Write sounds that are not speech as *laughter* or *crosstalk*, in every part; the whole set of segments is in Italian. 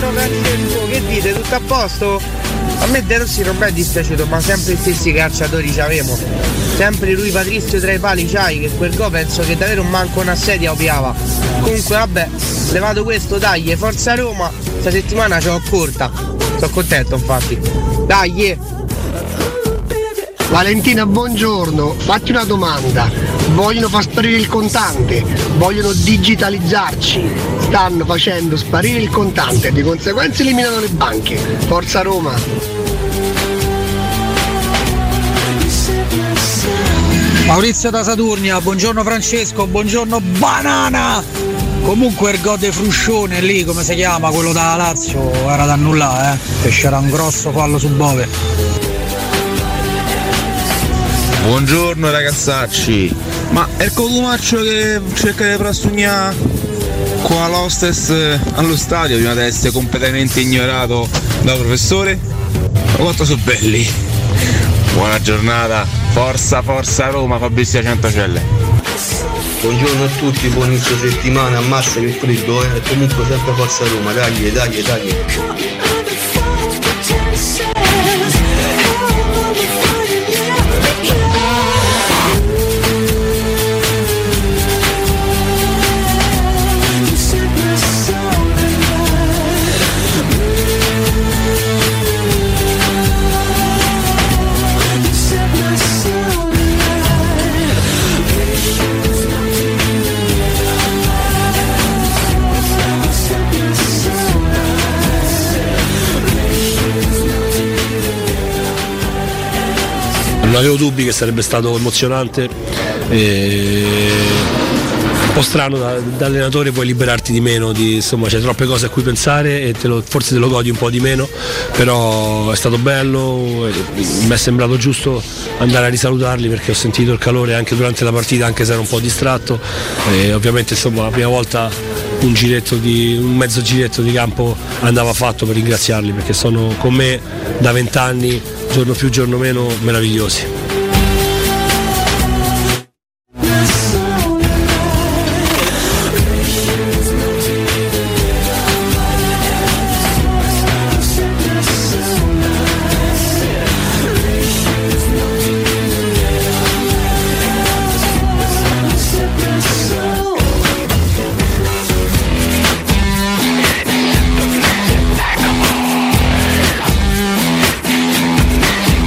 tornati del tuo, che dite? Tutto a posto? A me De Rossi non mi è dispiaciuto, ma sempre gli stessi calciatori ci avevamo. Sempre lui Patrizio tra i pali c'hai, che quel go penso che davvero manco una sedia opiava. Comunque vabbè, levato questo, dai, forza Roma, questa settimana ce l'ho corta. Sono contento infatti. Dai! eh. Valentina, buongiorno. Fatti una domanda. Vogliono far sparire il contante, vogliono digitalizzarci. Stanno facendo sparire il contante e di conseguenza eliminano le banche. Forza Roma. Maurizio da Saturnia, buongiorno Francesco, buongiorno Banana! Comunque il gode Fruscione lì, come si chiama, quello da Lazio, era da nulla, eh. Che c'era un grosso fallo su Bove. Buongiorno ragazzacci, ma è il Collumaccio che cerca di prastugnare qua l'hostess eh, allo stadio prima di essere completamente ignorato dal professore? Ma quanto sono belli! Buona giornata, forza, forza Roma, Fabrizio Centocelle. Buongiorno a tutti, buon inizio settimana, ammazza che freddo eh, e comunque sempre forza Roma, dai, dai, dai. Non avevo dubbi che sarebbe stato emozionante. e Un po' strano da, da allenatore puoi liberarti di meno, di- insomma c'è troppe cose a cui pensare e te lo- forse te lo godi un po' di meno, però è stato bello, e mi è sembrato giusto andare a risalutarli perché ho sentito il calore anche durante la partita anche se ero un po' distratto e ovviamente insomma la prima volta un, giretto di- un mezzo giretto di campo andava fatto per ringraziarli perché sono con me da vent'anni, giorno più giorno meno, meravigliosi. Eh,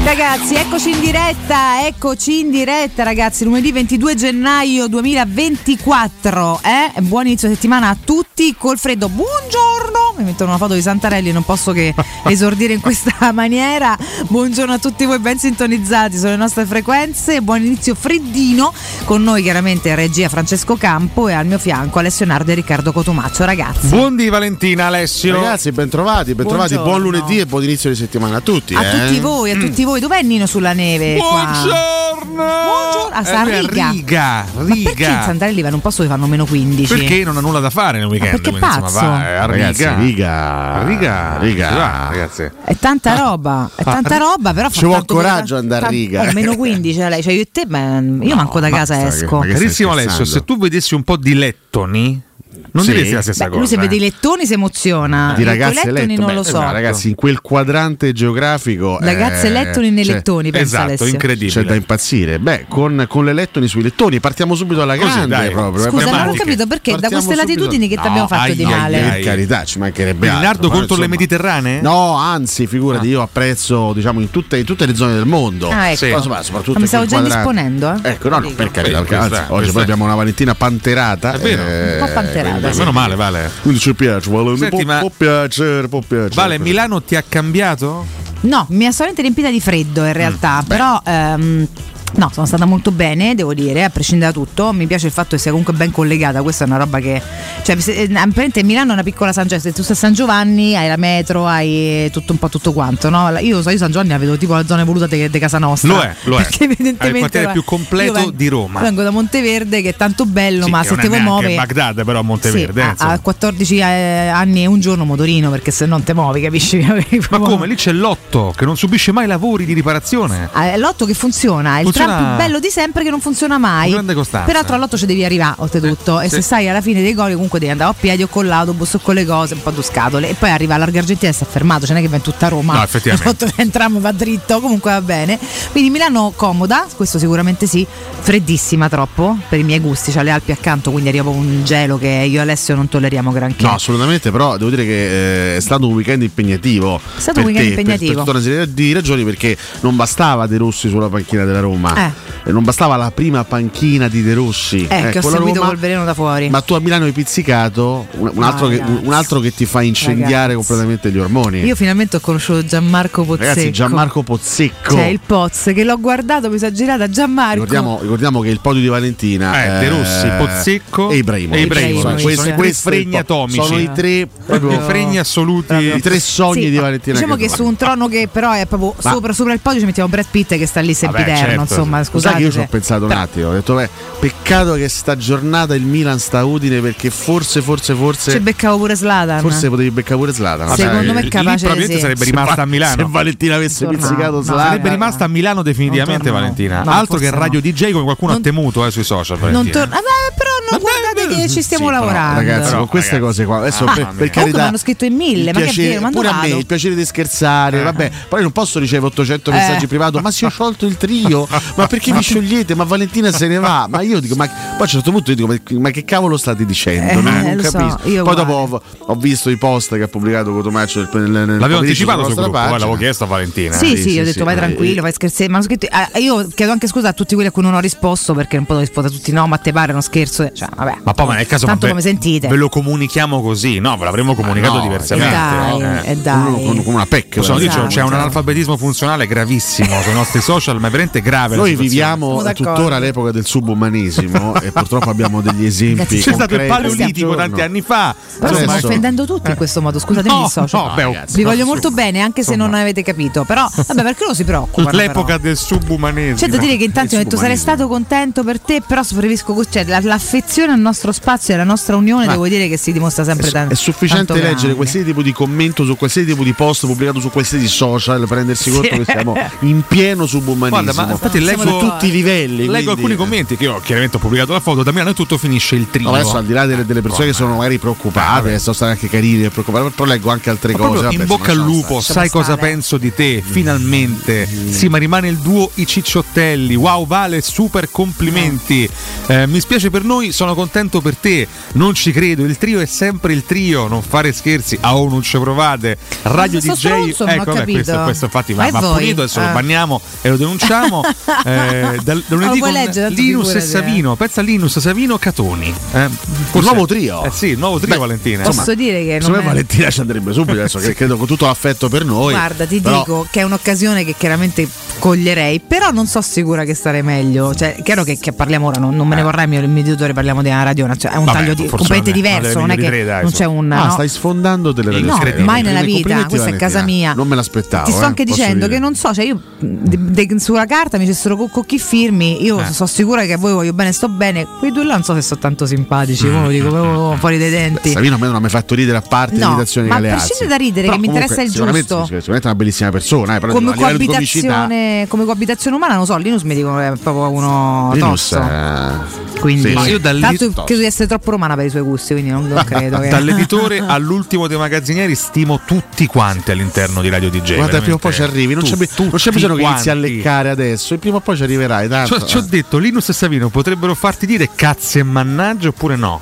Ragazzi, eccoci in diretta, eccoci in diretta ragazzi, lunedì 22 gennaio 2024, eh? buon inizio settimana a tutti, col freddo, buongiorno, mi mettono una foto di Santarelli, non posso *laughs* che esordire in questa *laughs* maniera, buongiorno a tutti voi ben sintonizzati sulle nostre frequenze, buon inizio freddino, con noi chiaramente regia Francesco Campo e al mio fianco Alessio Nardo e Riccardo Cotomaccio ragazzi. Buondì Valentina Alessio. Ragazzi, bentrovati, bentrovati. Buon Buongiorno. lunedì e buon inizio di settimana a tutti. A eh. tutti voi, Mm. a tutti voi, dov'è Nino sulla neve? qua? Buongiorno! Eh, A San Riga. Riga, Ma perché in Riga. Santarelli vanno un posto dove fanno meno 15? Perché non ha nulla da fare nel weekend? perché quindi, insomma, pazzo? va, eh, a Ragazzi, Riga. riga. Riga, Riga. si va, ragazzi. È tanta roba, è tanta roba, però Ah. Ci fa vuole tanto coraggio tan- andare a tan- riga. eh, meno 15 a lei, cioè io e te, beh, io manco da casa basta, esco. ma che- Carissimo stai Alessio, se scherzando? tu vedessi un po' di lettoni, non Sì. diresti la stessa Beh, cosa. lui se vede eh. i lettoni si emoziona. Di Detto ragazze i lettoni lettoni, non beh, lo so. no, ragazzi, in quel quadrante geografico. Ragazze eh, lettoni nei cioè, lettoni, pensa Esatto, Alessio. incredibile. C'è da impazzire. Beh, con, con le lettoni sui lettoni, partiamo subito alla Così, grande dai. proprio. eh, Scusa, Scusa, ma per- non ho problematiche. capito perché da Partiamo queste subito- latitudini che No, ti abbiamo fatto ai- di ai- male? ai- Per carità, ci mancherebbe Quindi altro, Nardo però, contro le insomma- Mediterranee? No, anzi, figurati, Ah. io apprezzo diciamo in tutte, in tutte le zone del mondo. Ah, ecco. Però, insomma, soprattutto Ma mi in stavo quel già quadrante. indisponendo, eh. Ecco, no, no, per carità, Beh, anzi, questa- oggi questa- poi abbiamo una Valentina panterata. È vero. eh, Un po' panterata, quindi- Eh, Meno male, Vale. Quindi ci piace, vuole un Senti, po', ma- può piacere, può piacere. Vale, Milano ti ha cambiato? No, mi ha solamente riempita di freddo Mm, in realtà, però ehm, no, sono stata molto bene, devo dire, a prescindere da tutto. Mi piace il fatto che sia comunque ben collegata, questa è una roba che... Cioè, se- eh, apparentemente Milano è una piccola San Giovanni, se tu sei a San Giovanni hai la metro, hai tutto un po' tutto quanto, no? La- Io, so, io San Giovanni la vedo tipo la zona evoluta di casa nostra. Lo è, lo è. *laughs* Perché evidentemente... È il quartiere guarda, più completo io vengo- di Roma. Vengo da Monteverde che è tanto bello, Sì, ma che se non te è vuoi neanche muovere... Baghdad, però a Monteverde. eh, sì, ah, a, insomma. a 14 eh, anni e un giorno motorino perché se no non te muovi, capisci? *laughs* Ma come? Lì c'è l'otto che non subisce mai lavori di riparazione. Ah, è L'otto che funziona, è il tram funziona- più bello di sempre che non funziona mai. Con grande costanza. Peraltro all'otto ci devi arrivare oltretutto e se sai alla fine dei gol comunque devi andare o a piedi o con l'autobus o con le cose, un po' due scatole e poi arriva a Larga Argentina e sta fermato, ce n'è che va in tutta Roma. *laughs* No, effettivamente. L'otto va in tram va dritto, comunque va bene. Quindi Milano comoda, questo sicuramente sì, freddissima troppo per i miei gusti, c'ha le Alpi accanto, quindi arriva proprio un gelo che io e Alessio non tolleriamo granché. No, assolutamente, però devo dire che eh, è stato un weekend impegnativo. È stato un weekend impegnativo. Per, tutta una serie di ragioni perché non bastava De Rossi sulla panchina della Roma. Eh. E Non bastava la prima panchina di De Rossi. Eh, che ho con la seguito Roma, col veleno da fuori. ma tu a Milano hai pizzicato un, un No, altro, che, ragazzi. un altro che ti fa incendiare Ragazzi. completamente gli ormoni. Io finalmente ho conosciuto Gianmarco Pozzecco. Ragazzi, Gianmarco Pozzecco. Cioè il Poz che l'ho guardato, mi sono girata Gianmarco. Ecco. Ricordiamo, ricordiamo che il podio di Valentina Eh, De Rossi, Pozzecco e Ibrahimovic. e Ibrahimovic. Sono, Sono i tre questi- fregni atomici. sono i tre Proprio proprio fregni assoluti. i tre sogni Sì, di Valentina. Diciamo che Gazzaniga. su un trono che però è proprio Ma- sopra, sopra il podio ci mettiamo Brad Pitt che sta lì sempiterno, certo. insomma, Sai scusate. che io ci ho se- pensato un Però- attimo, ho detto beh, peccato che sta giornata il Milan sta a Udine perché forse, forse, Ci forse, beccavo pure Slatan. forse potevi beccare pure Zlatan. Sì, Sai, secondo me è lì capace probabilmente sì. sarebbe se rimasta Va- a Milano. Se Valentina avesse Torna- pizzicato no, Zlatan. Sarebbe rimasta a Milano definitivamente Non torna, Valentina. no. No, Altro che forse Radio no. DJ come qualcuno Non- ha temuto eh, sui social. Non Valentina. torna- Vabbè, però non guardate che ci stiamo lavorando. Ragazzi, Però, con queste ragazzi. cose qua, adesso Ah, per, mamma per mia. carità, Comunque mi hanno scritto in mille, il ma che dire, ma dove pure a me vado? il piacere di Eh. scherzare, vabbè, però io non posso ricevere 800 messaggi Eh. privato, ma se ho sciolto il trio, ma perché *laughs* vi sciogliete? Ma Valentina se ne va, ma io dico, ma poi a un certo punto io dico, ma, ma che cavolo state dicendo? Eh, No, non lo so, capisco. io Poi uguale. dopo ho, ho visto i post che ha pubblicato Cotomaccio nel, nel, nel L'avevo pomeriggio anticipato sul sulla gruppo, nostra poi pagina. l'avevo chiesto a Valentina. Sì, Sì, sì, sì, io ho detto sì, vai eh, tranquillo, eh. vai scherzare. Ma hanno scritto- ah, io chiedo anche scusa a tutti quelli a cui non ho risposto perché non potevo rispondere a tutti. No, ma te pare uno scherzo. eh, Cioè, vabbè. Ma poi ma nel caso Tanto ma ve- come sentite. Ve lo comunichiamo così, no? Ve l'avremmo comunicato Ah, no, e diversamente. dai, no? Eh. e Uno Con, dai. con una pecca. veramente. Possiamo dircelo, diciamo, c'è cioè. un analfabetismo funzionale gravissimo sui nostri social, ma è veramente grave. la eh, Noi situazione. viviamo Sono d'accordo. tuttora l'epoca del *laughs* subumanesimo e purtroppo abbiamo degli esempi. C'è stato il concreti paleolitico ogni tanti giorno. anni fa. Però stiamo Adesso- offendendo tutti in questo modo. Scusatemi, No, il socio. no, beh, oh, Vi no, voglio su- molto bene, anche se non avete capito. Però, vabbè, perché non si preoccupa? L'epoca del subumanesimo. C'è da dire che intanto mi ho detto sarei stato contento per te, però se preferisco cioè, la- l'affezione al nostro spazio e alla nostra unione, Ma- devo dire che si dimostra È sempre su- tanto. È sufficiente tanto leggere grande. qualsiasi tipo di commento su qualsiasi tipo di post pubblicato su qualsiasi social, prendersi conto che siamo in pieno subumanesimo. Guarda, ma infatti Siamo leggo, tutti i livelli, leggo quindi- alcuni commenti che io chiaramente ho pubblicato la foto, da Milano e tutto finisce il trio. Ecco. No, ma adesso al di là delle, delle persone che sono magari preoccupate, che sono state anche carine e preoccupate, però leggo anche altre Ma cose. proprio vabbè, in insomma, bocca al lasciamo lupo, stare. sai cosa Lasciamo penso di te, *laughs* finalmente. Mm. Sì, ma rimane il duo I Cicciottelli. Wow, Vale, super complimenti. Eh, mi spiace per noi, sono contento per te. Non ci credo, il trio è sempre il trio, non fare scherzi. Ah, oh, non ci provate. Radio Sto DJ, stronzo, non ho ecco, vabbè, capito. questo, questo infatti va, Ma è va voi? punito, adesso lo Ah. banniamo e *laughs* lo denunciamo. Eh, dal- da Ma lo puoi lunedì con leggere, tanto Linus e figurati, eh. Savino. Pensa a Linus, Savino, Catoni. Eh, stare. Un forse- nuovo trio. Eh sì, il nuovo trio Beh, Valentina. Posso dire che non Secondo me è- Valentina ci andrebbe subito adesso, che credo con tutto l'affetto per noi. Guarda, ti però- dico che è un'occasione che chiaramente coglierei, però non so sicura che starei meglio. Cioè, è chiaro che, che parliamo ora, non, non me ne vorrei, mio, il mio editore parliamo di una radio, cioè, è un Vabbè, taglio di, forse completamente non è- non diverso, deve non è che migliori tre, dai, non su. c'è un... Ah, no? stai sfondando delle No, radiosfere. mai nella Complimenti, vita, complimenti, questa è Valentina. casa mia. Non me l'aspettavo. Ti sto eh, anche posso dicendo dire. che non so, cioè io de- de- sulla carta mi dissero con, con chi firmi, io Eh. sono sicura che a voi voglio bene, sto bene, quei due là non so se sono tanto simpatici, Mm. come Eh, lo dico proprio fuori dai denti. Savino a me non ha mai fatto ridere a parte No, l'imitazione ma di Galeazzi. a prescindere da ridere, Però che mi comunque interessa il sicuramente- giusto. Sicuramente è una bellissima persona, eh, però a Come livello di comicità eh, coabitazione, come coabitazione umana, non lo so, Linus mi dicono che è proprio uno Linus, tosto. eh, Quindi sì. Ma io da lì- tanto tosto. credo di essere troppo romana per i suoi gusti, quindi non, non *laughs* *laughs* credo che *laughs* Dall'editore all'ultimo dei magazzinieri stimo tutti quanti all'interno di Radio DJ. Guarda, veramente. prima o poi ci arrivi, non, Tu- c'è, bi- non c'è tutti bisogno che inizi a quanti. Cioè, leccare adesso, e prima o poi ci arriverai. Ci Tanto, ho- ci ho detto, Linus e Savino potrebbero farti dire cazzi e mannaggia oppure no?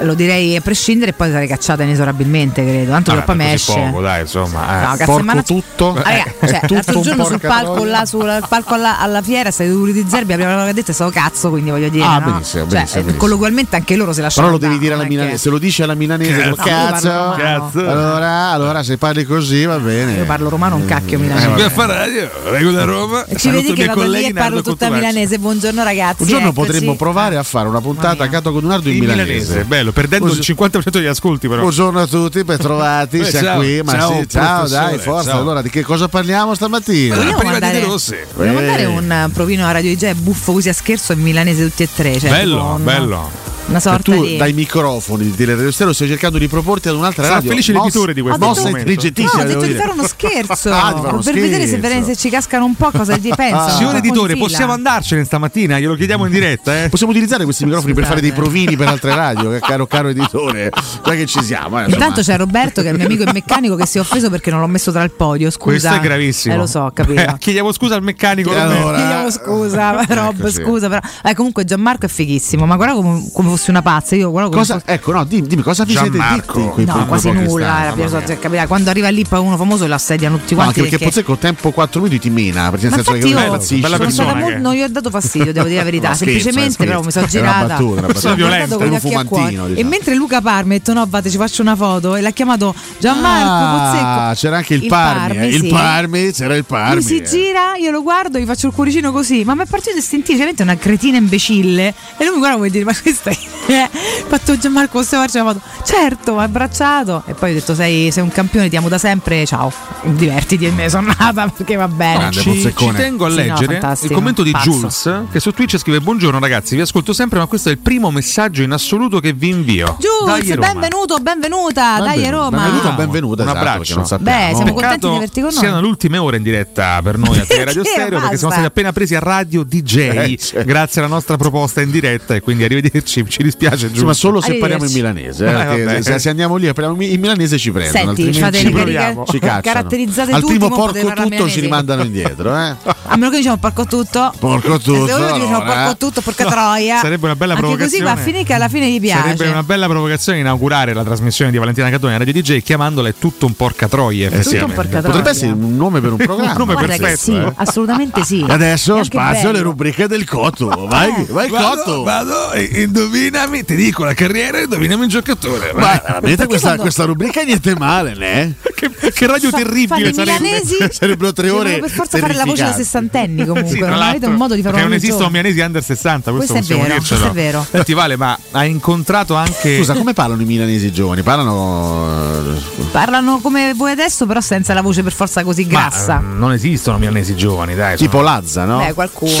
lo direi a prescindere e poi sarei cacciata inesorabilmente, credo. Tanto che Vabbè, poi mi così esce. poco, dai, insomma. eh. No, cazzo, porco ma non- tutto. Ah, raga, Eh, cioè, tutto l'altro un giorno sul porca palco, troia. là, sul- al palco alla, alla fiera stai due di Zerbi, la prima cosa che ha detto è stato cazzo, quindi voglio dire. Ah, no? benissimo, Cioè, benissimo, eh, benissimo. colloquialmente anche loro se lasciano. Però lo devi andare, dire alla non è che- milanese, se lo dici alla milanese, Cazzo. dico, cazzo, No, io parlo romano. Allora, allora se parli così va bene. Eh, Io parlo romano, un cacchio milanese. Qui a fare radio, vengo da Roma. E ci saluto vedi i che miei vado lì colleghi e Nardo parlo tutta Cotumaccio. milanese. Buongiorno ragazzi. Un giorno eccoci. potremmo provare a fare una puntata Mamma mia. Cato con Nardo in In milanese. milanese, bello, perdendo il Us- 50% degli ascolti però. Buongiorno a tutti, *laughs* ben trovati, Eh, siamo ciao, qui. Ma ciao, sì, ciao, professore, dai, forza. ciao. Allora, di che cosa parliamo stamattina? Vogliamo prima di mandare- De Rossi. Vogliamo Eh. mandare un eh, provino a Radio DJ buffo così a scherzo e milanese tutti e tre. Cioè, bello, tipo un- bello. Una Cioè, sorta tu di- dai microfoni di Teleradio Stereo stai cercando di proporti ad un'altra Sarà radio. felice Mossa- l'editore di questo Mossa momento. No, intelligentissima. ho detto devo di dire. fare uno *laughs* scherzo Ah, di fare uno per vedere se, scherzo. ve- se ci cascano un po' cosa *laughs* gli pensano. Signore editore, Con fila. possiamo andarcene stamattina? Glielo chiediamo in diretta, eh? Possiamo utilizzare questi microfoni per fare dei provini per altre radio, eh, caro, caro editore. Guarda che ci siamo. eh, Intanto insomma. c'è Roberto che è il mio amico il meccanico che si è offeso perché non l'ho messo tra il podio. Scusa. Questo è gravissimo. Eh, lo so, capito. Chiediamo scusa al meccanico. Chiaro. Romeo. Allora- Chiediamo *laughs* scusa, Ecco, Rob, Eccoci. scusa. Però. Eh, comunque Gianmarco è fighissimo, ma guarda come, come fossi una pazza. Io guarda come Cosa, ecco, no, dimmi, dimmi, cosa vi siete Gianmarco. detti in fossi- quei No, pochi quasi pochi istanti? nulla. era Piero Mamma Sorgi, mia. capirà. Quando arriva lì poi uno famoso lo assediano tutti Ma quanti. Ah, anche perché perché- Pozzecco tempo 4 minuti mina, perché nel Ma senso che infatti lui io impazzisce. bella sono persona stata che- molto- non gli ho dato fastidio, devo dire la verità. *laughs* No, scherzo, Semplicemente, scherzo. però, mi sono Era una girata. battuta, una sono battuta. guardata Era con un gli occhi a cuore. fumantino, E diciamo. mentre Luca Parmi ha detto: No, vate, ci faccio una foto. E l'ha chiamato Gianmarco Ah, Pozzecco. c'era anche il, Parmi, eh, il ecco, sì. Parmi, c'era il Parmi. Lui si eh. gira, io lo guardo, gli faccio il cuoricino così, ma mi è partito istintivamente una cretina imbecille. E lui mi guarda come dire, ma questa è. *laughs* Ho fatto Gianmarco, possiamo farci una foto? Certo, mi ha abbracciato. E poi ho detto: sei, sei un campione, ti amo da sempre. Ciao, divertiti e me ne sono andata *laughs* perché va bene. Grande Eh, Ci, Pozzeccone. ci tengo a Sì, no, leggere il fantastico. commento di Pazzo. Jules che su Twitch scrive Buongiorno ragazzi, vi ascolto sempre ma questo è il primo messaggio in assoluto che vi invio. Dai, Giules, Roma. benvenuto, benvenuta, dai a Benvenuto, Roma. Benvenuto, Ah, benvenuta. un esatto, abbraccio. perché non Beh, sappiamo. siamo contenti Oh. di Peccato averti con noi. siano le ultime ore in diretta per noi a *laughs* Teleradio Perché? Stereo perché siamo Basta. stati appena presi a radio DJ Eh, certo. grazie alla nostra proposta in diretta e quindi arrivederci, ci dispiace Sì, ma Giules. solo se Arrivederci. parliamo in milanese. eh, Eh, perché vabbè. se, se andiamo lì e parliamo in milanese ci prendono. Senti, altrimenti fate ci le proviamo. cariche- Ci cacciano. caratterizzate Al tutti, primo mo potete porco parlare tutto milanese. ci rimandano indietro. Eh? A meno che diciamo porco tutto. *laughs* Porco tutto, Se uno dice allora, eh. diciamo, porco tutto, porca troia. sarebbe una bella Anche così va a provocazione. finire che alla fine gli piace. Sarebbe una bella provocazione inaugurare la trasmissione di Valentina Catone a Radio DJ chiamandola è tutto un porca troia. Tutto un effettivamente. porca troia. Potrebbe essere Eh, un nome *laughs* per un programma. Un nome Guarda perfetto, che sì, eh. assolutamente sì. E *laughs* Adesso È anche spazio alle bello. Eh. rubriche del Cotto. Vai, vai Cotto. vado, e- indovinami, ti dico la carriera, indovinami il giocatore. vai. eh. Ma veramente questa, quando- questa rubrica è niente male, né? che, *laughs* che radio Fa- terribile fanno i sarebbe. milanesi *laughs* Sarebbero tre devono ore per forza fare la voce da terrificanti. sessantenni comunque Sì, tra non avete l'altro, un modo di fare perché una non esistono giorno. milanesi under 60, questo, Questo è possiamo vero, dircelo. questo è vero. Senti, Vale, ma hai incontrato anche Scusa, come parlano i milanesi giovani? Parlano. eh, parlano come voi adesso però senza la voce per forza così Ma, grassa eh, mm, non esistono milanesi giovani, dai. Tipo Lazza, no? Beh, qualcuno.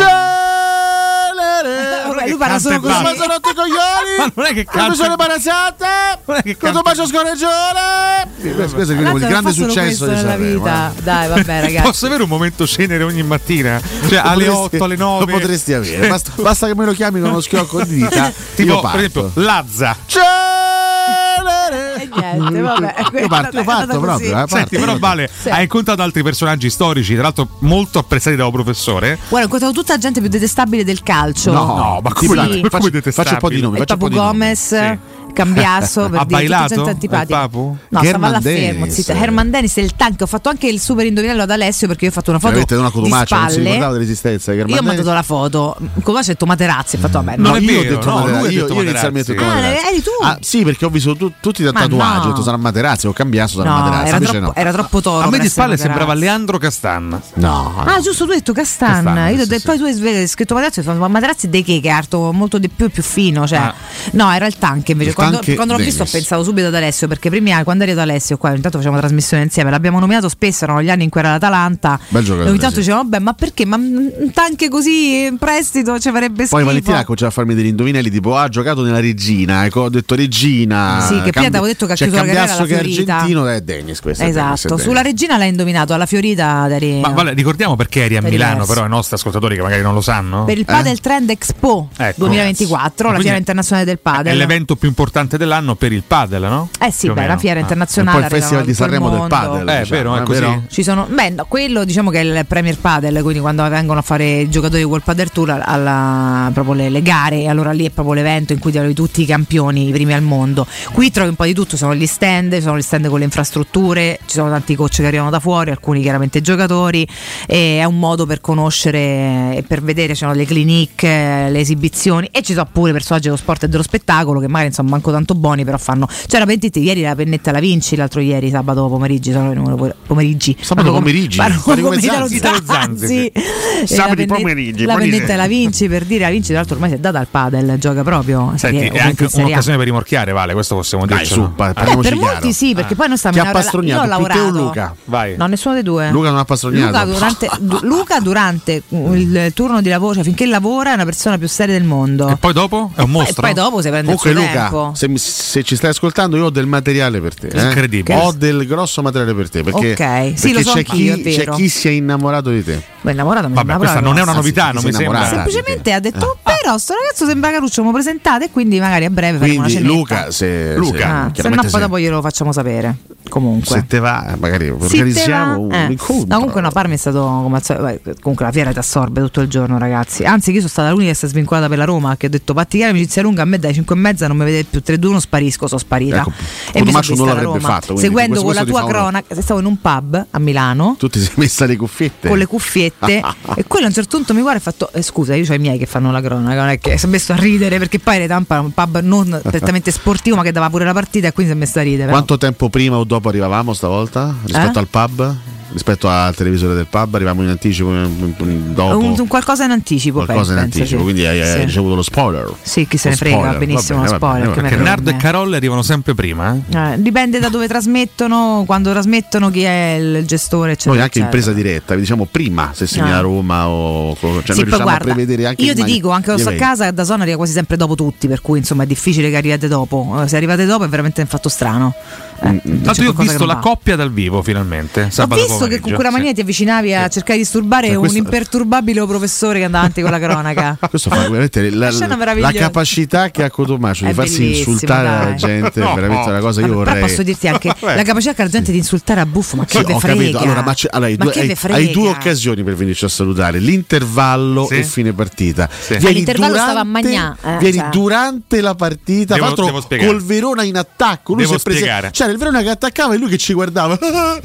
Celere! Vabbè, lui parla solo canta e così basta. Ma sono tutti i *laughs* coglioni! Ma non è che Quando canta- Ah, sono imbarazzate! Non è che Quando canta- bacio scorreggione! Questo è Tanto il non grande fa solo successo questo di nella Sanremo. vita. eh. dai *laughs* vabbè ragazzi diciamo, Posso avere un momento cenere ogni mattina? Cioè Lo alle potresti- 8, alle 9. Lo potresti avere, *laughs* basta, basta che me lo chiami con uno schiocco di dita. Tipo, io per parto. esempio, Lazza. Celere! E niente, Eh, vabbè. Mm, Io parto, È io andata parto così. proprio. eh, parto Senti, però proprio. Vale, Sì. hai incontrato altri personaggi storici, tra l'altro molto apprezzati dal professore. Guarda, ho incontrato tutta la gente più detestabile del calcio. No, no, ma sì. come detestabile? faccio, faccio un po' di nomi. E Faccio un po' Papu di nomi. Gomez, Sì. *laughs* Cambiasso, per dire, Ha tutta bailato gente antipatica. il Papu? No, stava Herman là fermo, Dennis. zitta. Herman Dennis, il tank. Ho fatto anche il super indovinello ad Alessio perché io ho fatto una foto Veramente, non a di Cotumaccio, non si spalle. ricordava dell'esistenza. di io ho Herman Dennis. mandato la foto. Cotumaccio ha detto Materazzi, ho fatto vabbè. Non no. è io ho vero, detto no, Materazzi, lui ha io- detto io inizialmente ho detto Materazzi. Ah, Materazzi. eri tu? Ah, sì, perché ho visto tu- tutti da Ma tatuaggio, no. ho detto sarà Materazzi, ho cambiato, sarà No, Materazzi, era invece troppo, no. era troppo toro. A per me di essere spalle sembrava Materazzi. Leandro Castanna. No. Ah, giusto, tu hai detto Castanna. Castanna, Io sì, ho detto- sì. Poi tu hai sve- hai scritto Materazzi, hai fatto, ma Materazzi dei che che è alto molto di più, più fino. Cioè. Ah. No, era il tank invece. Il quando tank quando l'ho visto ho Dennis. pensato subito ad Alessio, perché primi anni, quando eri ad Alessio qua, intanto facevamo trasmissione insieme, l'abbiamo nominato spesso, erano gli anni in cui era l'Atalanta. Bel giocatore, E ogni tanto sì. dicevamo, vabbè, ma perché? Ma un tank così in prestito ci farebbe schifo. Poi Valentina ha cominciato a farmi degli indovinelli tipo ah, ha giocato nella Regina, ecco, ho detto Regina. Sì, che prima Cambi- t'avevo detto che ha c'è chiuso la carriera Cambiasso alla che è Fiorita. argentino è Dennis questo. è Dennis, è Esatto, Dennis. sulla regina l'hai indovinato, alla Fiorita Dari. Ma vale, ricordiamo perché eri a Sei Milano, diverso. però i nostri ascoltatori che magari non lo sanno. Per il Padel Trend Expo Eh? Ecco. 2024, la Quindi fiera internazionale del Padel. È l'evento più importante dell'anno per il padel, no? Eh sì, Più o beh, la meno. fiera Ah. E internazionale. poi il Festival arrivano da di tutto il Sanremo del mondo. Padel. Eh, diciamo, vero, è così. Ci sono, beh, no, quello diciamo che è il Premier Padel, quindi quando vengono a fare i giocatori col Padel Tour alla- alla- proprio le, le gare, e allora lì è proprio l'evento in cui trovi tutti i campioni, i primi al mondo. Qui trovi un po' di tutto, sono gli stand, ci sono gli stand con le infrastrutture, ci sono tanti coach che arrivano da fuori, alcuni chiaramente giocatori, e è un modo per conoscere e per vedere, ci sono le clinique, le esibizioni e ci sono pure personaggi dello sport e dello spettacolo che magari insomma bianco, tanto buoni, però fanno. C'era pentite ieri la pennetta la Vinci, l'altro ieri sabato pomeriggio, sono venuto pomeriggi. Sabato Parlo come- pomeriggi? parlo Fare come come Italo Zanzi. *laughs* Zanzi. Italo Zanzi. E Sabato la penne- pomeriggi, La poi dice- pennetta la Vinci per dire la Vinci, tra l'altro ormai si è data al padel, gioca proprio. Senti, Perché è anche in Serie A. un'occasione per rimorchiare, Vale, questo possiamo Dai, dirci. su, pa- Beh, parliamoci per chiaro. molti sì, perché Ah. poi noi stiamo Chi in ha aula- Io ho pastrognato? Più te o lavorato. Luca? Vai. No, nessuno dei due. Luca non ha pastrognato. Luca *laughs* durante, du- Luca durante il turno di lavoro, cioè finché lavora, è una persona più seria del mondo. E poi dopo? È un E mostro? poi dopo si prende Comunque il suo Luca, tempo. se, mi- se ci stai ascoltando io ho del materiale per te. eh. Incredibile. Ho del grosso materiale per te. Perché, Ok, sì, perché lo so c'è, anch'io, chi, è c'è vero. chi si è innamorato di te. Beh, innamorato mi Vabbè, sembra questa proprio. non è una Anzi, novità, Ah. chi non si mi è sembra. innamorato? Semplicemente ha detto, "Oh, però sto ragazzo sembra caruccio, me lo presentate, quindi magari a breve faremo Quindi una cenetta. Luca, eh, se, se- Ah, se no chiaramente poi se- dopo glielo facciamo sapere. Comunque. se te va, magari Sì, organizziamo te va? Eh. un incontro. No, comunque no, Parma è stato come al solito- beh, comunque la fiera ti assorbe tutto il giorno, ragazzi. Anzi, io sono stata l'unica che si è svincolata per la Roma, che ho detto "Pattigliare amicizia lunga, a me dai 5 e mezza non mi vedete più 3 2 1 sparisco, sono sparita". Ecco, e mi sono Cotumaccio vista non la l'avrebbe Roma. fatto, quindi Seguendo questo- con la questo tua ti fa onore. cronaca, stavo in un pub a Milano Tu ti sei messa le cuffiette. con le *laughs* cuffiette e quello a un certo punto mi guarda e ha fatto "Eh, scusa io ho i miei che fanno la cronaca non è che si è messo a ridere perché poi Retampa era un pub *laughs* non prettamente sportivo ma che dava pure la partita e quindi si è messo a ridere però. Quanto tempo prima o dopo arrivavamo stavolta? Rispetto Eh? al pub? Rispetto al televisore del pub? Arrivavamo in anticipo, in- in- dopo? Un- un qualcosa in anticipo qualcosa in penso, anticipo, sì. quindi hai, hai Sì. ricevuto lo spoiler. Sì, chi se Lo ne frega, spoiler, benissimo va bene, lo va bene, spoiler. va che bene. me ne Nardo e frega. Carol arrivano sempre prima. eh? Eh, dipende da dove trasmettono, quando trasmettono, chi è il gestore, eccetera. Noi anche in eccetera. presa diretta, vi diciamo prima se si viene Ah. a Roma o co- cioè Sì, noi poi riusciamo a guarda, prevedere anche io ti prima dico, anche lo gli so a eventi. casa, da zona arriva quasi sempre dopo tutti, per cui insomma è difficile che arrivate dopo. Eh, Se arrivate dopo è veramente un fatto strano. Eh, dice Tanto io ho qualcosa che visto non la va. coppia dal vivo finalmente. Ho sabato visto che pomeriggio. con quella mania Sì. ti avvicinavi a cercare di disturbare Cioè, un questo- imperturbabile professore che andava avanti con la *laughs* cronaca. Ah, Questo fa *laughs* veramente la, Scena la meravigliosa. capacità che ha Cotomaccio di È farsi bellissimo, insultare dai. la gente, No. è veramente una cosa che io Vabbè, però vorrei. posso dirti *laughs* anche la capacità che ha la gente di insultare a buffo, ma Sì, che ve ho frega. capito. Allora, ma c'è- allora, hai, Ma due, che hai- ve frega? hai due occasioni per venirci a salutare: l'intervallo Sì. e fine partita. All'intervallo stava a Magnà, eh, vieni cioè. durante la partita. Devo- Tra l'altro, devo spiegare. col Verona in attacco. Lui Devo si è preso- spiegare. C'era il Verona che attaccava e lui che ci *laughs* guardava. ma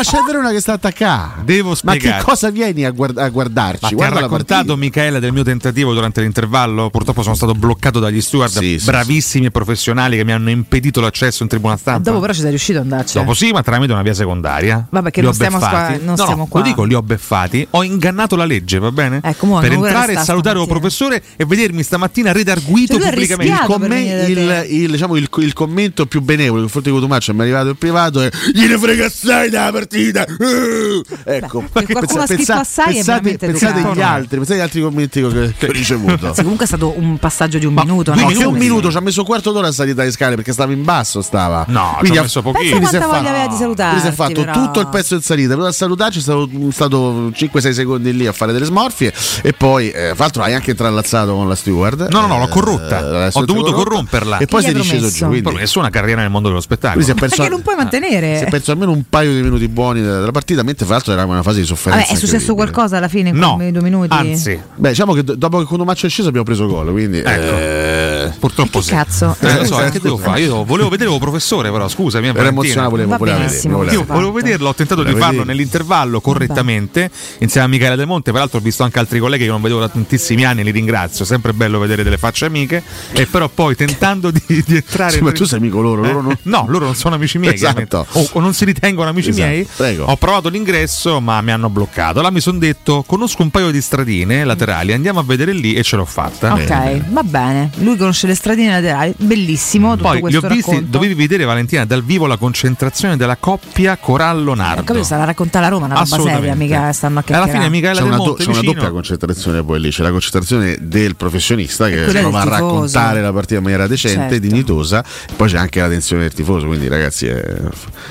c'è il Verona che sta attaccando. Devo Ma spiegare. che cosa vieni a, guard- a guardarci? Ma ti ha Guarda la raccontato partita. Michele del mio tentativo durante l'intervallo? Purtroppo sono stato bloccato dagli steward Sì, sì, bravissimi e professionali che mi hanno impedito l'accesso in tribuna stampa. Dopo però ci sei riuscito ad andarci. eh? Dopo sì, ma tramite una via secondaria. Vabbè, che Li non ho stiamo beffati. qua- non No, no, stiamo qua. Lo dico, li ho beffati. Ho ingannato la legge, va bene? Ecco, mo' per hanno paura di entrare e sta salutare un stamattina. professore e vedermi stamattina redarguito Cioè, lui ha pubblicamente. rischiato. Con per me venire da il, te. il- diciamo, il- il commento più benevolo che forte di Cotumaccio mi è arrivato in privato è gliene frega assai dalla partita Eh, ecco Beh, che qualcuno ha scritto assai è pensate, veramente pensate educato. agli altri pensate agli altri commenti che, che ho ricevuto Sì, comunque è stato un passaggio di un minuto. No, no? che un Sì. minuto ci ha messo un quarto d'ora a salire dalle scale perché stava in basso stava No, ci Quindi ho ha- messo Pensa pochino. Quindi si è quanta voglia fatto- aveva di quindi salutarti. si è fatto però. tutto il pezzo in salita per salutarci è stato, stato 5-6 secondi lì a fare delle smorfie e poi eh, tra l'altro hai anche trallazzato con la steward No, no, no, l'ho Eh, corrotta. la Ho steward dovuto corrotta. corromperla. e poi Chi sei gli ha disceso promesso? giù quindi, Poi Nessuna carriera nel mondo dello spettacolo. quindi si è perso Perché non puoi mantenere. eh. si è perso almeno un paio di minuti buoni della della partita mentre fra l'altro eravamo in una fase di sofferenza Vabbè, è successo incredibile. qualcosa alla fine in No, quei due minuti? anzi, Beh, diciamo che do- dopo che Condomaccio è sceso abbiamo preso gol, quindi Ecco. eh, purtroppo Che sì. cazzo? Eh, lo so, Eh, che devo fare? Io volevo vedere il professore, però scusami. eh, era Valentina. emozionato, volevo, Va volevo vedere. benissimo. volevo Io vedere. volevo vederlo, ho tentato di Vabbè, farlo vedi. nell'intervallo correttamente insieme a Michele Del Monte. Peraltro, ho visto anche altri colleghi che non vedevo da tantissimi anni, li ringrazio. Sempre bello vedere delle facce amiche. E però poi tentando di, di entrare. Sì, ma tu sei amico loro, Eh? loro non- No, loro non sono amici miei. Esatto. chiaramente. O, o non si ritengono amici Esatto. miei. Prego. Ho provato l'ingresso, ma mi hanno bloccato. Allora mi sono detto: conosco un paio di stradine laterali, andiamo a vedere lì e ce l'ho fatta. Ok, va bene. Lui conosce le stradine laterali, bellissimo. Tutto Poi li ho questo visti, racconto. dovevi vedere Valentina dal vivo la concentrazione della coppia Corallo-Nardo. Ho capito, sarà raccontare la Roma, una roba Assolutamente. seria, mica stanno a Alla fine chiacchierare. Michela C'è Del una, do- Monte c'è una vicino- doppia concentrazione poi lì, c'è la concentrazione del professionista che quella del prova a tifoso. raccontare la partita in maniera decente, Certo. dignitosa, e poi c'è anche la tensione del tifoso, quindi ragazzi è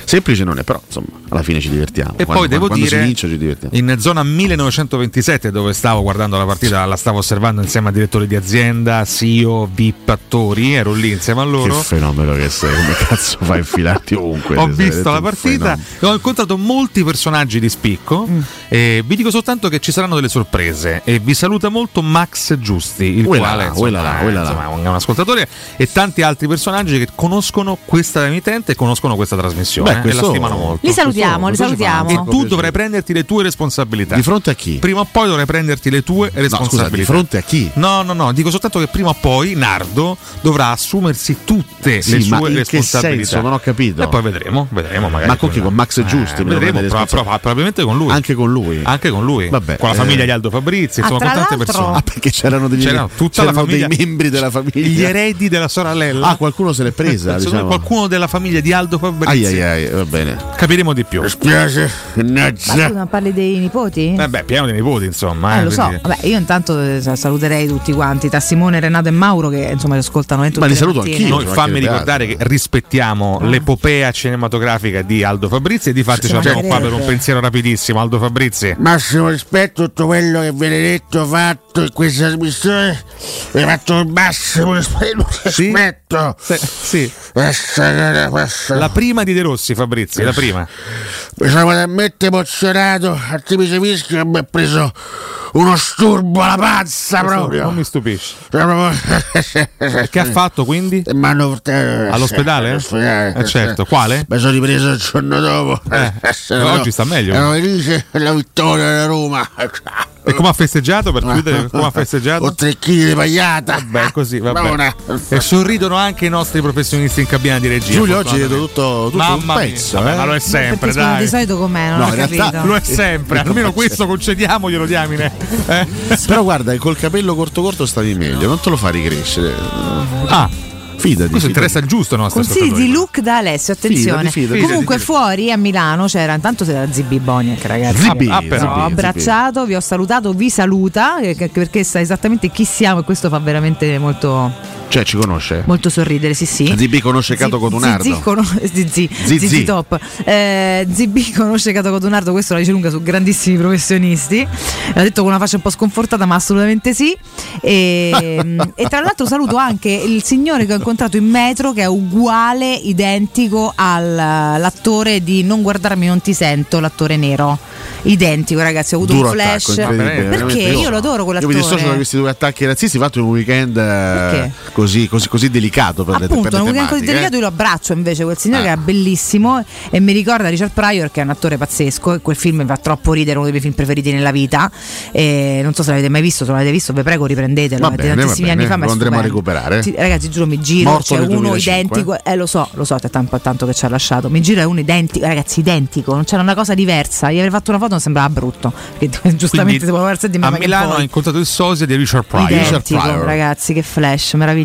semplice non è, però insomma alla fine ci divertiamo. E Quando- poi devo quando dire, si vince ci divertiamo. in zona 1927, dove stavo guardando la partita, la stavo osservando insieme a direttori di azienda, CEO, VIP, attori, ero lì insieme a Che loro. fenomeno che sei, come cazzo fai a *laughs* infilarti ovunque? ho Sei veramente visto la un partita fenomeno. e ho incontrato molti personaggi di spicco. Mm. E vi dico soltanto che ci saranno delle sorprese. E vi saluta molto Max Giusti, il Uela quale là, insomma, uela là, uela là. insomma, è un ascoltatore, e tanti altri personaggi che conoscono questa emittente e conoscono questa trasmissione eh, Beh, e questo- la stimano molto. Li salutiamo, li Questo ci fa salutiamo. anche E tu piacere. dovrai prenderti le tue responsabilità. Di fronte a chi? Prima o poi dovrai prenderti le tue No, responsabilità. scusa, di fronte a chi? No, no, no, dico soltanto che prima o poi Nardo, Leonardo dovrà assumersi tutte Sì, le ma sue in che responsabilità. senso? Non ho capito. E poi vedremo, vedremo magari. Ma con chi? Con Max Eh, Giusti? me lo vedremo, prende pro- responsabile. pro- probabilmente con lui. Anche con lui. Anche con lui. Vabbè, con la eh. famiglia di Aldo Fabrizi, Ah, insomma, tra con tante l'altro- persone. Ah, perché c'erano degli C'erano tutta la c'erano famiglia- dei membri della famiglia. Gli eredi della sorella. Ah, qualcuno se l'è presa, Secondo me diciamo. Qualcuno della famiglia di Aldo Ai Fabrizi. ai ai, eh, va bene. Capiremo di più. Spiace. Ma tu non parli dei nipoti? Eh beh, piano dei nipoti, insomma. Eh, eh, lo so, quindi- vabbè, io intanto eh, sa- saluterei tutti quanti, da Simone, Renato e Mauro che insomma ci ascoltano. eh, tutte Ma li le saluto mattine. anch'io. Noi Sono fammi anche ricordare che rispettiamo l'epopea cinematografica di Aldo Fabrizi e di fatto Ah. Sì, ce l'abbiamo qua magari- per un pensiero rapidissimo. Aldo Fabrizi. Massimo rispetto a tutto quello che viene detto, fatto in questa trasmissione. Mi hai fatto il massimo rispetto. Sì? rispetto. Sì, sì. Questa- questa- La prima di De Rossi, Fabrizi, la prima. Ah. Mi sono talmente emozionato, altrimenti fischio che mi ha preso uno sturbo alla panza proprio. Non mi stupisce. Sono Che proprio- ha fatto quindi? E mi hanno portato- All'ospedale? All'ospedale. Eh, certo, quale? Mi sono ripreso il giorno dopo. Eh, oggi sta meglio. Ero felice della vittoria della Roma. Eh. E come ha festeggiato per *laughs* chiudere? Come ha festeggiato? Ho tre chili di pagliata. Beh, così, vabbè. Buona. E sorridono anche i nostri professionisti in cabina di regia. Giulio oggi vedo tutto, fortunatamente. tutto Mamma un mia. pezzo. Vabbè, eh. ma lo è sempre, Perché, scusa, dai. di solito com'è? Non No, ho in capito. realtà Lo *laughs* è sempre, almeno questo concediamoglielo, diamine. Eh? Però guarda, col capello corto corto stavi meglio, non te lo fa ricrescere. Ah, Fidati. questo interessa il giusto, no? Consigli di look da Alessio, attenzione. Fidati, fidati, Comunque fidati. fuori a Milano c'era intanto c'era Zibi Boniek, ragazzi. Zibi, Ah, però. Ho abbracciato, vi ho salutato, vi saluta eh, che- perché sa esattamente chi siamo e questo fa veramente molto, Cioè ci conosce? molto sorridere, sì sì. Zibi conosce Cato Zizi, Cotunardo. *laughs* conos- Zizi, Zizi. Zizi top. Eh, ZB conosce Cato Cotonardo, questo la dice lunga su grandissimi professionisti. L'ha detto con una faccia un po' sconfortata, ma assolutamente sì. E, *laughs* e tra l'altro saluto anche il signore che ho incontrato in metro, che è uguale, identico all'attore di Non guardarmi, non ti sento, l'attore nero. Identico, ragazzi, ho avuto Duro un flash. attacco, incredibile. Perché veramente. io lo adoro Io mi quell'attore. dissocio da questi due attacchi razzisti fatto in un weekend eh, Perché? così, così, così delicato per le, per Appunto, le non un così tematiche, delicato eh. io lo abbraccio invece quel signore Ah. che era bellissimo e mi ricorda Richard Pryor che è un attore pazzesco e quel film mi fa troppo ridere, uno dei miei film preferiti nella vita. E non so se l'avete mai visto, se non l'avete visto, vi prego riprendetelo, Va è di bene, tantissimi va bene, anni fa, ma lo è andremo a stupendo. recuperare. Sì, ragazzi, giuro mi giro, Morto c'è nel uno 2005. identico, eh lo so, lo so, è tanto, tanto che ci ha lasciato. Mi giro è uno identico, ragazzi, identico, non c'era una cosa diversa. Gli avrei fatto una foto non sembrava brutto, *laughs* perché giustamente Quindi, si può verso di me. a ma che Milano ha vuoi? incontrato il sosia di Richard Pryor. Richard identico, Pryor. ragazzi, che flash, meraviglio.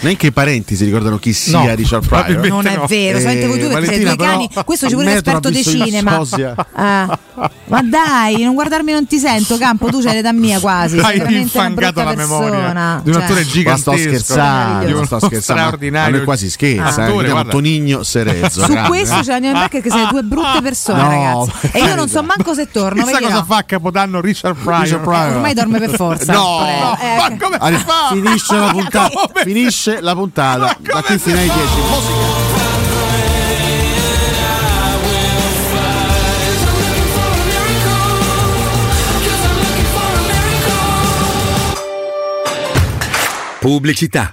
Neanche i parenti si ricordano chi sia No, Richard Pryor. probabilmente Non è no. vero, solamente voi Eh, due perché siete Valentina, due cani. però, Questo ci a vuole metro ha l'esperto di visto il cinema. sosia. Ah, ma dai, non guardarmi non ti sento, Campo, tu c'hai l'età mia quasi. sei Hai veramente una infangato brutta la memoria persona. di un Cioè, attore Ma sto gigantesco. scherzando, Di ma uno sto scherzando. Ma- Ma straordinario. noi quasi scherza, eh. attore, Vediamo guarda. Tonigno Serezzo. Su grande, eh. questo c'è la New Back che sei due brutte persone, No, ragazzi. E io non so manco se torno, Chissà perché cosa no. fa a Capodanno Richard Pryor. Richard Pryor. Eh, ormai dorme per forza. No, Porello. Eh, Ma come Arri- fa? Finisce la puntata. Come? Finisce la puntata. Da qui fino ai 10. Pubblicità.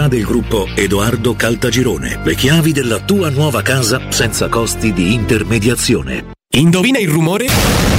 del gruppo Edoardo Caltagirone. Le chiavi della tua nuova casa senza costi di intermediazione. Indovina il rumore?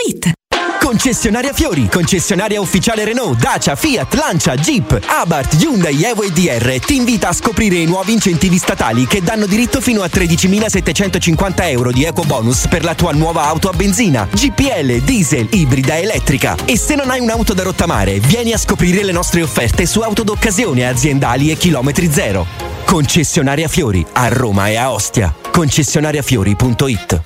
Concessionaria Fiori, concessionaria ufficiale Renault, Dacia, Fiat, Lancia, Jeep, Abarth, Hyundai, Evo e DR ti invita a scoprire i nuovi incentivi statali che danno diritto fino a 13.750 euro di eco bonus per la tua nuova auto a benzina, GPL, diesel, ibrida e elettrica. E se non hai un'auto da rottamare, vieni a scoprire le nostre offerte su auto d'occasione aziendali e chilometri zero. Concessionaria Fiori, a Roma e a Ostia. Concessionariafiori.it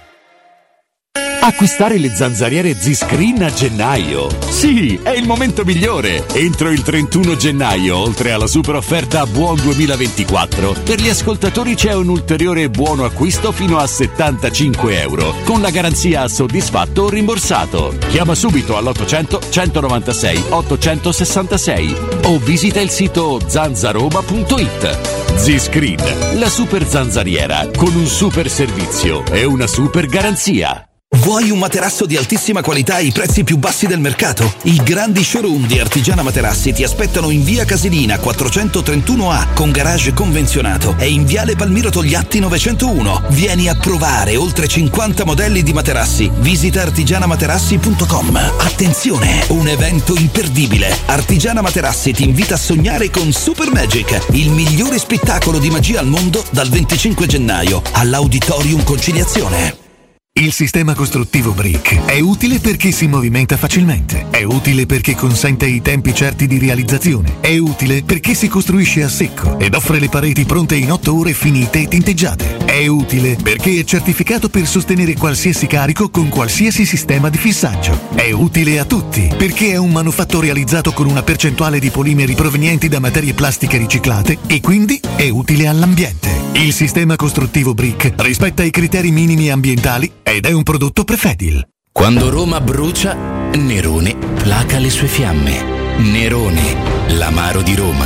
Acquistare le zanzariere Z-Screen a gennaio. Sì, è il momento migliore. Entro il 31 gennaio, oltre alla super offerta Buon 2024, per gli ascoltatori c'è un ulteriore buono acquisto fino a 75 euro, con la garanzia soddisfatto o rimborsato. Chiama subito all'800 196 866 o visita il sito zanzaroma.it. Z-Screen, la super zanzariera, con un super servizio e una super garanzia. Vuoi un materasso di altissima qualità ai prezzi più bassi del mercato? I grandi showroom di Artigiana Materassi ti aspettano in via Casilina 431A con garage convenzionato e in viale Palmiro Togliatti 901. Vieni a provare oltre 50 modelli di materassi. Visita artigianamaterassi.com. Attenzione, un evento imperdibile. Artigiana Materassi ti invita a sognare con Super Magic, il migliore spettacolo di magia al mondo dal 25 gennaio all'Auditorium Conciliazione. Il sistema costruttivo Brick è utile perché si movimenta facilmente, è utile perché consente i tempi certi di realizzazione, è utile perché si costruisce a secco ed offre le pareti pronte in 8 ore finite e tinteggiate, è utile perché è certificato per sostenere qualsiasi carico con qualsiasi sistema di fissaggio, è utile a tutti perché è un manufatto realizzato con una percentuale di polimeri provenienti da materie plastiche riciclate e quindi è utile all'ambiente. Il sistema costruttivo Brick rispetta i criteri minimi ambientali ed è un prodotto prefedil. Quando Roma brucia, Nerone placa le sue fiamme. Nerone, l'amaro di Roma.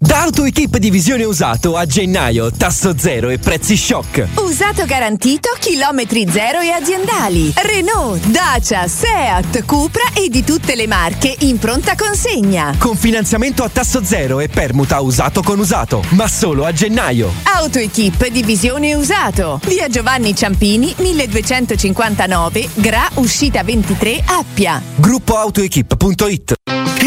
Da AutoEquip Divisione Usato a gennaio, tasso zero e prezzi shock. Usato garantito, chilometri zero e aziendali. Renault, Dacia, Seat, Cupra e di tutte le marche in pronta consegna. Con finanziamento a tasso zero e permuta usato con usato, ma solo a gennaio. AutoEquip Divisione Usato. Via Giovanni Ciampini, 1259, Gra, uscita 23, Appia. Gruppo AutoEquip.it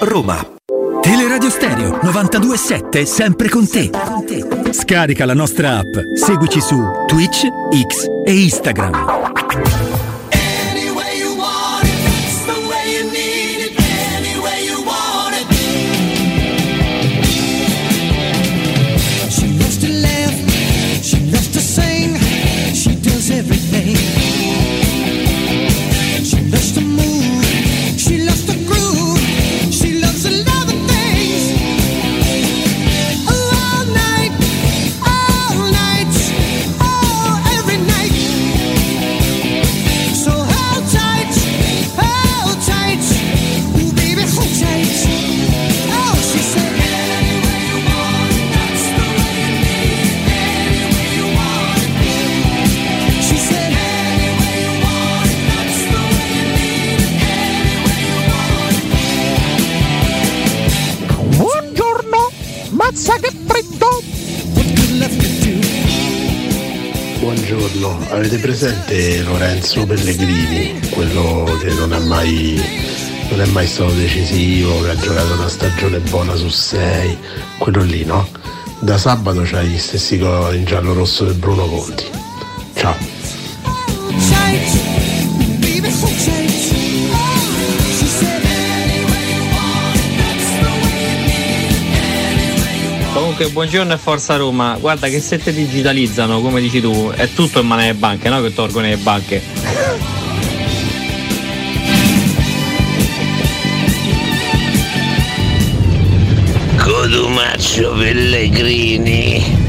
Roma. Teleradio Stereo 927, sempre con te. Scarica la nostra app, seguici su Twitch, X e Instagram. She loves to laugh, she loves to sing, she does everything. She loves to move, she loves to groove, she loves a lot of things. All night, all night, all every night. Oh, pizza che fritto. What good left to do? Buongiorno, avete presente Lorenzo Pellegrini, quello che non è mai, non è mai stato decisivo, che ha giocato una stagione buona su 6, quello lì no? Da sabato c'ha gli stessi colori in giallo rosso del Bruno Conti. Ciao. Change, baby, so change. She said, "Any way you want, that's the way it Comunque, buongiorno e forza Roma. Guarda che se te digitalizzano, come dici tu, è tutto in mano alle banche, no? Che tolgono le banche. Codumaccio Pellegrini.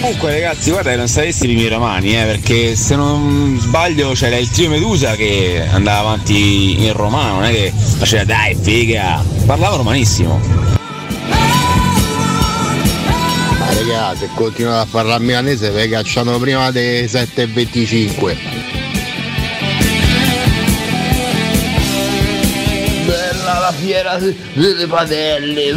Comunque ragazzi guarda che non saresti i miei romani eh, perché se non sbaglio c'era il trio Medusa che andava avanti in romano, non è che faceva dai figa, parlava romanissimo. Ma raga, se continuate a parlare milanese vi cacciano prima delle 7.25. Bella la fiera delle padelle.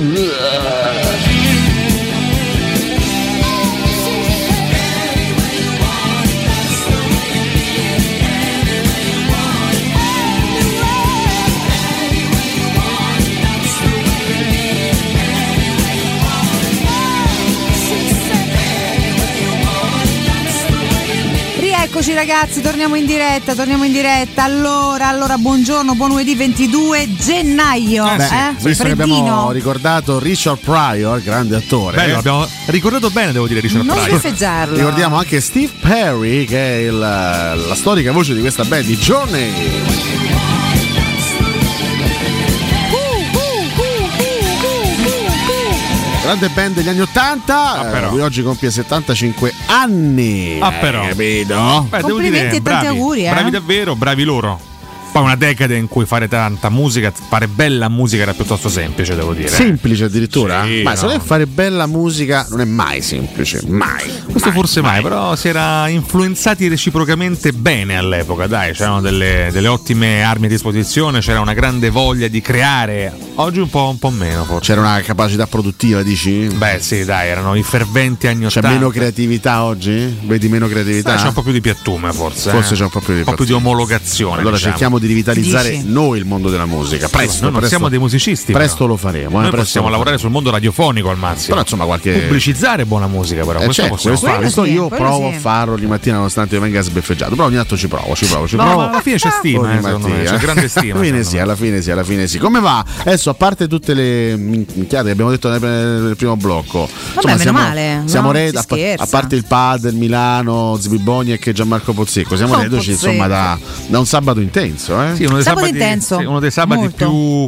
Rieccoci ragazzi, torniamo in diretta, torniamo in diretta. Allora, allora buongiorno, buon lunedì 22 gennaio. Eh, Beh, visto che abbiamo freddino. ricordato Richard Pryor, grande attore. eh? Bello, abbiamo ricordato bene, devo dire, Richard Non Pryor. sbeffeggiarlo. Ricordiamo anche Steve Perry, che è il- la storica voce di questa band di Journey. Grande band degli anni 80, eh, però. lui oggi compie 75 anni. Ah, però. Hai capito? Beh, devo dire, bravi, Bravi davvero, bravi loro. Poi una decade in cui fare tanta musica, fare bella musica era piuttosto semplice, devo dire. Semplice addirittura? Sì, Ma no. se lei fare bella musica non è mai semplice, mai. Questo forse mai, però si era influenzati reciprocamente bene all'epoca, dai, c'erano delle, delle ottime armi a disposizione, c'era una grande voglia di creare, oggi un po', un po' meno forse. C'era una capacità produttiva, dici? Beh sì, dai, erano i ferventi anni C'è 80. meno creatività oggi? Vedi meno creatività? Sai, c'è un po' più di piattume forse. Forse eh. c'è un po' più di omologazione. Allora diciamo. cerchiamo di rivitalizzare Dici? noi il mondo della musica. Presto, Noi non presto- siamo dei musicisti. Presto però. lo faremo. eh, Noi presto possiamo lo lavorare sul mondo radiofonico al massimo. Però, insomma, qualche- Pubblicizzare buona musica, però. faremo. Eh, questo certo, possiamo questo, fare. questo io Quello provo sì. a farlo di mattina nonostante io venga sbeffeggiato. Però ogni tanto ci provo, ci provo, ci No, provo. ma alla fine c'è stima, Ogni eh, secondo me, mattina. c'è *laughs* grande stima, alla fine secondo sì, alla fine sì, alla fine sì. Come va? Adesso, a parte tutte le minchiate che abbiamo detto nel, nel primo blocco. meno siamo, male, Siamo no? re- Si a, pa- scherza. a parte il Padel, Milano, Zibiboniek e Gianmarco Pozzecco. Siamo Oh, reduci Pozzecco. insomma da, da un sabato intenso. Eh? Sì, uno dei sabati, sì, uno dei sabati più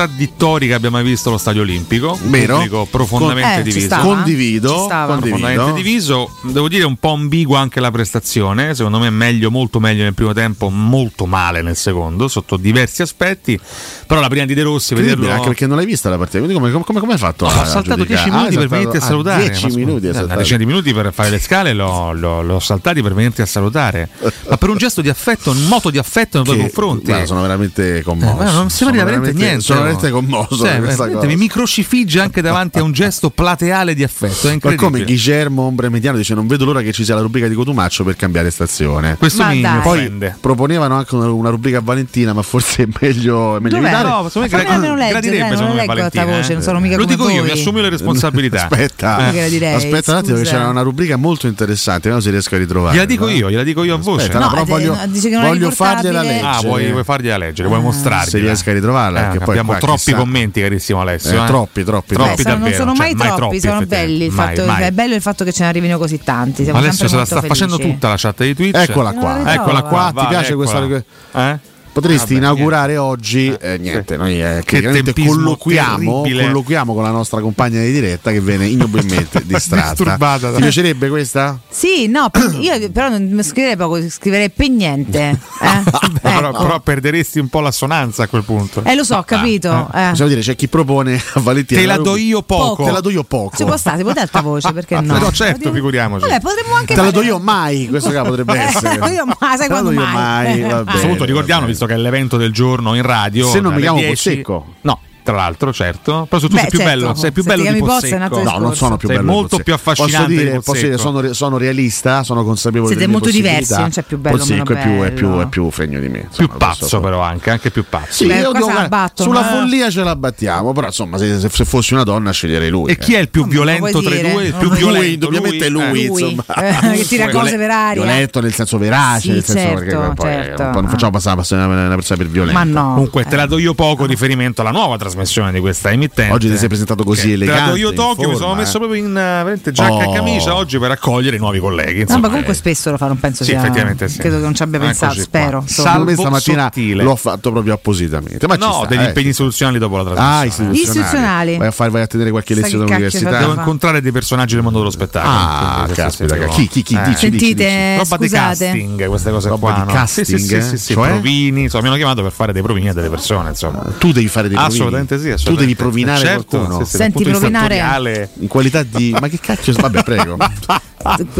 contraddittori che abbia mai visto allo Stadio Olimpico. Un Vero? Pubblico profondamente Con- eh, ci diviso. stava. Condivido, Ci stava. condivido. Profondamente diviso. Devo dire un po' ambigua anche la prestazione. Secondo me meglio, molto meglio nel primo tempo, molto male nel secondo, sotto diversi aspetti. Però la prima di De Rossi, Incredibile, vederlo anche perché non l'hai vista la partita. Quindi come, come, come hai fatto? No, a ho Oh, saltato giudicare? 10 Ah, minuti hai per venirti a saltato- ah, salutare. 10 Ma scusa, minuti hai eh, una saltato. decina di minuti per fare le scale, l'ho, l'ho- l'ho saltati per venirti *laughs* a salutare. Ma per un gesto di affetto, un moto di affetto nei tuoi Che- confronti. guarda, sono veramente commosso. Eh, guarda, non si Sono vede veramente niente. Sono no. veramente commosso Cioè, da questa veramente cosa. Mi microcifigge anche davanti a un gesto plateale di affetto. È Ma come incredibile. Guillermo Ombre Mediano dice non vedo l'ora che ci sia la rubrica di Cotumaccio per cambiare stazione. Questo Ma mi- mi dai. Poi offende. proponevano anche una, una rubrica a Valentina, ma forse *laughs* è meglio, è meglio Dov'è? evitare. No, secondo me Ma gra- fammela almeno leggere, gradirebbe, dai, non secondo me, la leggo a tua Valentina, voce, eh. non sono mica Lo come dico io, voi. mi assumo le responsabilità. *laughs* Aspetta, Io che la direi, aspetta un attimo che scusa. c'era una rubrica molto interessante, vediamo se riesco a ritrovare. Gliela dico io, gliela dico io a voce. Aspetta, no, eh, No, però te- Ah, voglio- no, dice che non è voglio fargliela riportabile. Ah, leggere. vuoi, vuoi fargliela leggere, eh, vuoi mostrargliela. Se riesco a ritrovarla, perché poi eh. abbiamo qua, troppi chissà. commenti, carissimo Alessio. Eh, eh. troppi, Beh, troppi, sono- non davvero, sono cioè, mai troppi, sono effettivamente. belli. Il Mai, fatto, cioè, mai. È bello il fatto che ce ne arrivino così tanti. Siamo Alessio sempre se la sta molto facendo felici. tutta la chat di Cioè, Twitch. Eccola qua. Non la ritrova. Eccola qua, ti Va, piace eccola. Eh? Potresti Vabbè, inaugurare oggi, eh, niente, noi eh, Che chiaramente tempismo colloquiamo, terribile. colloquiamo con la nostra compagna di diretta che viene *laughs* ignobilmente distratta. Disturbata da- Ti piacerebbe questa? Sì, no, *clears throat* per- io però non mi scriverei poco, scriverei per niente. Eh, Però, però perderesti un po' l'assonanza a quel punto. Eh, lo so, ho capito. Ah, eh. Possiamo dire, c'è chi propone a Valentina. eh, Te la do io poco. Te la do io poco. Ci può stare, si può dare *laughs* alta voce, perché no? No, certo, figuriamoci. Vabbè, potremmo anche Te la fare- do io mai, questo caso potrebbe Eh, essere. te la do io mai, sai Te la quando do io mai? Eh. mai, va A questo bene, punto ricordiamo, visto che è l'evento del giorno in radio. Se non mi dalle chiamo 10 Pozzecco. No, tra l'altro, certo. Però tu Beh, sei più certo. bello, sei più Se bello ti di chiami Bozza è un Possecco. altro No, non sono più sei bello di molto Possecco. più affascinante Posso di dire, posso Possecco. dire, sono, sono realista, sono consapevole Siete delle molto possibilità. diversi, non c'è più bello, Possecco meno è più, è, più, bello. è più fregno di me. più pazzo, però, anche, anche più pazzo. Sì, Beh, io qua devo- se la battono, sulla eh. follia ce la battiamo, però insomma, se, se- se fossi una donna sceglierei lui. E chi è il più violento tra i due? Il più Lui, violento, indubbiamente lui, eh. *laughs* insomma. Eh, che tira cose per aria. Violento nel senso verace, Sì, nel senso perché certo, poi eh, certo. un po' non facciamo passare la persona- una persona per violenta. eh. Comunque, te la do io poco riferimento alla nuova trasmissione di questa emittente. Oggi ti sei presentato così Che Te la elegante. do io in Tokyo, mi sono forma, messo eh. proprio in eh, veramente giacca Oh. e camicia oggi per accogliere i nuovi colleghi. No, Insomma, ma comunque spesso lo fa, non penso Sì, sia. effettivamente sì. Ah, Credo che non ci abbia Eccoci pensato, qua. spero. insomma. Salvo me stamattina sottile. l'ho fatto proprio appositamente. Ma ci no, sta, degli eh. impegni istituzionali dopo la trasmissione. Ah, istituzionali. Istituzionali. Vai a, fare, vai a tenere qualche Sai lezione che cacchio all'università. fate Devo fa? incontrare dei personaggi del mondo dello spettacolo. Ah, quindi, questo caspita, è il chi- chi- chi- dici, Sentite, Roba di Eh, scusate. casting, queste cose Roba qua. di no? casting, sì, sì, sì, sì, sì, cioè? Eh, provini. Insomma, mi hanno chiamato per fare dei provini a delle persone. Insomma. Tu devi fare dei provini. Assolutamente sì, assolutamente. Tu devi provinare Certo, qualcuno. sì, sì, dal Senti, punto di vista provinare- attoriale. in qualità di Ma che cacchio, vabbè, prego. *laughs*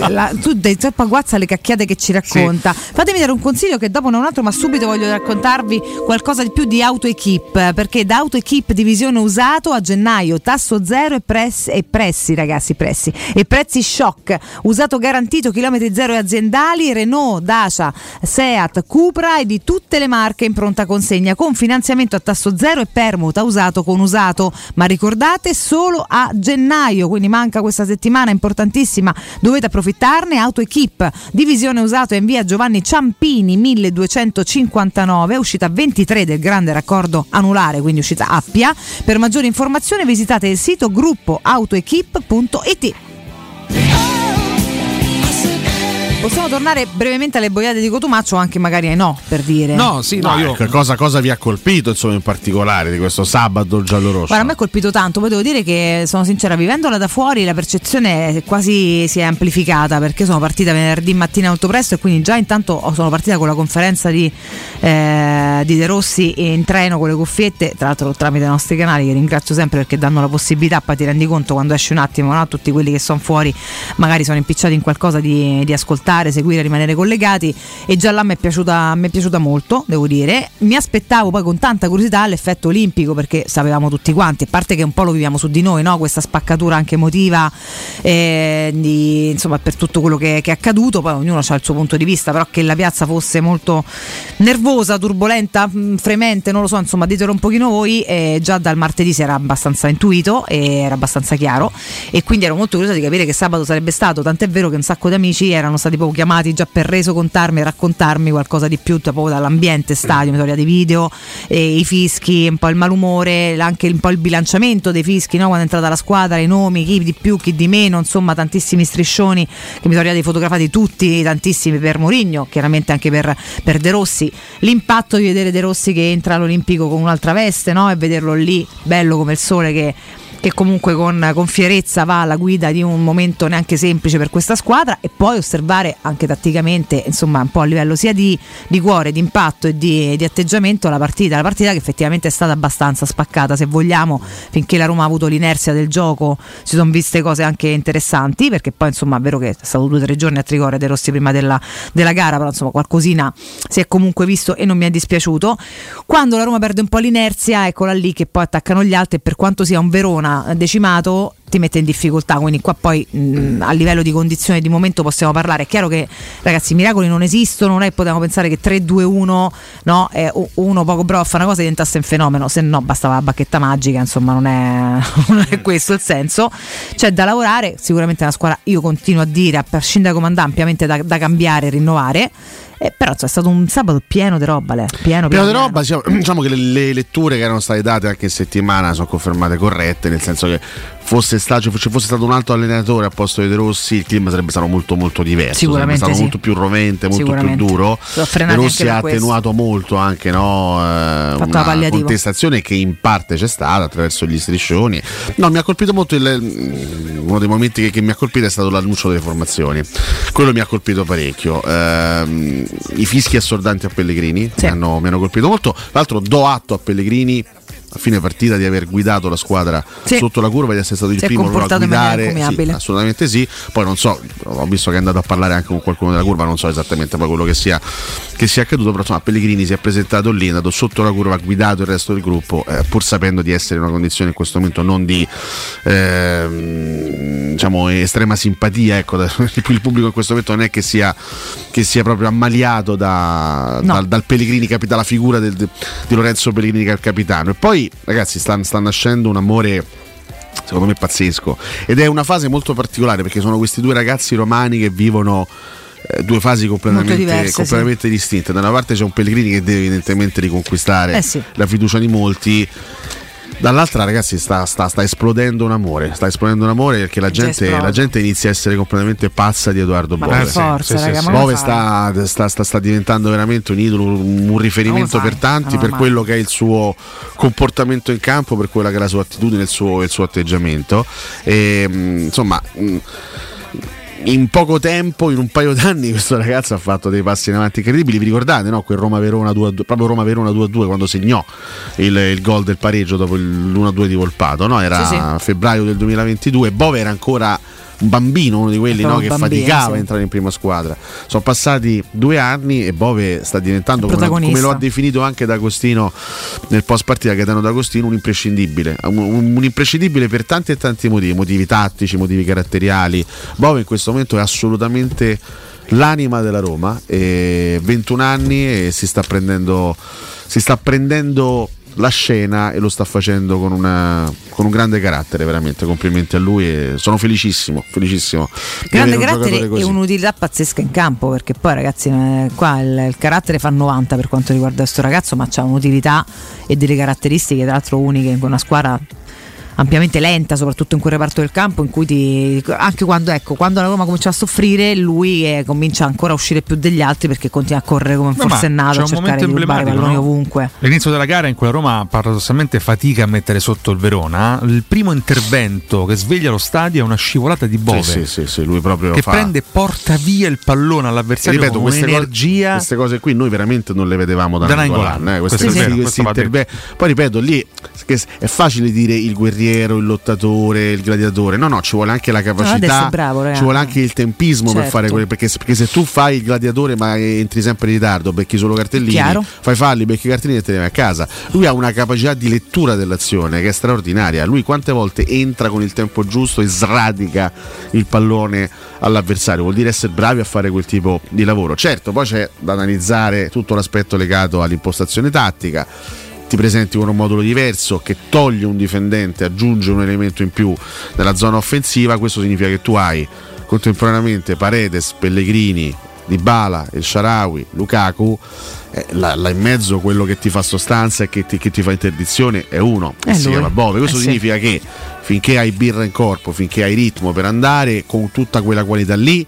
La- tu dai troppa guazza alle cacchiate che ci racconta. Fatemi dare un consiglio che dopo non un altro, ma subito voglio raccontarvi qualcosa di più di AutoEquip. Perché da AutoEquip divisione usato a gennaio, tasso zero e, press- e prezzi, ragazzi, prezzi. E prezzi shock. Usato garantito, chilometri zero e aziendali, Renault, Dacia, Seat, Cupra e di tutte le marche in pronta consegna. Con finanziamento a tasso zero e permuta usato con usato. Ma ricordate solo a gennaio, quindi manca questa settimana importantissima, dovete approfittarne. AutoEquip, divisione usato in via Giovanni Ciampini 1259, uscita 23 del grande raccordo anulare, quindi uscita Appia. Per maggiori informazioni visitate il sito gruppoautoequip.it. Possiamo tornare brevemente alle boiate di Cotumaccio, o anche magari ai no, per dire. ecco, cosa, cosa vi ha colpito, insomma, in particolare di questo sabato giallorosso? Guarda, a me ha colpito tanto, poi devo dire che sono sincera, vivendola da fuori la percezione quasi si è amplificata perché sono partita venerdì mattina molto presto e quindi già intanto ho- sono partita con la conferenza di, eh, di De Rossi in treno con le cuffiette, tra l'altro tramite i nostri canali che ringrazio sempre perché danno la possibilità, poi ti rendi conto quando esci un attimo, no? tutti quelli che sono fuori magari sono impicciati in qualcosa di, di ascoltare, seguire, rimanere collegati e già là mi è piaciuta, mi è piaciuta molto, devo dire. Mi aspettavo poi con tanta curiosità l'effetto olimpico perché sapevamo tutti quanti, a parte che un po' lo viviamo su di noi, no? questa spaccatura anche emotiva eh, di- insomma, per tutto quello che, che è accaduto, poi ognuno ha il suo punto di vista, però che la piazza fosse molto nervosa, turbolenta, mh, fremente, non lo so, insomma ditelo un pochino voi, eh, già dal martedì si era abbastanza intuito e era abbastanza chiaro e quindi ero molto curiosa di capire che sabato sarebbe stato, tant'è vero che un sacco di amici erano stati proprio chiamati già per reso contarmi e raccontarmi qualcosa di più proprio dall'ambiente stadio, mi sono arrivati i video, eh, i fischi, un po' il malumore, anche un po' il bilanciamento dei fischi, no? quando è entrata la squadra, i nomi, chi di più, chi di meno, insomma tantissimi striscioni che mi sono arrivati fotografati tutti, tantissimi per Mourinho, chiaramente anche per, per De Rossi, l'impatto di vedere De Rossi che entra all'Olimpico con un'altra veste no? e vederlo lì, bello come il sole che che comunque con, con fierezza va alla guida di un momento neanche semplice per questa squadra e poi osservare anche tatticamente, insomma un po' a livello sia di, di cuore, di impatto e di, di atteggiamento la partita, la partita che effettivamente è stata abbastanza spaccata se vogliamo, finché la Roma ha avuto l'inerzia del gioco si sono viste cose anche interessanti perché poi insomma è vero che è stato due o tre giorni a Tricore De Rossi prima della, della gara, però insomma qualcosina si è comunque visto e non mi è dispiaciuto. Quando la Roma perde un po' l'inerzia, eccola lì che poi attaccano gli altri, e per quanto sia un Verona decimato ti mette in difficoltà, quindi qua poi mh, a livello di condizione di momento possiamo parlare. È chiaro che ragazzi i miracoli non esistono, noi potevamo pensare che 3-2-1, no, eh, u- uno poco broffa, una cosa diventasse un fenomeno, se no bastava la bacchetta magica, insomma non è, *laughs* non è questo il senso. C'è da lavorare, sicuramente è una squadra, io continuo a dire, a prescindere da come andrà, ampiamente da, da cambiare e rinnovare, eh, però insomma, è stato un sabato pieno di roba, Le, pieno, pieno, Piano di pieno. roba, diciamo, *clears throat* diciamo che le, le letture che erano state date anche in settimana sono confermate corrette, nel senso che fosse stato, ci fosse stato un altro allenatore al posto di De Rossi, il clima sarebbe stato molto molto diverso, Sicuramente sarebbe stato sì. molto più rovente, molto più Sicuramente. duro. Sono De frenati anche Rossi ha da questo. attenuato molto anche no, eh, Fatto la una palliativa. contestazione che in parte c'è stata attraverso gli striscioni. No, mi ha colpito molto il- mm, uno dei momenti che, che mi ha colpito è stato l'annuncio delle formazioni. Quello mi ha colpito parecchio. Ehm, I fischi assordanti a Pellegrini mi hanno- mi hanno colpito molto. Tra l'altro do atto a Pellegrini a fine partita di aver guidato la squadra Sì. sotto la curva e di essere stato il Si è primo loro a comportato in maniera guidare. Sì, encomiabile. assolutamente sì. Poi non so, ho visto che è andato a parlare anche con qualcuno della curva, non so esattamente poi quello che sia, che sia accaduto, però insomma Pellegrini si è presentato lì, è andato sotto la curva, ha guidato il resto del gruppo, eh, pur sapendo di essere in una condizione in questo momento non di ehm, diciamo estrema simpatia, ecco, da- *laughs* il pubblico in questo momento non è che sia, che sia proprio ammaliato da- dal, dal Pellegrini, capi- dalla figura del- di Lorenzo Pellegrini che è il capitano. E poi ragazzi sta, sta nascendo un amore secondo me pazzesco ed è una fase molto particolare perché sono questi due ragazzi romani che vivono eh, due fasi completamente, Molto diverse, completamente distinte da una parte c'è un Pellegrini che deve evidentemente riconquistare Eh sì. la fiducia di molti Dall'altra, ragazzi, sta, sta- sta esplodendo un amore. Sta esplodendo un amore perché la gente, esplode. la gente inizia a essere completamente pazza di Edoardo Ma Bove. per forza, Sì, sì, raga, sì. ma Bove lo sta, sta- sta- sta diventando veramente un idolo, un un riferimento fai, per tanti, non lo per fai. quello che è il suo comportamento in campo, per quella che è la sua attitudine, il suo, il suo atteggiamento. E, mh, insomma. mh, in poco tempo, in un paio d'anni, *laughs* questo ragazzo ha fatto dei passi in avanti incredibili. Vi ricordate, no? Quel Roma-Verona 2-2, proprio Roma-Verona 2-2 quando segnò il, il gol del pareggio dopo il- l'1-2 di Volpato, no? Era Sì, sì. febbraio del 2022. Bove era ancora un bambino, uno di quelli no, Proprio che un bambino, faticava a sì. entrare in prima squadra. Sono passati due anni e Bove sta diventando, come, protagonista. come lo ha definito anche D'Agostino nel post partita, Gaetano D'Agostino, un imprescindibile. Un, un- un imprescindibile per tanti e tanti motivi, motivi tattici, motivi caratteriali. Bove in questo momento è assolutamente l'anima della Roma, e 21 anni e si sta prendendo... Si sta prendendo la scena e lo sta facendo con, una- con un grande carattere, veramente. Complimenti a lui e sono felicissimo, felicissimo. di Grande avere un carattere giocatore così. e un'utilità pazzesca in campo perché poi ragazzi eh, qua il, il carattere fa 90 per quanto riguarda questo ragazzo ma c'ha un'utilità e delle caratteristiche tra l'altro uniche con una squadra ampiamente lenta soprattutto in quel reparto del campo in cui ti, anche quando ecco quando la Roma comincia a soffrire lui eh, comincia ancora a uscire più degli altri perché continua a correre come un No, ma forsennato c'è a un cercare momento di rubare emblematico, palloni no? ovunque L'inizio della gara in cui la Roma paradossalmente fatica a mettere sotto il Verona, il primo intervento che sveglia lo stadio è una scivolata di Bove. Sì, sì, sì, sì, lui proprio Che fa- prende e porta via il pallone E all'avversario ripeto, con queste, cose, un'energia. queste cose qui noi veramente non le vedevamo da Da Nangolan. Nangolan, eh, queste questo è cose- vero, questi questo va interve- Poi ripeto, lì che s- è facile dire il guerriero, il lottatore, il gladiatore. No, no, ci vuole anche la adesso capacità, è bravo, ragazzi. ci vuole anche il tempismo per Certo. fare quelle. Perché, se- perché se tu fai il gladiatore ma entri sempre in ritardo, becchi solo cartellini, Chiaro. fai falli, becchi i cartellini e te ne vai a casa. Lui ha una capacità di lettura dell'azione che è straordinaria. Lui quante volte entra con il tempo giusto e sradica il pallone all'avversario. Vuol dire essere bravi a fare quel tipo di lavoro. Certo, poi c'è da analizzare tutto l'aspetto legato all'impostazione tattica. Ti presenti con un modulo diverso che toglie un difendente, aggiunge un elemento in più nella zona offensiva. Questo significa che tu hai contemporaneamente Paredes, Pellegrini, Dybala, El Sharawi, Lukaku, eh, là, là in mezzo quello che ti fa sostanza e che ti, che ti fa interdizione è uno, che È si lui. chiama Bove. Questo Eh sì. significa che finché hai birra in corpo, finché hai ritmo per andare con tutta quella qualità lì,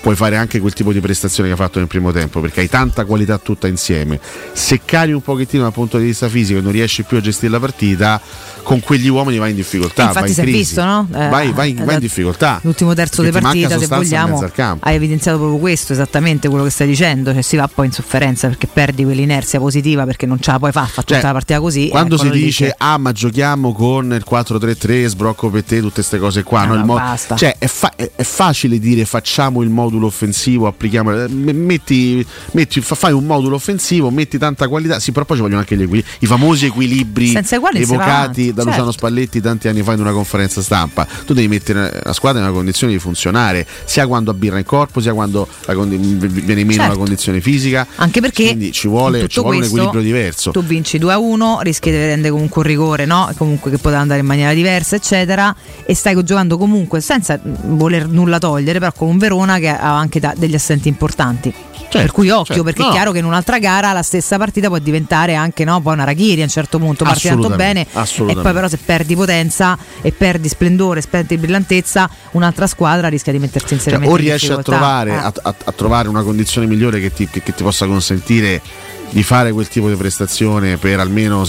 puoi fare anche quel tipo di prestazione che hai fatto nel primo tempo perché hai tanta qualità tutta insieme. Se cali un pochettino dal punto di vista fisico e non riesci più a gestire la partita, con quegli uomini vai in difficoltà. Infatti Ah, vai in si è crisi. visto, no? Eh, vai, vai- eh, vai da- in difficoltà. l'ultimo terzo di Perché ti partita manca se sostanza in vogliamo mezzo al campo. ha evidenziato proprio questo esattamente quello che stai dicendo cioè si va poi in sofferenza perché perdi quell'inerzia positiva perché non ce la puoi fare fa tutta Cioè, la partita così Quando si eccolo eh, lì dice che- ah ma giochiamo con il 4-3-3, sbrocco per te, tutte queste cose qua, no, Eh, no, il mo- basta. cioè è, fa- è- è facile dire facciamo il modulo offensivo, applichiamo, eh, m- metti, metti- fa- fai un modulo offensivo, metti tanta qualità, sì però poi ci vogliono anche gli equilibri, i famosi equilibri Senza i quali si va avanti, evocati da Luciano certo. Spalletti tanti anni fa in una conferenza stampa, tu devi mettere la squadra in una condizione di funzionare, sia quando ha birra in corpo, sia quando la condi- viene meno Certo. la condizione fisica, anche perché quindi ci vuole, in tutto ci vuole un questo equilibrio diverso. tu vinci 2 a 1 rischi di prendere comunque un rigore no? E comunque che poteva andare in maniera diversa eccetera e stai giocando comunque senza mm, voler nulla togliere però con un Verona che ha anche da- degli assenti importanti per cui occhio certo. perché No. è chiaro che in un'altra gara la stessa partita può diventare anche no, poi una raghiria a un certo punto parti tanto bene Assolutamente, e assolutamente. poi però se perdi potenza e perdi splendore perdi brillantezza un'altra squadra rischia di mettersi in Cioè, seriamente o in riesci a difficoltà. trovare, Eh. a, a- a trovare una condizione migliore che ti, che- che ti possa consentire di fare quel tipo di prestazione per almeno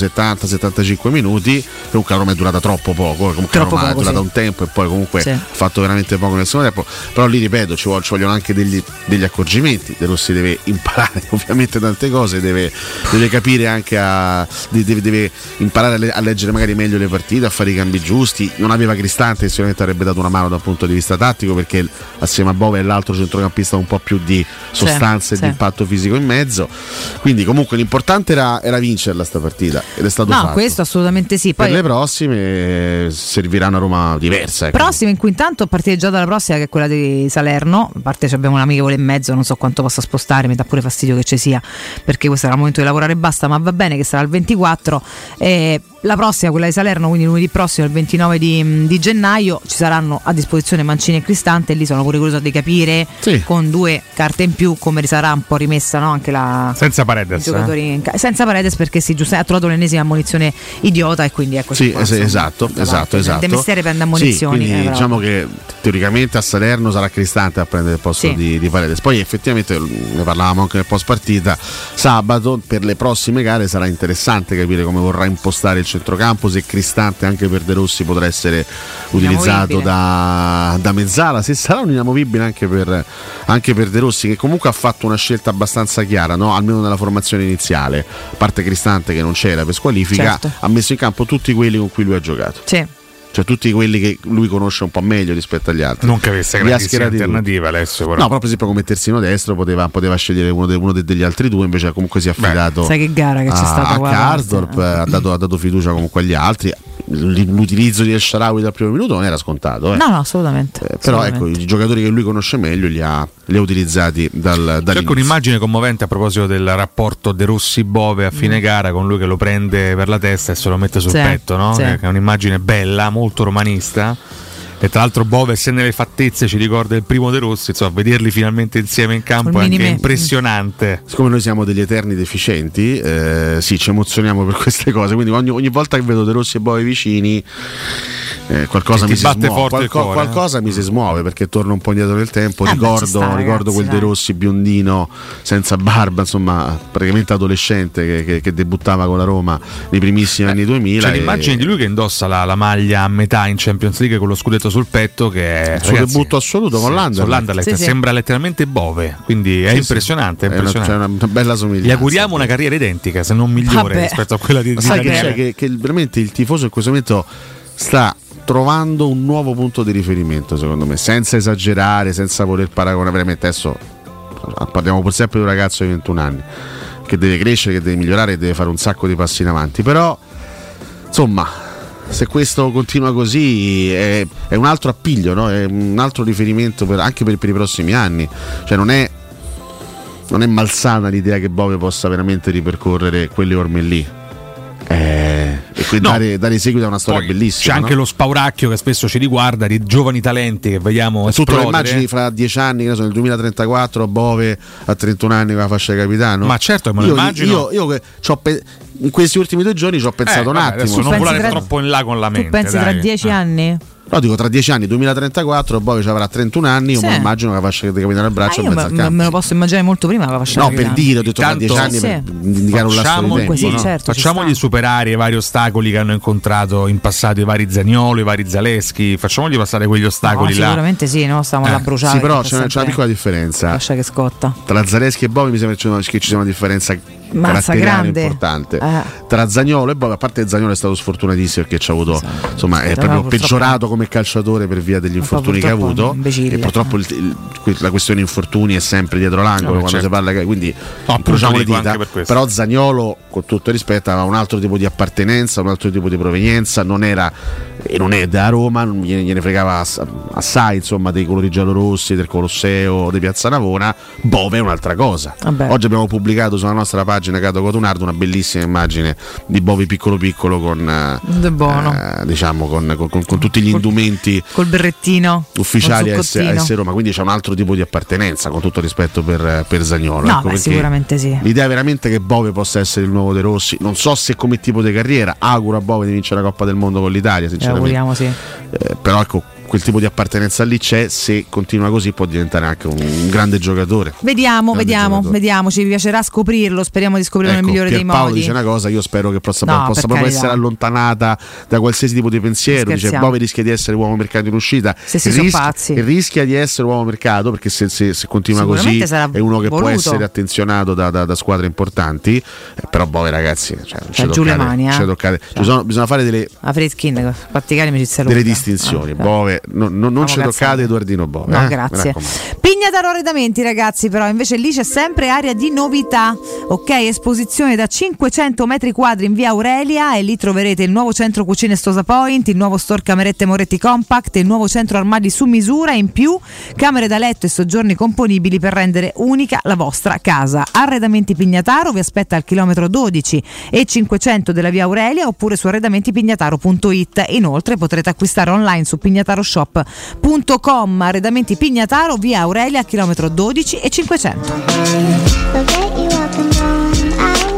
70-75 minuti. Comunque la Roma è durata troppo poco, eh, comunque Troppo la Roma poco, è durata sì. un tempo e poi comunque Sì. ha fatto veramente poco nel secondo tempo. Però lì ripeto, ci, vuol- ci vogliono anche degli, degli accorgimenti, De Rossi deve imparare *laughs* ovviamente tante cose, deve, deve capire anche a. de- deve, deve imparare a, le- a leggere magari meglio le partite, a fare i cambi giusti. Non aveva Cristante che sicuramente avrebbe dato una mano da un punto di vista tattico perché assieme a Bove è l'altro centrocampista un po' più di sostanza e sì. di impatto fisico in mezzo. Quindi comunque l'importante era, era vincerla sta partita ed è stato No, fatto. questo assolutamente sì. per le Poi prossime eh, servirà una Roma diversa. ecco. prossima in cui intanto a partire già dalla prossima che è quella di Salerno, a parte ci abbiamo un amichevole e mezzo, non so quanto possa spostare, mi dà pure fastidio che ci sia, perché questo era il momento di lavorare e basta, ma va bene che sarà il 24. eh, la prossima, quella di Salerno, quindi lunedì prossimo, il 29 di, di gennaio, ci saranno a disposizione Mancini e Cristante e lì sono pure curioso di capire con due carte in più come sarà un po' rimessa no? anche la, Senza i Paredes. eh. giocatori in ca- senza Paredes perché si giusta- ha trovato l'ennesima ammonizione idiota e quindi ecco Sì, qua, es- insomma. esatto, esatto, esatto. De Mestiere prende ammonizioni, Sì, quindi eh, però. diciamo che teoricamente a Salerno sarà Cristante a prendere il posto Sì. di, di Paredes. Poi effettivamente mm, ne parlavamo anche nel post partita. Sabato per le prossime gare sarà interessante capire come vorrà impostare il centrocampo, se Cristante anche per De Rossi potrà essere utilizzato Inamovibile. da, da mezzala, se sarà un inamovibile anche per, anche per De Rossi che comunque ha fatto una scelta abbastanza chiara, no? almeno nella formazione iniziale, a parte Cristante che non c'era per squalifica, Certo. ha messo in campo tutti quelli con cui lui ha giocato. Sì. Cioè tutti quelli che lui conosce un po' meglio rispetto agli altri. Non che avesse Li ha grandissime schierati tutti. alternative, Alessio. Però. No, proprio esempio come terzino destro poteva, poteva scegliere uno, de- uno de- degli altri due, invece comunque si è affidato Sai che gara che c'è a, stata, a guarda. Karsdorp, eh, ha, dato, ha dato fiducia comunque agli altri. L- L'utilizzo di El Sharawi dal primo minuto non era scontato, eh. no no assolutamente Eh, però ecco i giocatori che lui conosce meglio li ha, li ha utilizzati dal, C'è anche dall'inizio. un'immagine commovente a proposito del rapporto De Rossi-Bove a fine gara con lui che lo prende per la testa e se lo mette sul Mm. Sì, petto, no? sì. Che è un'immagine bella, molto romanista. E tra l'altro Bove, se nelle fattezze ci ricorda il primo De Rossi, insomma, vederli finalmente insieme in campo è anche minime- impressionante. Siccome noi siamo degli eterni deficienti, eh, sì, ci emozioniamo per queste cose. Quindi ogni, ogni volta che vedo De Rossi e Bove vicini, eh, qualcosa, Ti mi si, batte smuove, forte il Qualco- cuore, eh. qualcosa mi si smuove perché torno un po' indietro nel tempo. Eh, beh, ricordo ci sta, ricordo ragazzi, eh. quel De dai. Rossi biondino senza barba, insomma, praticamente adolescente che, che- che debuttava con la Roma nei primissimi anni 2000. Eh, C'è e- l'immagine di lui che indossa la, la maglia a metà in Champions League con lo scudetto sul petto che è il suo debutto assoluto con l'Anderlecht. Sì, sì. sembra letteralmente Bove, quindi è Sì, sì. impressionante, È è una- impressionante. c'è una, bella somiglianza. Gli auguriamo una carriera identica, se non migliore Vabbè. rispetto a quella di, Ma di sai che Daniele. c'è? Che, che veramente il tifoso in questo momento sta trovando un nuovo punto di riferimento, secondo me, senza esagerare, senza voler paragonare. Veramente adesso ah, parliamo pur sempre di un ragazzo di 21 anni che deve crescere, che deve migliorare, che deve fare un sacco di passi in avanti. Però, insomma. Se questo continua così è, è un altro appiglio, no? è un altro riferimento per- anche per- per i prossimi anni. Cioè non è non è malsana l'idea che Bove possa veramente ripercorrere quelle orme lì. Eh, e quindi dare, dare seguito a una storia bellissima. C'è anche no? lo spauracchio che spesso ci riguarda di giovani talenti che vediamo Tutto lo esplodere. immagini fra dieci anni, che ne so, nel 2034, Bove a 31 anni con la fascia di capitano. Ma certo, me lo Io- immagino. Eh, Io, io che- c'ho pe- in questi ultimi due giorni ci ho pensato un vabbè, attimo. adesso non Pensi volare tra- troppo in là con la tu pensi tra dieci Ah. anni No, dico tra dieci anni, 2034, Bove ci avrà 31 anni, io Sì. me lo immagino con la fascia di capitano al braccio Ah, e io mezzo me, al campo. me lo posso immaginare molto prima la facciamo No, per dire, ho detto tra dieci anni Eh, per indicare un lasso di tempo. no? facciamogli superare i vari ostacoli che hanno incontrato in passato i vari Zagnolo, i vari Zaleschi, facciamogli passare quegli ostacoli là. sicuramente sì no? stiamo alla bruciata Eh, Sì, però c'è una, c'è una piccola differenza. Lascia che scotta. Tra Zaleschi e Bovi mi sembra che ci- che ci sia una differenza Mazza, caratteriale grande. importante. Eh. Tra Zagnolo e Bovi, a parte che Zagnolo è stato sfortunatissimo perché ci ha avuto, insomma, è Però proprio purtroppo- peggiorato come calciatore per via degli infortuni che ha purtroppo è avuto. un imbecille. E purtroppo il- il- que- la questione infortuni è sempre dietro l'angolo Ah, beh, quando certo. si parla. che- Quindi appunto, incrociamo le dico dita. anche per questo. però Zagnolo, con tutto rispetto, aveva un altro tipo di appartenenza, un altro tipo di provenienza, non era e non è da Roma, non gliene, gliene fregava ass- assai insomma dei colori giallorossi, del Colosseo, di Piazza Navona, Bove è un'altra cosa. Ah, Vabbè. Oggi abbiamo pubblicato sulla nostra pagina Cato Cotunardo una bellissima immagine di Bove piccolo piccolo con eh, De Bono eh, diciamo con, con- con- con tutti gli indumenti col berrettino ufficiali a col S, a zuccottino. S Roma, quindi c'è un altro tipo di appartenenza con tutto rispetto per, per Zagnolo. no ecco beh, perché sicuramente sì L'idea è veramente che Bove possa essere il nuovo De Rossi, non so se come tipo di carriera, auguro a Bove di vincere la Coppa del Mondo con l'Italia, Ci sinceramente. Eh, auguriamo sì Eh, però ecco quel tipo di appartenenza lì c'è, se continua così può diventare anche un, un grande giocatore. Vediamo, Grande vediamo, giocatore. vediamo, ci piacerà scoprirlo, speriamo di scoprirlo nel migliore dei Ecco, Pierpaolo modi. dice una cosa, io spero che possa, No, possa per proprio carità. essere allontanata da qualsiasi tipo di pensiero. Dice, Scherziamo. Bove rischia di essere uomo mercato in uscita. Se si sono Rischia- pazzi. Rischia di essere uomo mercato perché se, se- se continua così Sicuramente sarà è uno che può voluto. essere attenzionato da, da- da squadre importanti. Eh, però Bove ragazzi, cioè, non c'è Cioè, giù le toccare- mani, eh. c'è toccare. Ci sono- bisogna fare delle, La Fredkin, praticamente mi ci saluta. delle Ah, distinzioni. Bove, no- no- non Siamo ci toccate cazzate. Edoardino Bove. No, eh, mi grazie. raccomando. Pignataro Arredamenti, ragazzi, però invece lì c'è sempre area di novità. Ok, esposizione da 500 metri quadri in via Aurelia e lì troverete il nuovo centro cucine Stosa Point, il nuovo store Camerette Moretti Compact, il nuovo centro armadi su misura e in più camere da letto e soggiorni componibili per rendere unica la vostra casa. Arredamenti Pignataro vi aspetta al chilometro 12 e 500 della via Aurelia oppure su arredamentipignataro.it. Inoltre potrete acquistare online su pignataroshop.com. Arredamenti Pignataro, via Aurelia, chilometro 12 e 500.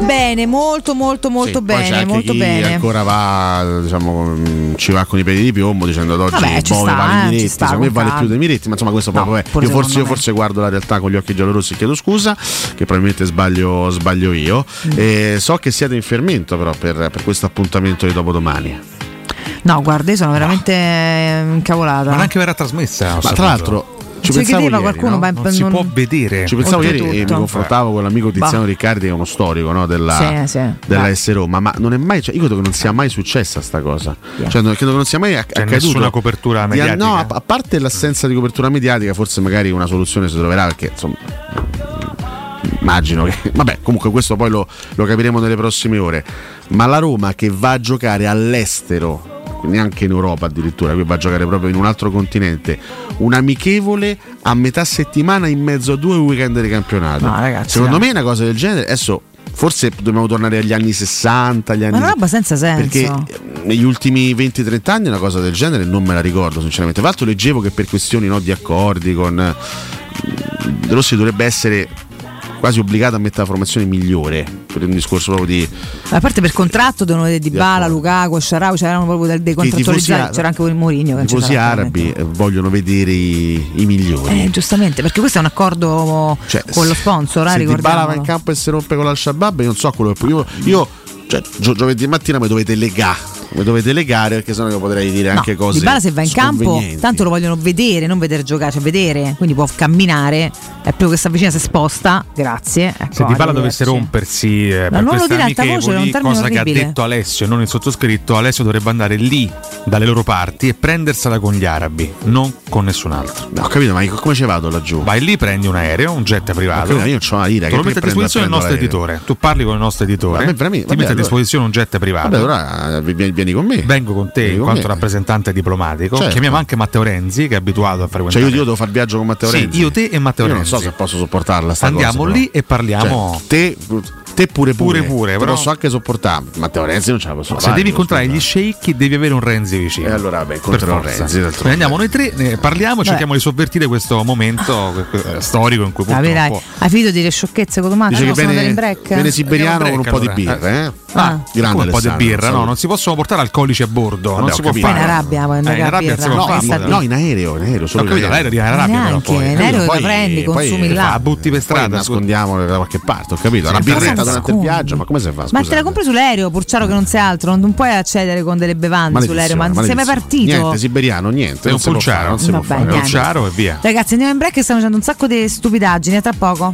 Bene, molto molto molto Poi c'è bene, anche molto chi bene. ancora va, diciamo, mh, ci va con i piedi di piombo dicendo ad oggi Vabbè, ci Bove sta, vale eh, ci Miretti, sta, secondo me con vale più calma. dei Miretti, ma insomma questo No, poi, vabbè, pure io forse, secondo io me. forse guardo la realtà con gli occhi giallorossi, chiedo scusa, che probabilmente sbaglio, sbaglio io. Mm. Eh, so che siete in fermento però per, per questo appuntamento di dopodomani. No, guarda, io sono veramente eh, incavolata. Ma neanche verrà trasmessa. Ma tra l'altro ci Ci pensavo credeva ieri, qualcuno, no? ma non si non- può vedere. Ci pensavo ieri e mi Oltretutto. confrontavo con l'amico Tiziano Bah. Riccardi, che è uno storico no, della, Sì, sì. della Beh. S Roma, ma non è mai, cioè, io credo che non sia mai successa sta cosa. Cioè, non, credo che non sia mai acc- C'è accaduto. Cioè, nessuna copertura Di- mediatica. no, a, a parte l'assenza di copertura mediatica, forse magari una soluzione si troverà perché insomma. Immagino che. *laughs* Vabbè, comunque questo poi lo, lo capiremo nelle prossime ore. Ma la Roma che va a giocare all'estero, neanche in Europa addirittura, qui va a giocare proprio in un altro continente, un amichevole a metà settimana in mezzo a due weekend di campionato. Secondo dai. me una cosa del genere. Adesso forse dobbiamo tornare agli anni 60, agli anni Ma è una roba senza senso. perché ehm, negli ultimi 20-30 anni una cosa del genere non me la ricordo sinceramente. Tra l'altro leggevo che per questioni no, di accordi con eh, De Rossi dovrebbe essere quasi obbligato a mettere la formazione migliore per un discorso proprio di A parte per contratto devono vedere Di Bala, Lukaku, Sharawi, c'erano proprio del- dei Che i tifosi contrattualizzati, a- c'era anche il Mourinho che i non ci tifosi sarà, arabi eh, vogliono vedere i, i migliori. Eh, giustamente, perché questo è un accordo Cioè, con lo sponsor, eh, se Dybala va in ricordiamolo. campo e si rompe con l'Al-Shabaab io non so quello che io, io cioè, gio- giovedì mattina mi dovete legare mi dovete legare perché sennò io potrei dire anche cose Cioè, Dybala se va in campo, sconvenienti. tanto lo vogliono vedere, non vedere giocare, cioè vedere, quindi può camminare, è più che sta vicina, si sposta, grazie. Ecco, Se Di Bala arrivederci. dovesse rompersi eh, Ma per non lo questa dire ad alta voce, amichevoli, è un termine cosa che ha orribile. detto Alessio, non il sottoscritto, Alessio dovrebbe andare lì dalle loro parti e prendersela con gli arabi, non con nessun altro. No, ho capito, ma come ci vado laggiù? Vai lì, prendi un aereo, un jet privato. Ho capito, io c'ho la lira, Te che lo mette a prendo- disposizione prendo il nostro l'aereo. editore. Tu parli con il nostro editore. Ma a me veramente- ti vabbè, mette a allora- disposizione un jet privato. Vabbè, allora eh, vi- vieni, vieni con me. Vengo con te in con quanto me. rappresentante diplomatico. Certo. Chiamiamo anche Matteo Renzi, che è abituato a fare Cioè, io, io devo fare viaggio con Matteo Sì, Renzi. io, te e Matteo Io Renzi. Non so se posso sopportarla. Sta Andiamo cosa, lì però. e parliamo. Cioè, te, te pure pure. Pure pure, Te però- posso anche sopportare. Matteo Renzi non ce la posso Se fare. devo devi incontrare gli sceicchi, devi avere un Renzi vicino. E allora, vabbè, incontrerò Per forza. Renzi, d'altronde. Quindi Andiamo noi tre, ne parliamo e Vabbè. cerchiamo di sovvertire questo momento eh, storico in cui Vabbè, dai, purtroppo. hai finito di dire sciocchezze con domani, Dice no, che sono bene- andare in break. bene si- Siberiano con Andiamo un a po' di break, allora. birra, eh? Ah, grande un po' di Alessandro, birra, no, salute. non si possono portare alcolici a bordo, non Vabbè, si ho può capito. fare. in Arabia, ma in Eh, in Arabia Arabia non si può No, fare. in- no, in aereo, in aereo, solo Ho capito, in l'aereo di Arabia però Neanche, poi. in eh. aereo la Poi- prendi, poi- consumi poi là. butti per strada, Poi scusa. nascondiamola da qualche parte, ho capito? Una Sì, birretta ma durante il viaggio, ma come si eh. fa? Ma scusa? te la compri sull'aereo, Purciaro che non sei altro, non puoi accedere con delle bevande Maledizione, sull'aereo, ma non sei mai maledizione. partito. Niente, siberiano, niente. È non un si può pulciaro. fare, non si può Vabbè, fare. niente. Ciaro e via. Ragazzi, andiamo in break e stiamo facendo un sacco di stupidaggini, a tra poco.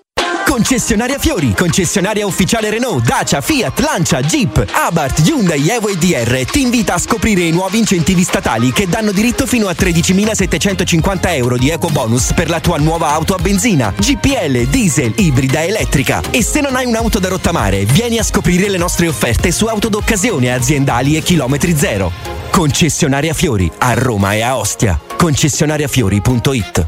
Concessionaria Fiori, concessionaria ufficiale Renault, Dacia, Fiat, Lancia, Jeep, Abarth, Hyundai, Evo e DR ti invita a scoprire i nuovi incentivi statali che danno diritto fino a 13.750 euro di eco bonus per la tua nuova auto a benzina, GPL, diesel, ibrida, elettrica. E se non hai un'auto da rottamare, vieni a scoprire le nostre offerte su auto d'occasione aziendali e chilometri zero. Concessionaria Fiori, a Roma e a Ostia. Concessionariafiori.it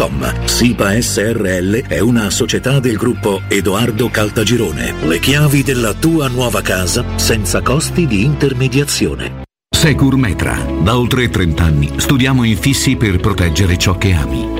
SIPA SRL è una società del gruppo Edoardo Caltagirone. Le chiavi della tua nuova casa senza costi di intermediazione. Secur Metra. Da oltre 30 anni studiamo infissi per proteggere ciò che ami.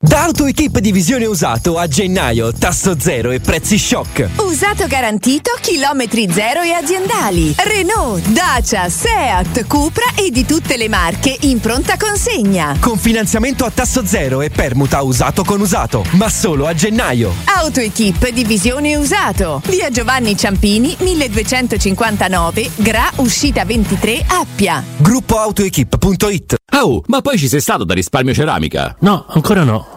Da AutoEquip Divisione Usato a gennaio, tasso zero e prezzi shock. Usato garantito, chilometri zero e aziendali. Renault, Dacia, Seat, Cupra e di tutte le marche in pronta consegna. Con finanziamento a tasso zero e permuta usato con usato, ma solo a gennaio. Autoequip Divisione Usato. Via Giovanni Ciampini 1259, Gra uscita 23 Appia. Gruppo autoequip.it Oh, ma poi ci sei stato da risparmio ceramica? No, ancora no.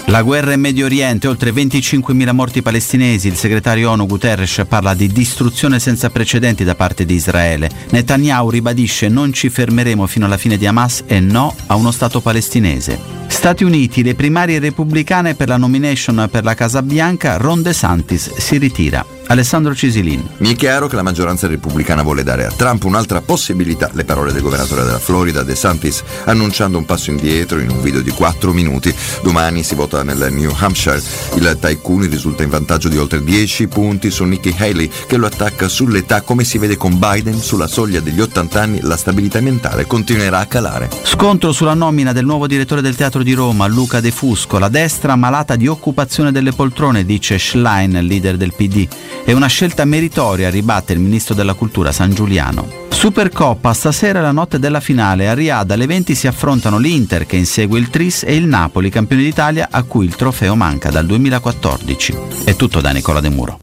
La guerra in Medio Oriente, oltre 25.000 morti palestinesi, il segretario ONU Guterres parla di distruzione senza precedenti da parte di Israele. Netanyahu ribadisce non ci fermeremo fino alla fine di Hamas e no a uno Stato palestinese. Stati Uniti, le primarie repubblicane per la nomination per la Casa Bianca, Ron DeSantis si ritira. Alessandro Cisilin. Mi è chiaro che la maggioranza repubblicana vuole dare a Trump un'altra possibilità, le parole del governatore della Florida, De Santis, annunciando un passo indietro in un video di 4 minuti. Domani si vota nel New Hampshire. Il tycoon risulta in vantaggio di oltre 10 punti su Nikki Haley, che lo attacca sull'età come si vede con Biden sulla soglia degli 80 anni, la stabilità mentale continuerà a calare. Scontro sulla nomina del nuovo direttore del teatro di Roma, Luca De Fusco. La destra malata di occupazione delle poltrone, dice Schlein, leader del PD. È una scelta meritoria, ribatte il ministro della cultura San Giuliano. Supercoppa, stasera è la notte della finale. A Riad alle 20 si affrontano l'Inter che insegue il Tris e il Napoli, campione d'Italia, a cui il trofeo manca dal 2014. È tutto da Nicola De Muro.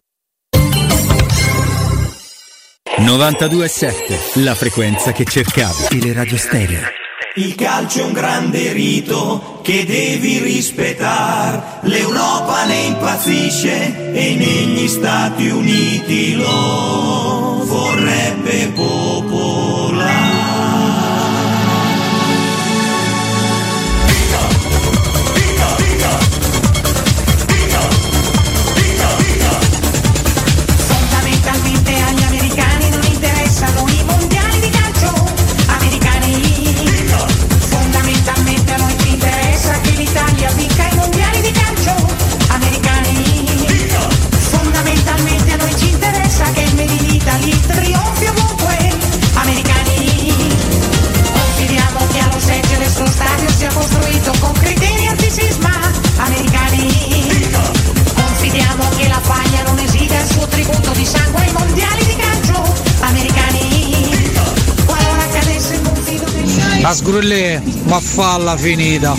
92.7, la frequenza che cercavi. Teleradio Stereo. Il calcio è un grande rito che devi rispettare. L'Europa ne impazzisce e negli Stati Uniti lo vorrebbe popolare. Fondamentalmente agli americani non interessano i mondiali di calcio. Americani. Fondamentalmente a noi ci interessa che l'Italia vinca i mondiali di calcio. Americani. Fondamentalmente a noi ci interessa che il Made in Italy trionfi ovunque. Americani. Confidiamo che a Los Angeles lo stadio sia costruito con criteri antisisma. Americani. Confidiamo che la Spagna non esida il suo tributo di sangue ai mondiali di calcio americani. Qualora cadesse il confino dei La sgrullè, ma falla finita.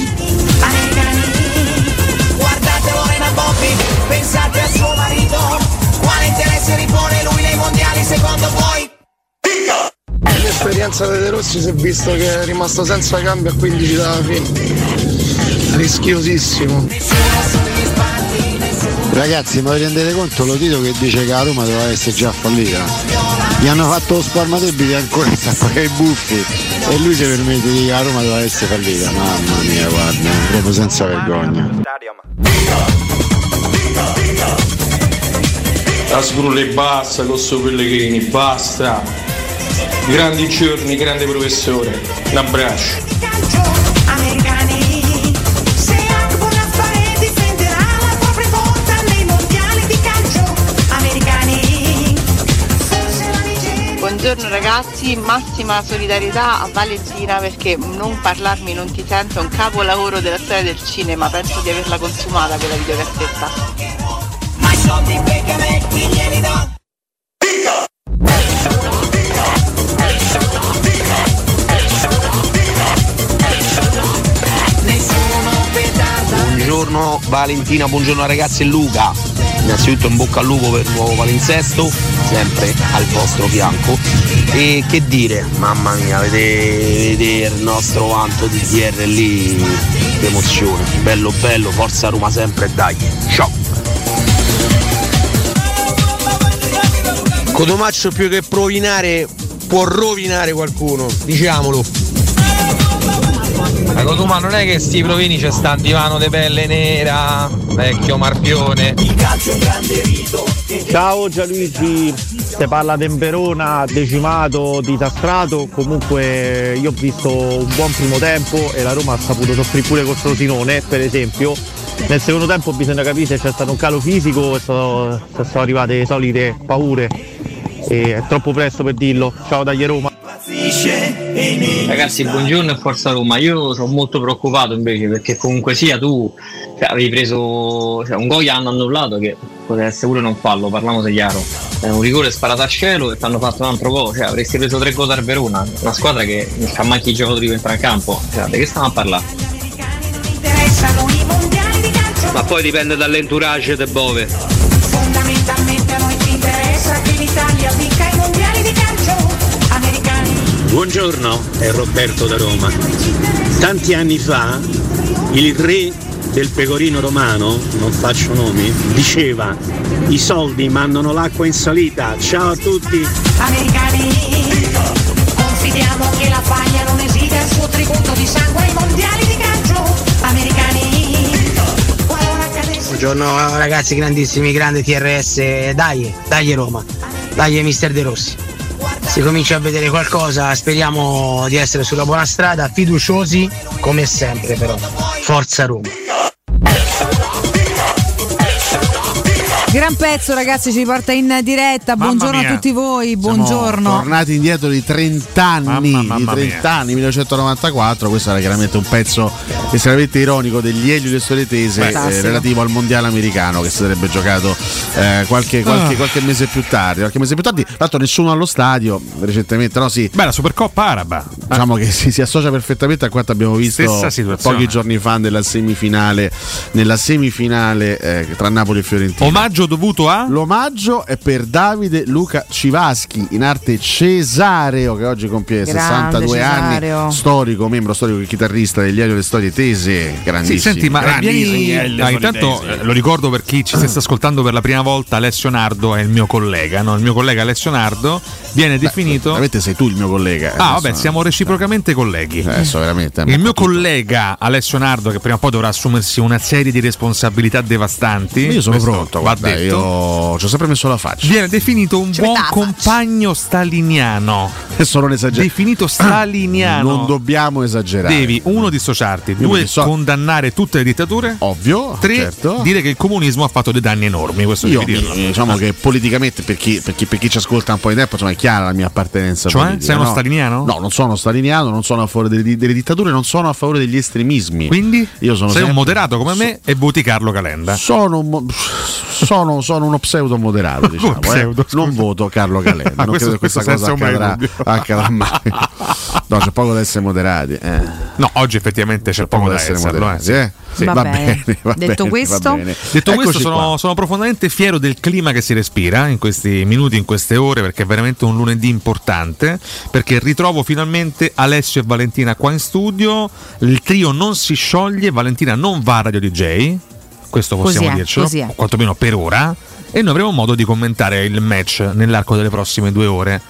Guardate Lorena Bobbi, pensate a suo marito. Quale interesse ripone lui nei mondiali secondo voi? L'esperienza dei De Rossi si è visto che è rimasto senza cambio a 15 dalla fine. Rischiosissimo. Ragazzi, ma vi rendete conto? Lo Tito che dice che la Roma doveva essere già fallita. Gli hanno fatto lo spalmatebile ancora sta a pagare i buffi e lui si permette di dire che la Roma doveva essere fallita. Mamma mia, guarda, proprio senza vergogna. La sgrulle basta, con sto Pellegrini, basta. Grandi giorni, grande professore. Un abbraccio. Americani, se Akbo Nazzaré difenderà la tua prefonda nei mondiali di calcio americani. Buongiorno ragazzi, massima solidarietà a Valentina perché non parlarmi non ti sento è un capolavoro della storia del cinema, penso di averla consumata quella videocassetta. Ma i soldi per Gametti glieli do. Buongiorno Valentina, buongiorno ragazzi e Luca. Innanzitutto in bocca al lupo per il nuovo palinsesto, sempre al vostro fianco. E che dire, mamma mia, vedere, vedere il nostro vanto di DR lì, emozione. Bello bello, forza Roma sempre, dai. Ciao! Cotomaccio più che provinare può rovinare qualcuno, diciamolo. Ma Cotuma non è che sti provini c'è sta un divano di pelle nera, vecchio marpione. Ciao Gianluigi, se parla Temperona, decimato, disastrato, comunque io ho visto un buon primo tempo e la Roma ha saputo soffrire pure col Frosinone per esempio. Nel secondo tempo bisogna capire se c'è stato un calo fisico o so- se sono arrivate le solite paure. E è troppo presto per dirlo. Ciao dagli Roma. Ragazzi, buongiorno e forza Roma. Io sono molto preoccupato invece perché comunque sia tu cioè, avevi preso cioè, un gol che hanno annullato che poteva essere pure non fallo, parliamoci chiaro. È un rigore sparato a cielo e ti hanno fatto un altro gol, cioè avresti preso tre gol al Verona, una squadra che non fa manchi i giocatori per entrare in campo. Cioè, di che stiamo a parlare? Interessano i mondiali di calcio, Ma poi dipende dall'entourage de Bove. fondamentalmente a noi ci interessa che l'Italia vinca i mondiali di calcio. Americani, Buongiorno, è Roberto da Roma. Tanti anni fa il re del pecorino romano, non faccio nomi, diceva i soldi mandano l'acqua in salita. Ciao a tutti. americani, confidiamo che la faglia non esida il suo tributo di sangue ai mondiali di calcio. Americani, qualora cadesse Buongiorno ragazzi, grandissimi, grande TRS, dai, dai Roma, dai mister De Rossi. Si comincia a vedere qualcosa, speriamo di essere sulla buona strada, fiduciosi come sempre però. Forza Roma. Gran pezzo ragazzi ci riporta in diretta, Mamma buongiorno mia. a tutti voi, Siamo buongiorno. Tornati indietro di 30 anni, di 30 anni, 1994, questo era chiaramente un pezzo estremamente ironico degli Elio e Soletese Fantastico. eh, relativo al mondiale americano che si sarebbe giocato eh, qualche, qualche- Ah. qualche mese più tardi. Qualche mese più tardi, tra l'altro nessuno allo stadio recentemente, no? Sì. Beh, la Supercoppa araba. Diciamo che si, si associa perfettamente a quanto abbiamo visto Stessa situazione. pochi giorni fa nella semifinale, nella semifinale eh, tra Napoli e Fiorentina. Omaggio dovuto a? L'omaggio è per Davide Luca Civaschi, in arte Cesareo, che oggi compie Grande 62 Cesareo. anni, storico, membro storico e chitarrista degli Elio e le Storie Tese. Grandissimo. Sì, senti, ma Grandissimo. vieni- Ah, intanto eh, lo ricordo per chi ci sta ascoltando per la prima volta, Alessio Nardo è il mio collega, no? Il mio collega Alessio Nardo viene definito... Veramente sei tu il mio collega. eh, Ah, adesso- vabbè, siamo reciprocamente colleghi. Adesso veramente. eh, Il mio collega Alessio Nardo, che prima o poi dovrà assumersi una serie di responsabilità devastanti. Io sono questo pronto, va guarda, detto. io ci ho sempre messo la faccia. Viene definito un buon compagno *laughs* staliniano. Adesso non esagerare. *clears throat* Definito staliniano. Non dobbiamo esagerare. Devi uno dissociarti, mi due dissocio. condannare tutte le dittature. Ovvio. Tre certo. dire che il comunismo ha fatto dei danni enormi. Questo Io devi dirlo. mi- diciamo Ah. che politicamente, per chi, per chi- per chi ci ascolta un po' di tempo, insomma, è chiara la mia appartenenza. Cioè? politica, Sei uno no? staliniano? No, non sono staliniano, non sono a favore delle, di- delle dittature, non sono a favore degli estremismi. Quindi? Io sono Sei un sempre- moderato come me e voti Carlo Calenda. Sono, un mo- sono, sono uno pseudo *laughs* moderato, diciamo. eh. pseudo, non voto Carlo *laughs* Calenda. Ah, non questo- credo che questa questo cosa senza ombra di accadrà, accadrà mai. *laughs* No, c'è poco da essere moderati. eh. Cioè, No, oggi effettivamente c'è poco poco da da essere esserlo, moderati, eh. eh. Sì. Va Va bene. bene, va Detto bene, va questo- bene. Detto Eccoci questo, sono, qua. sono profondamente fiero del clima che si respira in questi minuti, in queste ore, perché è veramente un lunedì importante. Perché ritrovo finalmente Alessio e Valentina qua in studio. Il trio non si scioglie, Valentina non va a Radio DJ. Questo Così possiamo è, dircelo, così è. o quantomeno per ora. E noi avremo modo di commentare il match nell'arco delle prossime due ore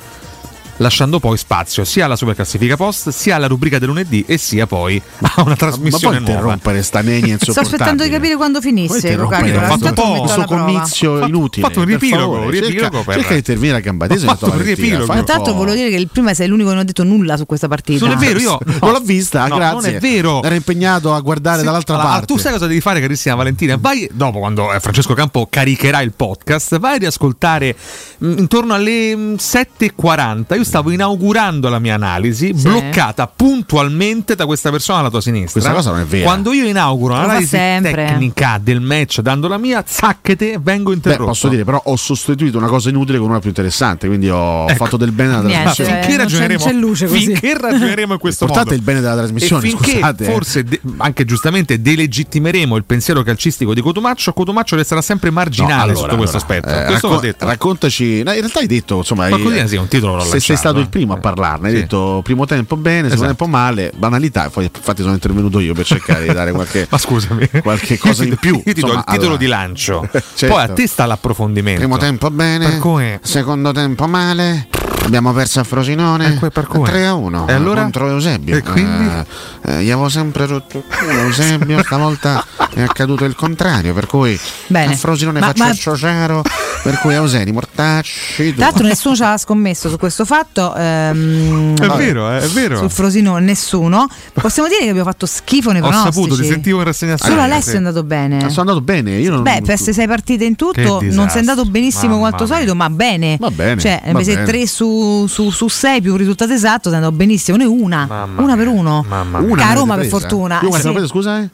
lasciando poi spazio sia alla superclassifica post, sia alla rubrica del lunedì e sia poi a una trasmissione ma poi nuova. interrompere sta nenia Sto aspettando di capire quando finisse Luca, Ho allora, fatto intanto lo metto questo alla prova. comizio inutile. ho fatto un per riepilogo, favore, un riepilogo cerca, per- cerca di intervenire a gamba tesa. Ho fatto un riepilogo. Ma intanto volevo dire che il prima sei l'unico che non ha detto nulla su questa partita. Non è vero, io Non l'ho vista, *laughs* No, grazie. Non è vero. Era impegnato a guardare Sì, dall'altra allora, parte. Tu sai cosa devi fare, carissima Valentina? Vai dopo, quando eh, Francesco Campo mm, caricherà il podcast, vai ad ascoltare mh, intorno alle mh, 7.40. Io stavo inaugurando la mia analisi, bloccata puntualmente da questa persona alla tua sinistra. Questa cosa non è vera. Quando io inauguro Lo fa l'analisi sempre. tecnica del match dando la mia, zacchete, vengo Beh, interrotto. posso dire, però ho sostituito una cosa inutile con una più interessante, quindi ho fatto del bene alla trasmissione. Ecco. eh, finché ragioneremo, finché ragioneremo in questo Portate modo il bene della trasmissione, e finché scusate. eh. forse de- anche giustamente delegittimeremo il pensiero calcistico di Cotumaccio, Cotumaccio resterà sempre marginale No, allora, sotto questo allora, aspetto. eh, questo raccon- l'ho detto. Raccontaci, no, in realtà hai detto, insomma, Qualcosina hai- sì, un titolo l'ho se lanciato, sei stato eh. il primo a parlarne, hai detto primo tempo bene, secondo Esatto. tempo male, banalità, poi infatti sono intervenuto io per cercare di dare *laughs* qualche, *laughs* Ma scusami, qualche cosa Io ti in do- più. Io ti do il Insomma, titolo allora, di lancio, *laughs* Certo. poi a te sta l'approfondimento. Primo tempo Per bene, cui- secondo tempo male. Abbiamo perso a Frosinone 3 a 1 E allora? contro Eusebio. E quindi? Eh, eh, gli avevo sempre rotto il culo, Eusebio. *laughs* Stavolta è accaduto il contrario. Per cui a Frosinone Ma- faccio ma- il sociaro. Per cui Euseni, mortacci. tu. Tra l'altro nessuno ci ha scommesso su questo fatto. ehm, È vabbè, vero, eh, è vero. Sul Frosinone nessuno. Possiamo dire che abbiamo fatto schifo nei Ho pronostici. saputo, ti sentivo in rassegna Solo stampa, Alessio sì. è andato bene. Ah, Sono andato bene. Io non, Beh, per essere sei partite in Che tutto non sei disastro, andato benissimo mamma quanto mia. solito, ma bene. Va bene, Cioè, va invece bene. 3 su, su, 6 più un risultato esatto, sei andato benissimo. Noi una, una per uno. Mamma Che a mia. Una Roma, per avete presa? fortuna. Io quanto Sì. ho preso, scusa? eh?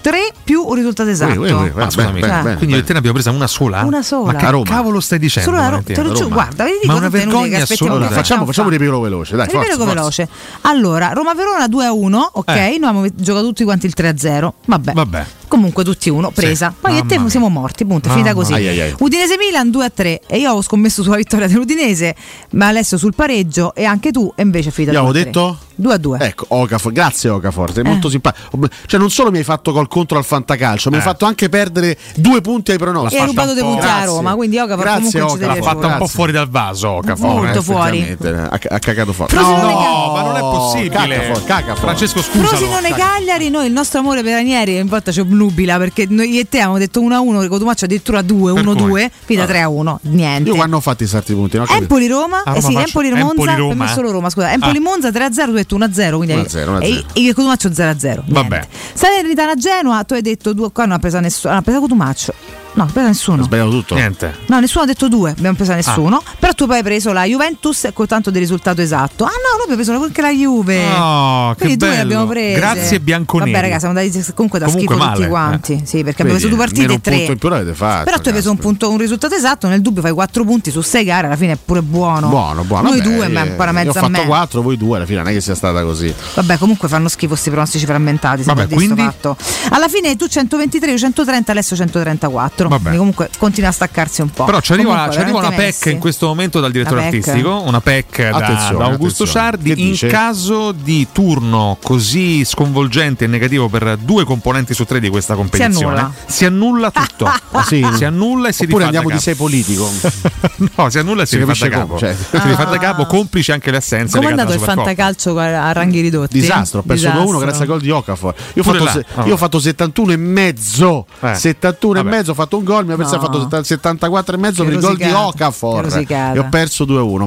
3 più un risultato esatto. Ui, ui, ui, va, scusami, Cioè, quindi io e te ne abbiamo presa una sola? Una sola. Ma che A Roma. cavolo stai dicendo? Solo la Ro- te Valentina? lo giuro, Roma. guarda, vedi Ma cosa una è venuta, che vergogna aspettiamo assoluta. che facciamo Facciamo un riepilogo veloce. Cioè, Dai, Ripeto forza, che forza. veloce. Allora, Roma-Verona 2-1, ok, Eh. noi abbiamo giocato tutti quanti il 3-0, vabbè. Vabbè. Comunque tutti uno, presa. Poi io e te Mamma siamo morti, punto, è finita Mamma così. mia. Ai, ai, ai. Udinese Milan 2-3 e io avevo scommesso sulla vittoria dell'Udinese, ma Alessio sul pareggio e anche tu e invece è finita Io avevo 2-3. detto? 2 a Eh. 2. Ecco, Okafor, grazie Okafor, sei molto simpatico. Cioè, non solo mi hai fatto col contro al fantacalcio, Eh. mi hai fatto anche perdere due punti ai pronostici. E hai rubato dei punti alla Roma, quindi Okafor Grazie, comunque ci Okafor. deve L'ha fatta un po' giocare. Fuori dal vaso, Okafor. Molto eh, fuori. effettivamente. Ha, ha cagato forte. Frosinone No, ma non è possibile. Cacafor, cacafor. Francesco, scusalo. Frosinone Cagliari, noi il nostro amore per Ranieri in volta ci obnubila perché noi io e te avevamo detto 1-1, che Cotumaccio addirittura 2, 1-2, finita 3-1, niente. Io quando ho fatto i sarti punti? No? Empoli Roma, Ah, eh sì, Roma, Empoli faccio- Monza, Empoli-Roma, per me eh? solo Roma, scusa, Ah. Empoli Monza 3-0, tu hai detto 1-0, quindi 1-0, 1-0. e e io e Cotumaccio 0-0. Vabbè. Salernitana Genoa, tu hai detto 2, qua non ha preso nessuno, non ha preso Cotumaccio. No, non ha preso nessuno. Sbagliato tutto. Niente. No, nessuno ha detto due, abbiamo Ah. preso nessuno. Però tu poi hai preso la Juventus con tanto del risultato esatto. Ah no, noi abbiamo preso anche la Juve. No, che Quindi due le bello. abbiamo prese. Grazie, bianconeri. Vabbè, ragazzi, siamo andati comunque da Comunque schifo male, eh. tutti quanti. Sì, perché abbiamo Vedi, preso due partite almeno e un punto tre. in più l'avete fatto. Però tu hai preso un, punto, un risultato esatto, nel dubbio fai quattro punti su sei gare, alla fine è pure buono. Buono, buono. Noi vabbè, due, ma è eh, ancora Io ho mezza a fatto me. 4, voi 2 alla fine, non è che sia stata così. Vabbè, comunque fanno schifo questi pronostici frammentati. Vabbè, sempre di sto quindi? fatto. Alla fine tu 123, io 130, adesso 134. Quindi comunque continua a staccarsi un po'. Però ci arriva, Comunque, ci arriva una veramente PEC in questo momento dal direttore La PEC. artistico, una PEC da, Attenzione, da Augusto attenzione. Sardi. Che In dice? caso di turno così sconvolgente e negativo per due componenti su tre di questa competizione, annulla. si *laughs* annulla, tutto. Ah, sì? Si annulla e si Oppure rifà da andiamo di capo. sei politico. *laughs* No, si annulla e si, Si rifà capisce da capo. come, cioè. Si rifà da capo, complice anche le assenze. Come è legate Ah. andato il alla Supercoppa. fantacalcio a ranghi ridotti? Disastro, ho perso 2-1 Disastro. grazie al gol di Okafor. Io, ho Pure fatto là. se- Ah. Eh. io ho fatto 71 e mezzo. 71 e mezzo, ho fatto un gol, mi ha perso No. ha fatto setta- 74 e mezzo Che per il gol di rosicata, che Okafor. rosicata. E ho perso 2-1,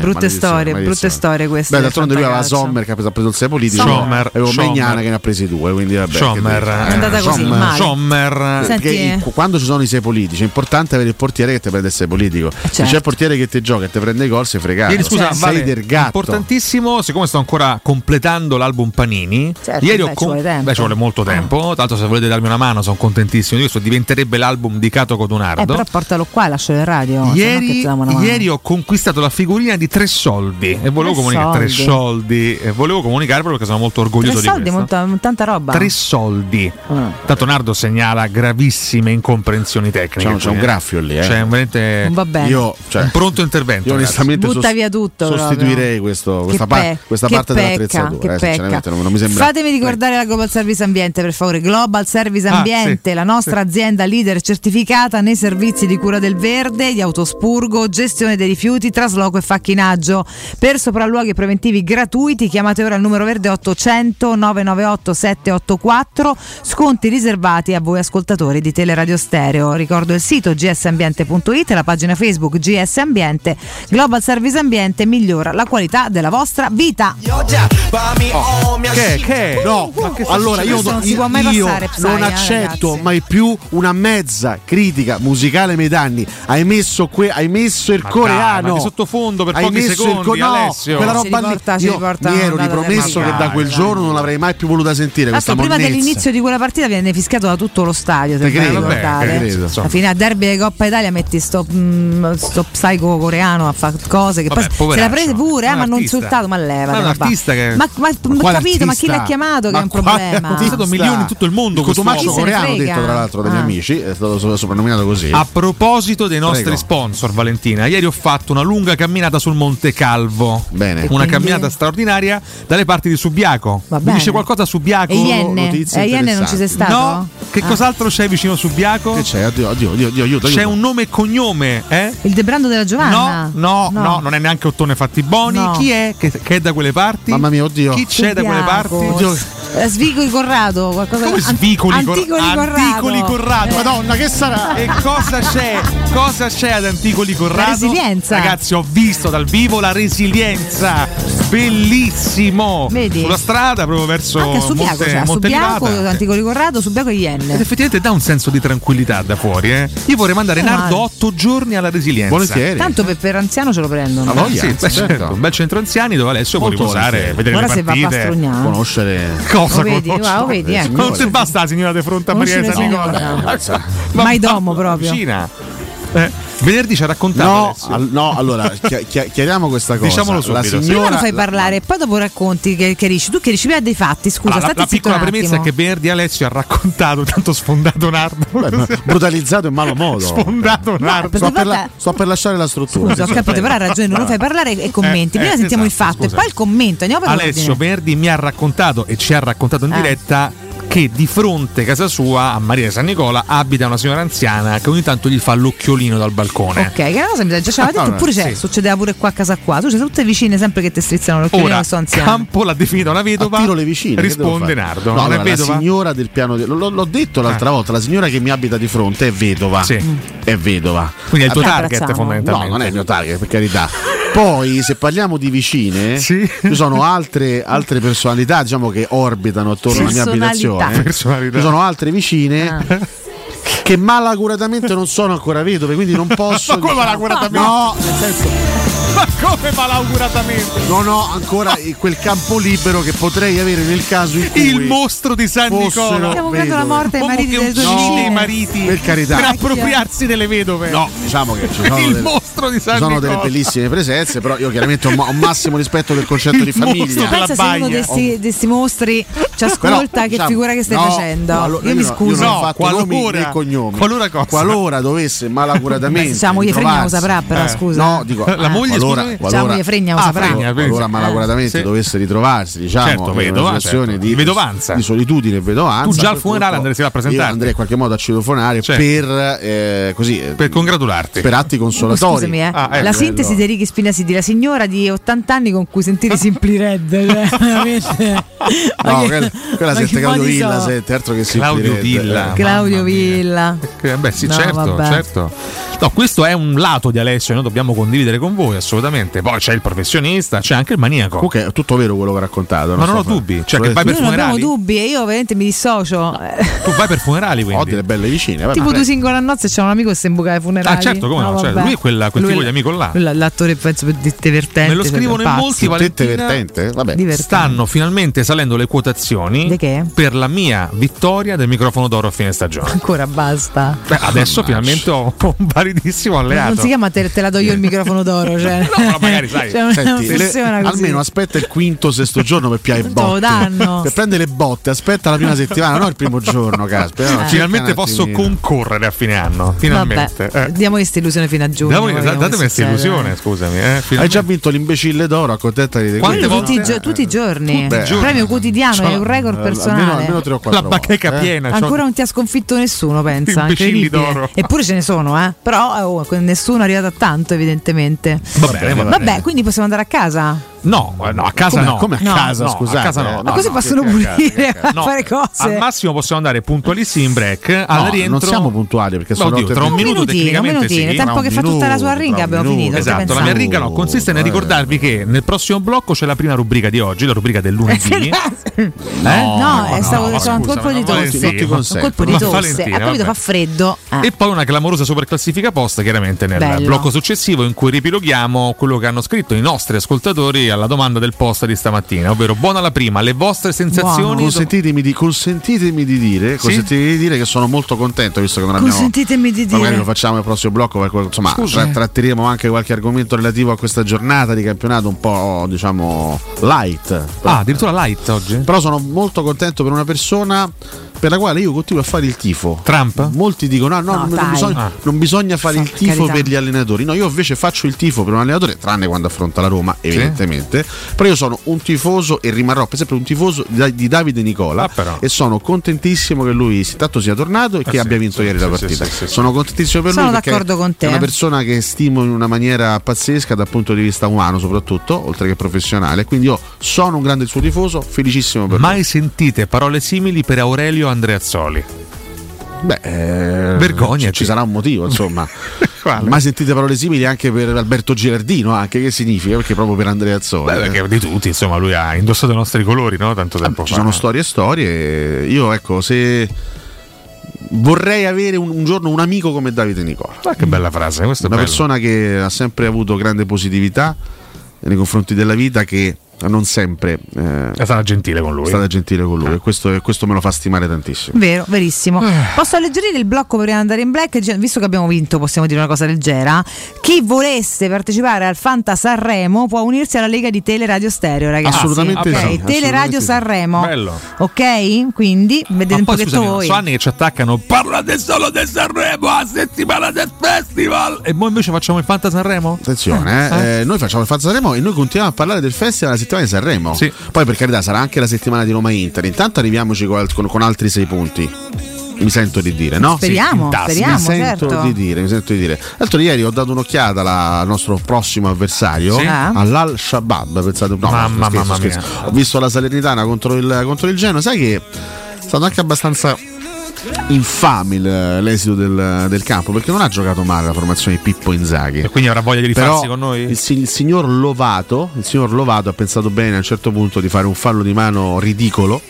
Brutte maledizione, storie, maledizione. brutte storie queste del Beh, d'altronde lui aveva fantacalcio. Sommer che ha preso- ha preso il 6 politico. Sommer, avevo Sommer. Megnana che ne ha presi due, quindi vabbè. che Sommer, dire. eh, È andata così, Sommer. male. Sommer. Perché eh. Senti- i- quando ci sono i sei politici, è importante avere il portiere che ti prende il sei Eh, politico. Se certo. c'è il portiere che ti gioca e ti prende i gol, sei fregato. Ieri scusa, sei Vale, del gatto. importantissimo, siccome sto ancora completando l'album Panini, Certo, ieri beh, ho ci vuole tempo. beh, ci vuole molto tempo. Tra l'altro se volete darmi una mano sono contentissimo di questo, diventerebbe l'album di Cato Eh, Codunardo. però portalo qua e lascialo in radio. se no che Ieri, ti diamo una mano. ieri ho conquistato la figurina di tre soldi e volevo Tre comunicare tre soldi. soldi e volevo comunicarvelo perché sono molto orgoglioso Tre di soldi, Mm. questo. molta- tanta roba. Tre soldi. Tanto Nardo segnala gravissime incomprensioni tecniche. C'è un- c'è un qui, graffio lì, eh. C'è veramente Non va bene. Io, cioè, un pronto intervento. io ragazzi. onestamente Butta via tutto. sostituirei questo- proprio. Che questa, par- pe- questa che parte pecca, che dell'attrezzatura. eh, pecca. sinceramente, non, non mi sembra. Fatemi ricordare la Global Service Ambiente, per favore. Global Service Ah, Ambiente, sì, la nostra azienda leader certificata nei servizi di cura del verde, di autospurgo, gestione dei rifiuti, trasloco e facchinaggio. Per sopralluoghi preventivi gratuiti chiamate ora il numero verde 800 998 784, sconti riservati a voi ascoltatori di Teleradio Stereo. Ricordo il sito gsambiente.it, la pagina Facebook GS Ambiente. Global Service Ambiente migliora la qualità della vostra vita. Uh-huh. Oh, che, che? No, uh, allora questo io, non si io- può mai io passare, Psy, non eh, accetto mai più una mezza critica musicale Medani. Hai messo, que- hai messo il Ma dai, coreano. ma che sottofondo per hai pochi messo secondi, il co- no, Alessio. Quella Si roba riporta- lì. si Io riporta mi ero alla ripromesso data che da quel giorno non l'avrei mai più voluta sentire questa Tanto prima monnezza. dell'inizio di quella partita viene fischiato da tutto lo stadio, se Te ben credo, eh, ricordate. vabbè, te credo, insomma. Alla fine a derby di Coppa Italia metti sto, mm, sto psico coreano a fare cose che Vabbè, poi se la poveraccio, prende pure, ma eh, un ma non artista. insultato, ma leva. Ma è un artista che- ma, ma- Ma ho quale capito, ma chi artista? l'ha chiamato che Ma è un quale problema? artista? Sono milioni in tutto il mondo Il Cotumaccio quest'uomo. coreano, Chi se ne frega? detto tra l'altro dai miei Ah. amici, è stato so- soprannominato così. A proposito dei nostri Prego. sponsor, Valentina, ieri ho fatto una lunga camminata sul Monte Calvo. Bene. Una quindi? camminata straordinaria dalle parti di Subiaco. Mi bene. dice qualcosa Subiaco? E Ienne? E Ienne non ci sei stato? No? Che Ah. cos'altro c'è vicino Subiaco? Che c'è? Oddio, oddio, C'è aiuto. un nome e cognome, eh? Il Debrando della Giovanna? No, no, non è neanche Ottone Fattiboni. No. Chi è che, che è da quelle parti? Mamma mia, oddio. Chi c'è da quelle parti? Subiaco. Eh, Svicoli Corrado, qualcosa Come an- Svicoli Cor- Anticoli Corrado. Anticoli Corrado. Eh. Madonna, che sarà? E cosa c'è? Cosa c'è ad Anticoli Corrado? La resilienza. Ragazzi, ho visto dal vivo la resilienza. Bellissimo. Vedi? Sulla strada proprio verso Anche a Subiaco, Monte, cioè, a Monte Subiaco, Livata. Anticoli Corrado, Subiaco e Ienne. Ed effettivamente dà un senso di tranquillità da fuori, eh. Io vorrei mandare Meno Nardo male. otto giorni alla resilienza. Tanto eh, per, per anziano ce lo prendono. Ah, sì, beh, certo, un bel centro anziani dove Alessio Molto può riposare, volentieri. vedere Ora le se va a partite, pastrugnare. conoscere cosa Lo vedi, conoscere. wow, vedi, ecco. Non si basta la signora di fronte a Maria Conoscere Teresa la Nicola. signora. Mazza. Mai domo proprio. Cina. Eh, venerdì ci ha raccontato No, Alessio. al- no, allora chi- chi- chiariamo questa cosa. Diciamolo La subito, sì. signora, Prima lo fai parlare, poi dopo racconti che chiarisci. Tu chiarisci prima dei fatti, scusa, Ah, la, state la zitto piccola un premessa è attimo. che venerdì Alessio ha raccontato, tanto sfondato Nardo. brutalizzato in *laughs* malo modo. Sfondato Nardo. sto, per la- volta- sto per lasciare la struttura. Scusa, ho capito, però ha ragione, non lo fai parlare e commenti. Eh, Prima eh, sentiamo esatto, il fatto scusa. e poi il commento. Andiamo per Alessio ordine. Verdi mi ha raccontato e ci ha raccontato in Eh. diretta che di fronte a casa sua, a Maria San Nicola, abita una signora anziana che ogni tanto gli fa l'occhiolino dal balcone. Ok, che è una cosa mi già ci aveva Ah, detto, no, oppure sì. c'è- succedeva pure qua a casa qua. Tu sei tutte vicine sempre che ti strizzano l'occhiolino Ora, che sono anziane. Campo l'ha definita una vedova. Tiro le vicine. che devo Risponde fare? Nardo. No, Non allora, è la vedova? Ah. signora del piano. di- L'ho, l'ho detto l'altra volta. La signora che mi abita di fronte è vedova. Mm. È vedova. Quindi è il tuo Ah, target, abbracciamo. fondamentalmente. No, non è il mio target, per carità. Poi, se parliamo di vicine, ci sono altre, altre personalità diciamo, che orbitano attorno alla mia Personalità. abitazione. Personalità. Ci sono altre vicine. Che malacuratamente non sono ancora vedove, quindi *laughs* non posso. Ma come diciamo- malacuratamente? No, nel senso, Ma come malauguratamente? non ho ancora eh, quel campo libero che potrei avere nel caso in cui Il mostro di San fossero Nicola. Stiamo buscando la vedove. morte ai Uomo mariti che delle tue uccide i vicine. mariti Per carità. per appropriarsi delle vedove. No, diciamo che ci sono, il delle, mostro di San ci sono Nicola. delle bellissime presenze, però io chiaramente ho ma- ho un massimo rispetto del concetto Il Certo, di mostro famiglia. Pensa se uno di questi, di sti mostri ci ascolta, Però, che diciamo, figura che stai no, facendo? no, allora, io mi no, scuso. non ho fatto nomi né cognomi. Qualora, dovesse malacuratamente. Beh, se c'è la moglie fregna lo ritrovarsi- saprà, però, Eh. scusa. No, dico La eh, moglie, qualora, scusami? qualora, C'è la moglie fregna lo Ah, saprà. qualora- Fregna, qualora eh. malacuratamente Sì. dovesse ritrovarsi, diciamo, Certo, in vedova, una situazione certo. di Di vedovanza. di solitudine e vedovanza. Tu già al a quel funerale punto andresti a rappresentarti. Io andrei in qualche modo a citofonare Certo. per eh, così eh, Per congratularti. per atti consolatori. Scusami, eh. Ah, la ecco. sintesi di Ricky Spinasi di la signora di 80 anni con cui sentire Simply Red. cioè, veramente. Ma No, che- quella, quella ma sette che Claudio modi Villa, so? sette, altro che si Claudio direte. Villa. Eh. Claudio Villa. Eh, Beh, sì, No, certo, vabbè. certo. No, questo è un lato di Alessio che noi dobbiamo condividere con voi, assolutamente. Poi c'è il professionista, c'è anche il maniaco. Comunque è tutto vero quello che ha raccontato. Ma non sto ho fra- dubbi, cioè che vai per Noi non abbiamo funerali. dubbi e io veramente mi dissocio. Eh, Tu vai per funerali, quindi. Ho delle belle vicine. tipo tu singola nozze c'è un amico che si imbuca ai funerali. Ah, certo, come no? No, certo. vabbè. lui è quella- quel Lui tipo è- di amico là. lui è L'attore penso più di- divertente. Me lo scrivono in pazzo. molti, Valentina. Vabbè. Stanno finalmente salendo le quotazioni Di che? per la mia vittoria del microfono d'oro a fine stagione. Ancora basta. Beh, adesso finalmente ho un validissimo alleato. Non si chiama te, te la do io il microfono d'oro. Cioè. *laughs* No, però magari sai. Cioè, non Senti, le- funziona così. almeno aspetta il quinto sesto giorno per piare Te lo botte. danno. Per prendere le botte, aspetta la prima settimana, non il primo giorno, caspita. Eh. no, cerca Finalmente un posso attimino. concorrere a fine anno. Finalmente. Vabbè, diamo questa illusione fino a giugno. Diamo- vediamo da- che datemi questa succede. illusione, scusami. eh, Hai finalmente. già vinto l'imbecille d'oro, accontentati di Quello quello. tutti, i gio- tutti i giorni, Tutti i giorni. premio quotidiano, Cioè, è un record eh, personale. almeno- almeno tre o quattro La bacheca volte, eh. piena. c'ho- Ancora non ti ha sconfitto nessuno, pensa. Imbecilli incredibile. d'oro. Eppure ce ne sono, eh. Però eh, oh, nessuno è arrivato a tanto, evidentemente. Va bene, va Vabbè, bene. quindi possiamo andare a casa. No, eh, no, a casa Come- no. come a No, casa, no, scusate? A casa no. Ma no, così no. possono Che- che- pulire, che- che- no. fare cose. Al massimo possiamo andare puntualissimi in break. No, al rientro non siamo puntuali perché Beh, sono oddio, otto e tra un venti. minuto Un minutino, un tecnicamente minutino, sì. tempo che fa tutta la sua minuto, ringa abbiamo finito. Esatto, la mia riga no, consiste nel ricordarvi che nel prossimo blocco c'è la prima rubrica di oggi, la rubrica *laughs* del lunedì. No, no, è stato ma un scusa, colpo di ma tosse. Valentina, Un colpo di ma tosse. Valentina, Ha capito, vabbè. fa freddo. Ah. E poi una clamorosa superclassifica post, chiaramente nel Bello. blocco successivo in cui ripiloghiamo quello che hanno scritto i nostri ascoltatori alla domanda del post di stamattina, ovvero buona la prima, le vostre sensazioni Consentitemi di, consentitemi di dire, consentitemi di dire che sono molto contento visto che non abbiamo Consentitemi di magari lo dire. facciamo nel prossimo blocco perché, insomma Scusa, tra- eh. tratteremo anche qualche argomento relativo a questa giornata di campionato un po' diciamo light Ah, addirittura light oggi però sono molto contento per una persona per la quale io continuo a fare il tifo Trump? molti dicono no, no, No, non, dai. bisogna, Ah. non bisogna fare il tifo carità. per gli allenatori no io invece faccio il tifo per un allenatore tranne quando affronta la Roma evidentemente però io sono un tifoso e rimarrò per sempre un tifoso di, di Davide Ah, Nicola e sono contentissimo che lui si- tanto sia tornato e Eh che abbia vinto ieri la partita sono contentissimo per Sono lui perché d'accordo con te. eh. è una persona che stimo in una maniera pazzesca dal punto di vista umano soprattutto oltre che professionale quindi io sono un grande suo tifoso felicissimo per Mai sentite parole simili per Aurelio Andreazzoli? Beh, vergogna. Ci sarà un motivo, *laughs* insomma. Ma sentite parole simili anche per Alberto Girardino, anche che significa? Perché proprio per Andrea Azzoli. Ah, Beh, perché di tutti, insomma, lui ha indossato i nostri colori, no? Tanto tempo Ci fa. sono storie e storie. Io ecco, se vorrei avere un, un giorno un amico come Davide Nicola. Ma Ah, che bella frase, questa è Una bella. persona che ha sempre avuto grande positività nei confronti della vita che non sempre eh, è stata gentile con lui. Ah. È stata gentile con lui e questo, questo me lo fa stimare tantissimo. Vero, verissimo. Eh. Posso alleggerire il blocco prima di andare in black? Gi- Visto che abbiamo vinto, possiamo dire una cosa leggera. Chi volesse partecipare al Fanta Sanremo può unirsi alla Lega di Teleradio Stereo, ragazzi. Assolutamente Ok, sì, assolutamente Teleradio sì. Sanremo. Bello. Ok? Quindi vedete Ma un poi pochetto scusami, voi. sono anni che ci attaccano. Parlate solo di Sanremo a settimana del festival. E noi invece facciamo il Fanta Sanremo? Ah, Attenzione, eh, eh, noi facciamo il Fazio Sanremo e noi continuiamo a parlare del festival della settimana di Sanremo. Poi, per carità, sarà anche la settimana di Roma Inter. Intanto arriviamoci con, con- con altri sei punti. Mi sento di dire, no? Speriamo, In tasca. speriamo, mi sento certo. di dire, mi sento di dire. L'altro ieri ho dato un'occhiata alla- al nostro prossimo avversario, Sì. Ah. all'Al Shabaab. Pensate, no, Mamma, scherzo, mamma scherzo. mia. Ho visto la Salernitana contro il, contro il Genoa, sai che è stato anche abbastanza infame il- l'esito del, del campo perché non ha giocato male la formazione di Pippo Inzaghi e quindi avrà voglia di rifarsi con noi? il, si- il signor Lovato il signor Lovato ha pensato bene a un certo punto di fare un fallo di mano ridicolo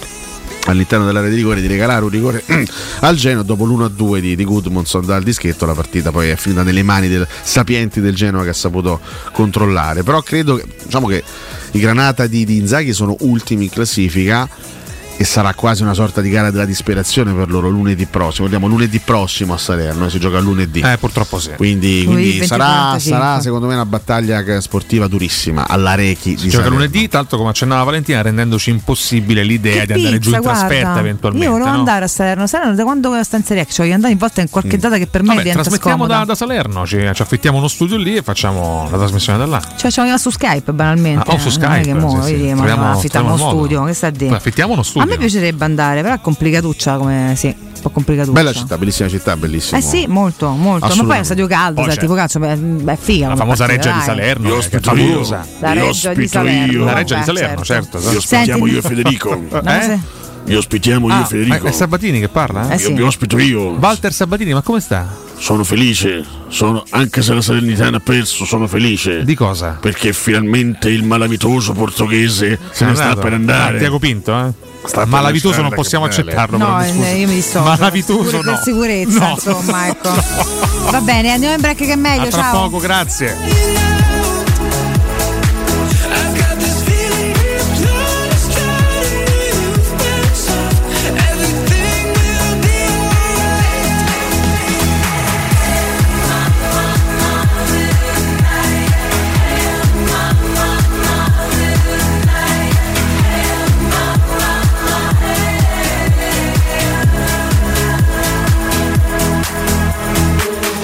all'interno dell'area di rigore di regalare un rigore *clears throat* al Genoa dopo l'1-2 di, di Gudmundsson dal dischetto la partita poi è finita nelle mani del sapienti del Genoa che ha saputo controllare però credo che, diciamo che i Granata di, di Inzaghi sono ultimi in classifica e sarà quasi una sorta di gara della disperazione per loro lunedì prossimo. Andiamo lunedì prossimo a Salerno, e si gioca lunedì. Eh, purtroppo sì. Quindi, quindi Lunedì sarà, 20:45. sarà, secondo me una battaglia che- sportiva durissima alla Rechi di Gioca Salerno. lunedì, tanto come accennava Valentina, rendendoci impossibile l'idea di andare giù Pizza, in trasferta guarda. eventualmente. Io volevo no? andare a Salerno. Salerno, da quando sta in Serie A, cioè voglio andare in volta in qualche data che per me Mm. Vabbè, diventa trasmettiamo scomoda. da, da Salerno, ci, ci affittiamo uno studio lì e facciamo la trasmissione da là. Cioè, ci vogliamo su Skype banalmente. Ah, o su eh, Non è Skype, che mo, sì, sì. vedi, ma Troviamo- no, affittiamo uno troviamo un modo. studio, che sta a dire? Affittiamo uno studio. A me piacerebbe andare, però è complicatuccia come sì, un po' complicatuccia. Bella città, bellissima città, bellissima. Eh sì, molto, molto. Ma poi è Assolutamente. un stadio caldo, Poi sai, c'è tipo calcio, beh, beh, è figa. La come famosa partita, Reggia di dai. Salerno, Io eh, che è ospito famosa. io. La Io Reggia di ospito Salerno. io. La Reggia di Salerno, certo. Vi ospitiamo io e *laughs* Federico. Eh? Vi ospitiamo Ah, io e Federico. È Sabatini che parla? Eh, sì. Vi ospito io. Walter Sabatini, ma come sta? Sono felice, sono, anche se la Salernitana ha perso, sono felice. Di cosa? Perché finalmente il malavitoso portoghese se ne sta Andato. per andare. Tiago Pinto, eh? Sta per Malavitoso lasciare non la possiamo Capelle. accettarlo. No, però, mi eh, scusi. io mi dissocio. Malavitoso Pure no. per sicurezza, insomma, *laughs* ecco. Va bene, andiamo in break che è meglio, A tra ciao. poco, grazie.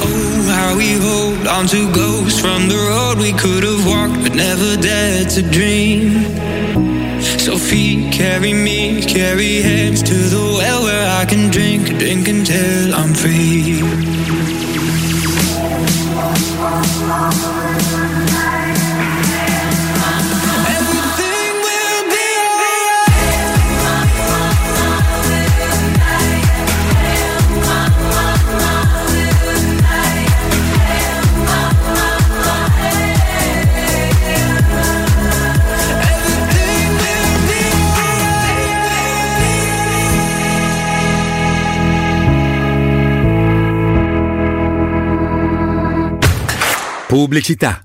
Oh, how we hold on to ghosts from the road we could have walked but never dared to dream. So feet carry me, carry heads to the well where I can drink, drink until I'm free. And Pubblicità.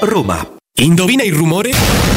Roma. Indovina il rumore?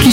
Chi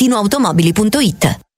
valentinoautomobili.it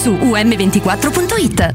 su um24.it.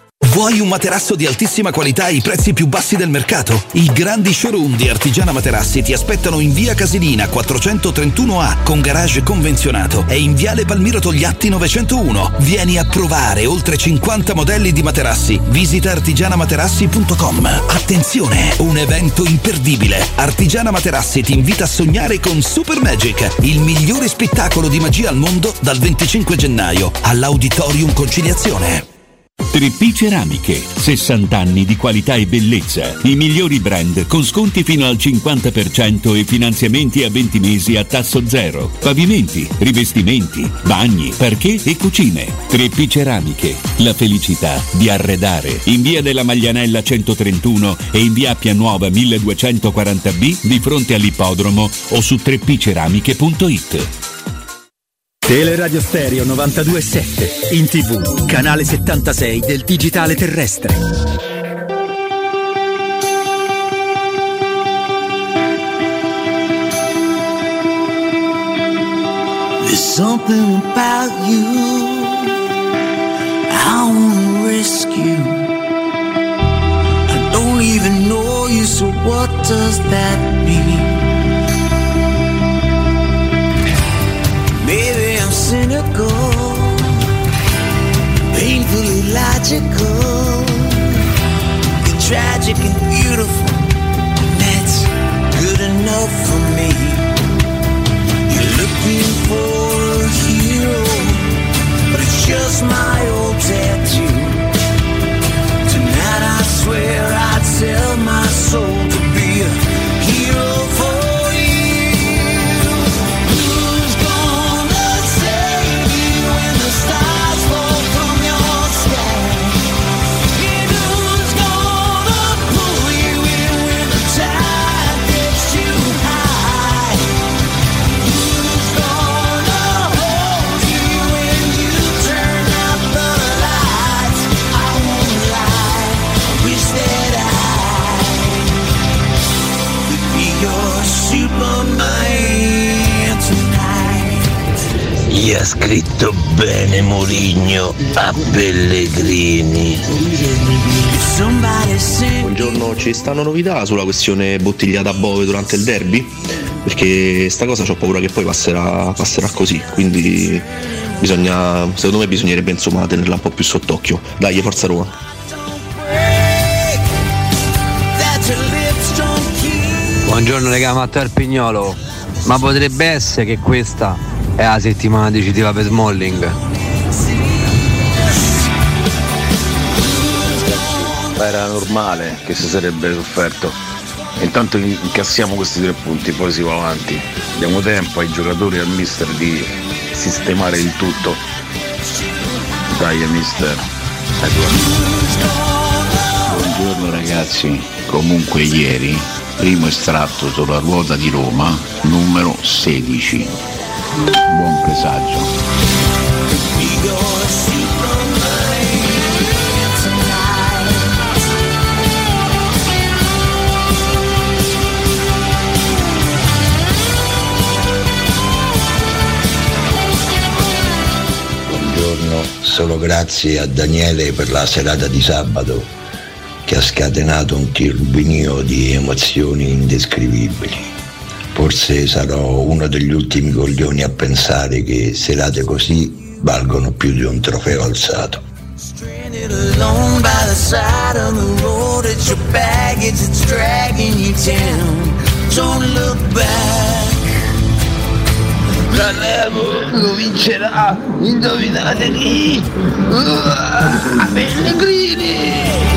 Vuoi un materasso di altissima qualità ai prezzi più bassi del mercato? I grandi showroom di Artigiana Materassi ti aspettano in via Casilina 431A con garage convenzionato e in viale Palmiro Togliatti 901. Vieni a provare oltre 50 modelli di materassi. Visita artigianamaterassi.com. Attenzione, un evento imperdibile. Artigiana Materassi ti invita a sognare con Super Magic, il migliore spettacolo di magia al mondo dal 25 gennaio all'Auditorium Conciliazione. 3P Ceramiche, 60 anni di qualità e bellezza, i migliori brand con sconti fino al 50% e finanziamenti a 20 mesi a tasso zero, pavimenti, rivestimenti, bagni, parquet e cucine. 3P Ceramiche, la felicità di arredare in via della Maglianella 131 e in via Appia Nuova 1240B di fronte all'ippodromo o su 3pceramiche.it. Teleradio Stereo 92.7 in tv, canale 76 del digitale terrestre. There's something about you I wanna rescue. I don't even know you, so what does that mean? Maybe I'm cynical, painfully logical, You're tragic and beautiful. and That's good enough for me. You're looking for a hero, but it's just my old tattoo. Tonight I swear I'd sell my soul to be a hero for you. Who's gonna save you when the stars fall from your sky? And who's gonna pull you in when the tide gets too high? Who's gonna hold you when you turn out the lights? I won't lie, I wish that I could be your Superman tonight. Gli ha scritto bene Mourinho a Pellegrini. Somebody sent Buongiorno, ci stanno novità sulla questione bottigliata a Bove durante il derby? Perché sta cosa ho paura che poi passerà, passerà così, quindi bisogna, secondo me bisognerebbe insomma tenerla un po' più sott'occhio. Dai, forza Roma. that your lips don't Buongiorno regà Matteo Arpignolo, ma potrebbe essere che questa è la settimana decisiva per Smalling? Era normale che si sarebbe sofferto. Intanto in- incassiamo questi tre punti, poi si va avanti. Diamo tempo ai giocatori e al mister di sistemare il tutto. Dai mister. Buongiorno ragazzi, comunque ieri primo estratto sulla ruota di Roma numero 16. Buon presagio. Buongiorno, solo grazie a Daniele per la serata di sabato che ha scatenato un tirubinio di emozioni indescrivibili. Forse sarò uno degli ultimi coglioni a pensare che serate così valgono più di un trofeo alzato. alone by the side of the road. It's your baggage that's dragging you down. Don't look back. vincerà, indovinate chi? Ah, Pellegrini!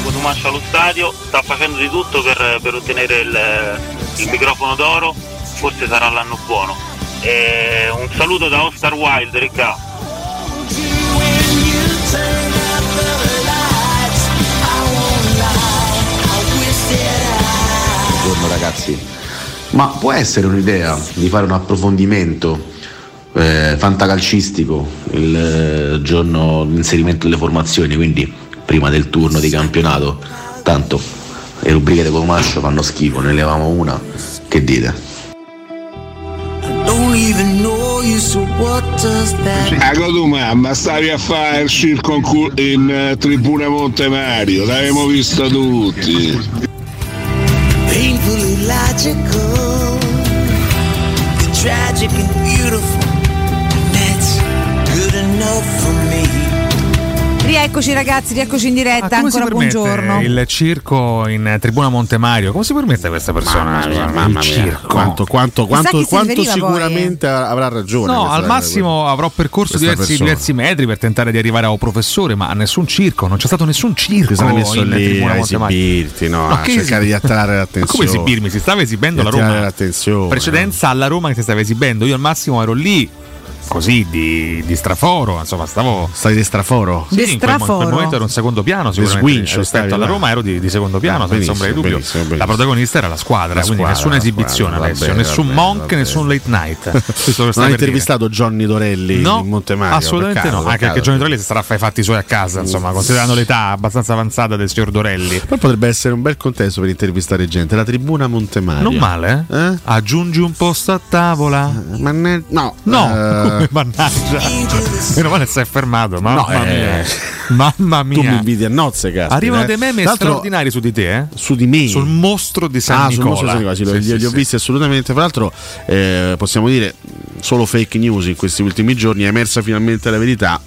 Luca Tomascio allo stadio, sta facendo di tutto per, per ottenere il, il microfono d'oro, forse sarà l'anno buono. E un saluto da Oscar Wilde, Ricca. Buongiorno ragazzi, ma può essere un'idea di fare un approfondimento eh, fantacalcistico il eh, giorno di inserimento delle formazioni, quindi prima del turno di campionato, tanto le rubriche di Comascio fanno schifo, ne levamo una, che dite? Don't even know you, so what does that Ecco tu mamma, stavi a fare il circo in, cu- in, eh, tribuna Monte Mario, l'avevamo visto tutti. painfully logical, the tragic and beautiful, and that's good enough for me. Ria, è Rieccoci ragazzi, rieccoci in diretta, Ah, Come ancora si permette buongiorno. il circo in eh, Tribuna Montemario? Come si permette questa persona? Scusa, il circo. Quanto, quanto, Chissà chi quanto, si quanto riferiva poi, eh. sicuramente avrà ragione. No, questa- al massimo avrò percorso questa diversi, persona. diversi metri per tentare di arrivare a un professore, ma nessun circo, non c'è stato nessun circo. Ti sarei messo Oh, in lì Tribuna a Montemario. esibirti, no, Ma a che cercare esib- di attrarre Ma l'attenzione. come esibirmi? Si stava esibendo Di la Roma. attirare l'attenzione. Precedenza alla Roma che si stava esibendo. Io al massimo ero lì, così di, di straforo. Insomma, stavo. Stai di straforo? Sì, Di in quel, mo- in quel straforo? momento ero in secondo piano. Di Sicuramente sguincio, stavi rispetto alla là. Roma ero di, di secondo piano, Ah, senza benissimo, ombra di dubbio. benissimo, benissimo. La protagonista era la squadra, La quindi squadra, nessuna la esibizione squadra, va adesso, bene, va nessun bene, va monk, bene. nessun *laughs* late night. Questo lo non stai hai per dire. intervistato Johnny Dorelli No, in Montemario? assolutamente Peccato, no. Anche peccato. perché Johnny Dorelli si sarà fa i fatti suoi a casa, insomma, considerando l'età abbastanza avanzata del signor Dorelli. Poi potrebbe essere un bel contesto per intervistare gente. La tribuna Montemario. Non male, eh? Aggiungi un posto a tavola. Ma ne- no, No, Eh. come, *laughs* mannaggia. Meno male si è fermato, mamma No, eh. mia. *laughs* Mamma mia. Tu mi inviti a nozze, eh. cazzo. Arrivano dei meme straordinari su di te, eh? Su di me. Sul mostro di San ah, Nicola. sul mostro di San Nicola, sì, lo- Sì, li, sì, li ho sì. visti assolutamente. Fra l'altro, eh, possiamo dire solo fake news in questi ultimi giorni. È emersa finalmente la verità.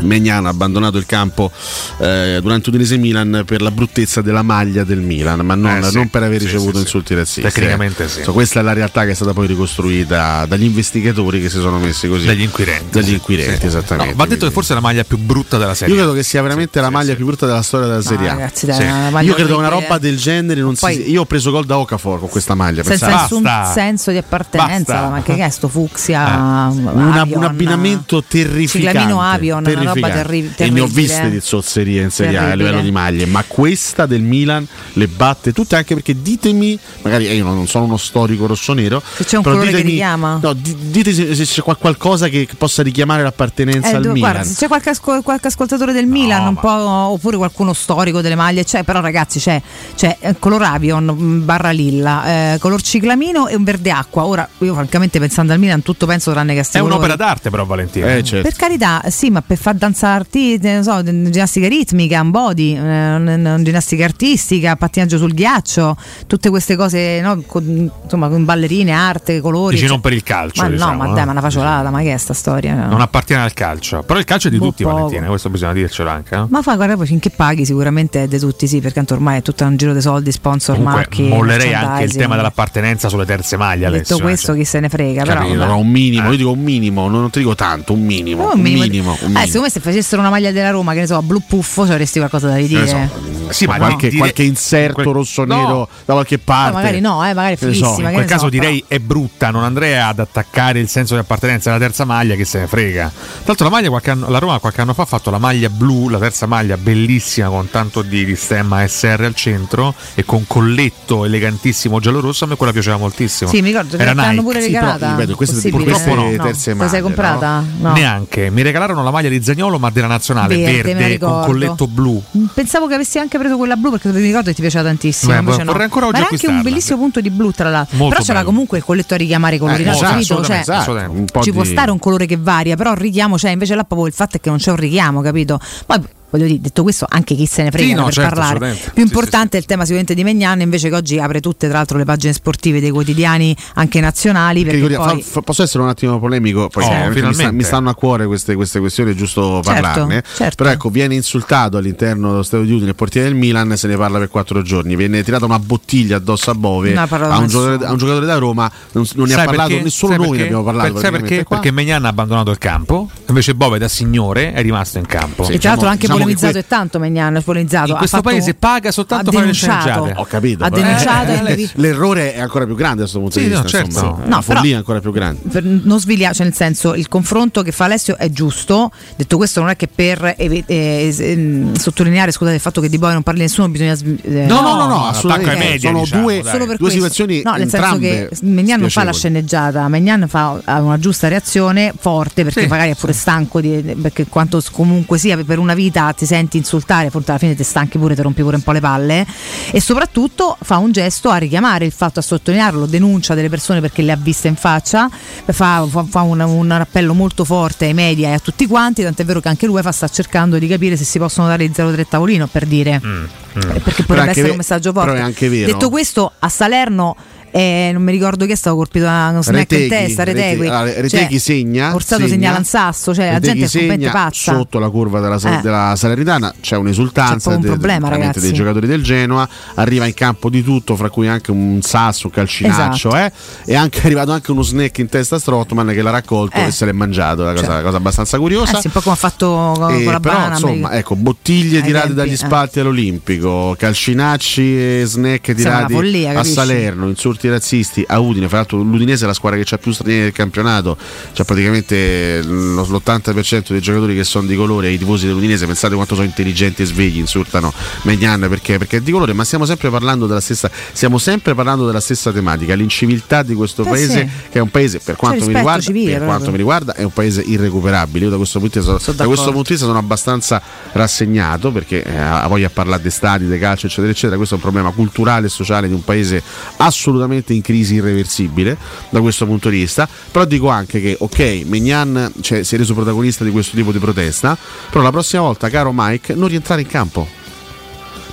Megnano ha abbandonato il campo eh, durante Udinese Milan per la bruttezza della maglia del Milan, ma non, Eh, sì. non per aver Sì, ricevuto sì, sì. insulti razzisti. Tecnicamente eh. sì. So, questa è la realtà che è stata poi ricostruita dagli investigatori che si sono messi così. Dagli inquirenti. Dagli inquirenti, esattamente. No, va detto che forse è la maglia più brutta della serie. Io credo che sia veramente la maglia più brutta della storia della Serie A. ragazzi, dai, Sì. una maglia Io credo che una orribile. roba del genere non si- Poi- Io ho preso gol da Okafor con questa maglia. Senza pensate. nessun senso di appartenenza, Basta. ma che è sto fucsia? Eh. Una- avion, un abbinamento terrificante. Ciclamino avion, una roba terrificante. terri- E ne terribile. ho eh. viste di zozzerie in Serie A a Terribile. livello di maglie, ma questa del Milan le batte tutte anche perché ditemi, magari eh, io non non sono uno storico rossonero, Se c'è un però colore che ditemi- richiama? No, di- dite se, se c'è qual- qualcosa che che possa richiamare l'appartenenza Eh, al du- Milan. guarda, se c'è qualche, asco- qualche ascoltatore del Milan, un po', oppure qualcuno storico delle maglie, c'è, però ragazzi c'è, c'è eh, color avion, mh, barra lilla, eh, color ciclamino e un verde acqua. Ora, io francamente pensando al Milan tutto penso tranne che a sti È un'opera colori. d'arte, però, Valentino. Eh, Per carità, sì, ma per far danza artistica, non so, d- ginnastica ritmica, un body, eh, n- n- ginnastica artistica, pattinaggio sul ghiaccio, tutte queste cose, no, con- insomma, con ballerine, arte, colori. Dici cioè- non per il calcio, Ma diciamo, no, ma no? dai, ma una faciolata, ma che è sta storia? Non appartiene al calcio. Però il calcio è di Boh, tutti, poco. Valentina, questo bisogna dircelo anche. eh? No? Ma fa, guarda, poi finché paghi sicuramente è di tutti, sì, perché tanto ormai è tutto un giro di soldi, sponsor, Comunque, marchi. mollerei anche il merchandising. tema dell'appartenenza sulle terze maglie, Detto Alessio. eh, questo, cioè. chi se ne frega, però. Capito, vabbè. no, un minimo, io dico un minimo, non non ti dico tanto, un minimo. Oh, un minimo, un Eh, secondo me se facessero una maglia della Roma, che ne so, blu puffo, ci avresti qualcosa da ridire. Che ne so, ma qualche, dire- qualche inserto rosso-nero No. da qualche parte. No, magari no, eh, magari è Che ne so, fighissima, in che quel ne caso so, direi è brutta, non andrei ad attaccare il senso di appartenenza alla terza maglia, che se ne frega. Tra l'altro la, maglia qualche anno- la Roma qualche anno fa ha fatto la maglia blu, la terza maglia bellissima con tanto di, di stemma SR al centro e con colletto elegantissimo giallo-rosso, a me quella piaceva moltissimo. Sì, mi ricordo che Era l'hanno Nike. pure regalata. Possibile? purtroppo no. Eh, no. Te la sei comprata? No. Neanche, mi regalarono la maglia di Zagnolo ma della nazionale Verde, verde, me la ricordo. con colletto blu. Pensavo che avessi anche preso quella blu perché mi ricordo che ti piaceva tantissimo. Beh, invece no. vorrei ancora oggi Ma era anche acquistarla. un bellissimo punto di blu, tra l'altro. Molto però c'era bello. comunque il colletto a richiamare i colori. Eh, no? esatto, Capito? Cioè, assolutamente, assolutamente. Un po' ci può di- stare un colore che varia, però il richiamo c'è. Invece là proprio il fatto è che non c'è un richiamo, capito? Poi voglio dire, detto questo, anche chi se ne frega Sì, no, per certo, parlare. assolutamente. Più importante è il tema sicuramente di Megnan, invece che oggi apre tutte, tra l'altro, le pagine sportive dei quotidiani anche nazionali. Perché Perché ricordiamo- poi... fa- fa- "Ah, posso essere un attimo polemico? Poi Oh, eh, perché mi, sta- finalmente. mi stanno a cuore queste, queste questioni, è giusto Certo, parlarne. certo. Però ecco, viene insultato all'interno dello stadio di Udine il portiere del Milan, se ne parla per quattro giorni. Viene tirata una bottiglia addosso a Bove Non ha a parlato un, nessuno. giocatore, a un giocatore da Roma, non, non ne ha Sai parlato perché? nessuno Sai noi, ne perché? abbiamo Per- parlato. Sai perché? praticamente qua. Perché Megnan ha abbandonato il campo, invece Bove da signore è rimasto in campo. e tra diciamo- l'altro ha anche polemizzato e tanto Megnan, ha polemizzato. In ha questo fatto- paese paga soltanto ha fare le denunciato. sceneggiate. Ah, Ho capito. Ha però- denunciato eh, e l'er- lui- L'errore è ancora più grande da questo punto Sì, di no, vista. certo. insomma. No, La però- follia è ancora più grande. per non svilia, cioè nel senso il confronto che fa Alessio è giusto, detto questo non è che per eh, eh, ehm, sottolineare scusate, il fatto che di Boe non parli nessuno bisogna... svi- eh, No, no, no, no, assolutamente. ok. Sono due- Solo per due questo. situazioni No, nel senso entrambe che Megnan non fa la spiacevoli. sceneggiata, Megnan fa ha una giusta reazione forte perché Sì, magari è pure stanco, di- perché quanto s- comunque sia per una vita ti senti insultare, forse alla fine ti stanchi pure, ti rompi pure un po' le palle e soprattutto fa un gesto a richiamare il fatto, a sottolinearlo, denuncia delle persone perché le ha viste in faccia, fa, fa- fa un, un appello molto forte ai media e a tutti quanti, tant'è vero che anche lui fa, sta cercando di capire se si possono dare il 03 tavolino per dire. Mm. Eh, Perché Però potrebbe anche essere ve- un messaggio però forte. è anche vero. Detto questo, a Salerno eh, non mi ricordo chi è stato colpito da uno snack in testa, Retegui. Rete- ah, Reteghi Cioè, segna. Orsato segna. segnala un sasso, cioè la Reteghi gente è completamente segna pazza. Sotto la curva della, Sa- Eh. della Salernitana c'è C'è un'esultanza proprio un de- problema, veramente ragazzi. dei giocatori del Genoa. Arriva in campo di tutto, fra cui anche un sasso, un calcinaccio. Esatto. eh. E anche- è arrivato anche uno snack in testa a Strottman che l'ha raccolto Eh. e se l'è mangiato. La cosa, la cosa abbastanza curiosa. Anzi, Eh un po' come ha fatto con, Eh, con la però banana. insomma mi- ecco bottiglie Ai tirate tempi, eh. dagli spalti all'Olimpico calcinacci e snack Sembra una tirati follia, a capisci? Salerno insulti razzisti a Udine fra l'altro l'Udinese è la squadra che ha più stranieri del campionato c'ha praticamente lo- l'80% dei giocatori che sono di colore e i tifosi dell'Udinese pensate quanto sono intelligenti e svegli insultano Megnan perché? perché è di colore ma stiamo sempre parlando della stessa stiamo sempre parlando della stessa tematica l'inciviltà di questo Eh, paese sì. che è un paese per quanto, mi rispetto riguarda, civile, per quanto proprio. mi riguarda è un paese irrecuperabile io da questo punto di vista sono, da questo d'accordo. punto di vista sono abbastanza rassegnato perché eh, ha voglia di parlare di stadi, di calcio eccetera eccetera questo è un problema culturale e sociale di un paese assolutamente in crisi irreversibile da questo punto di vista però dico anche che ok Mignan cioè, si è reso protagonista di questo tipo di protesta però la prossima volta caro Mike non rientrare in campo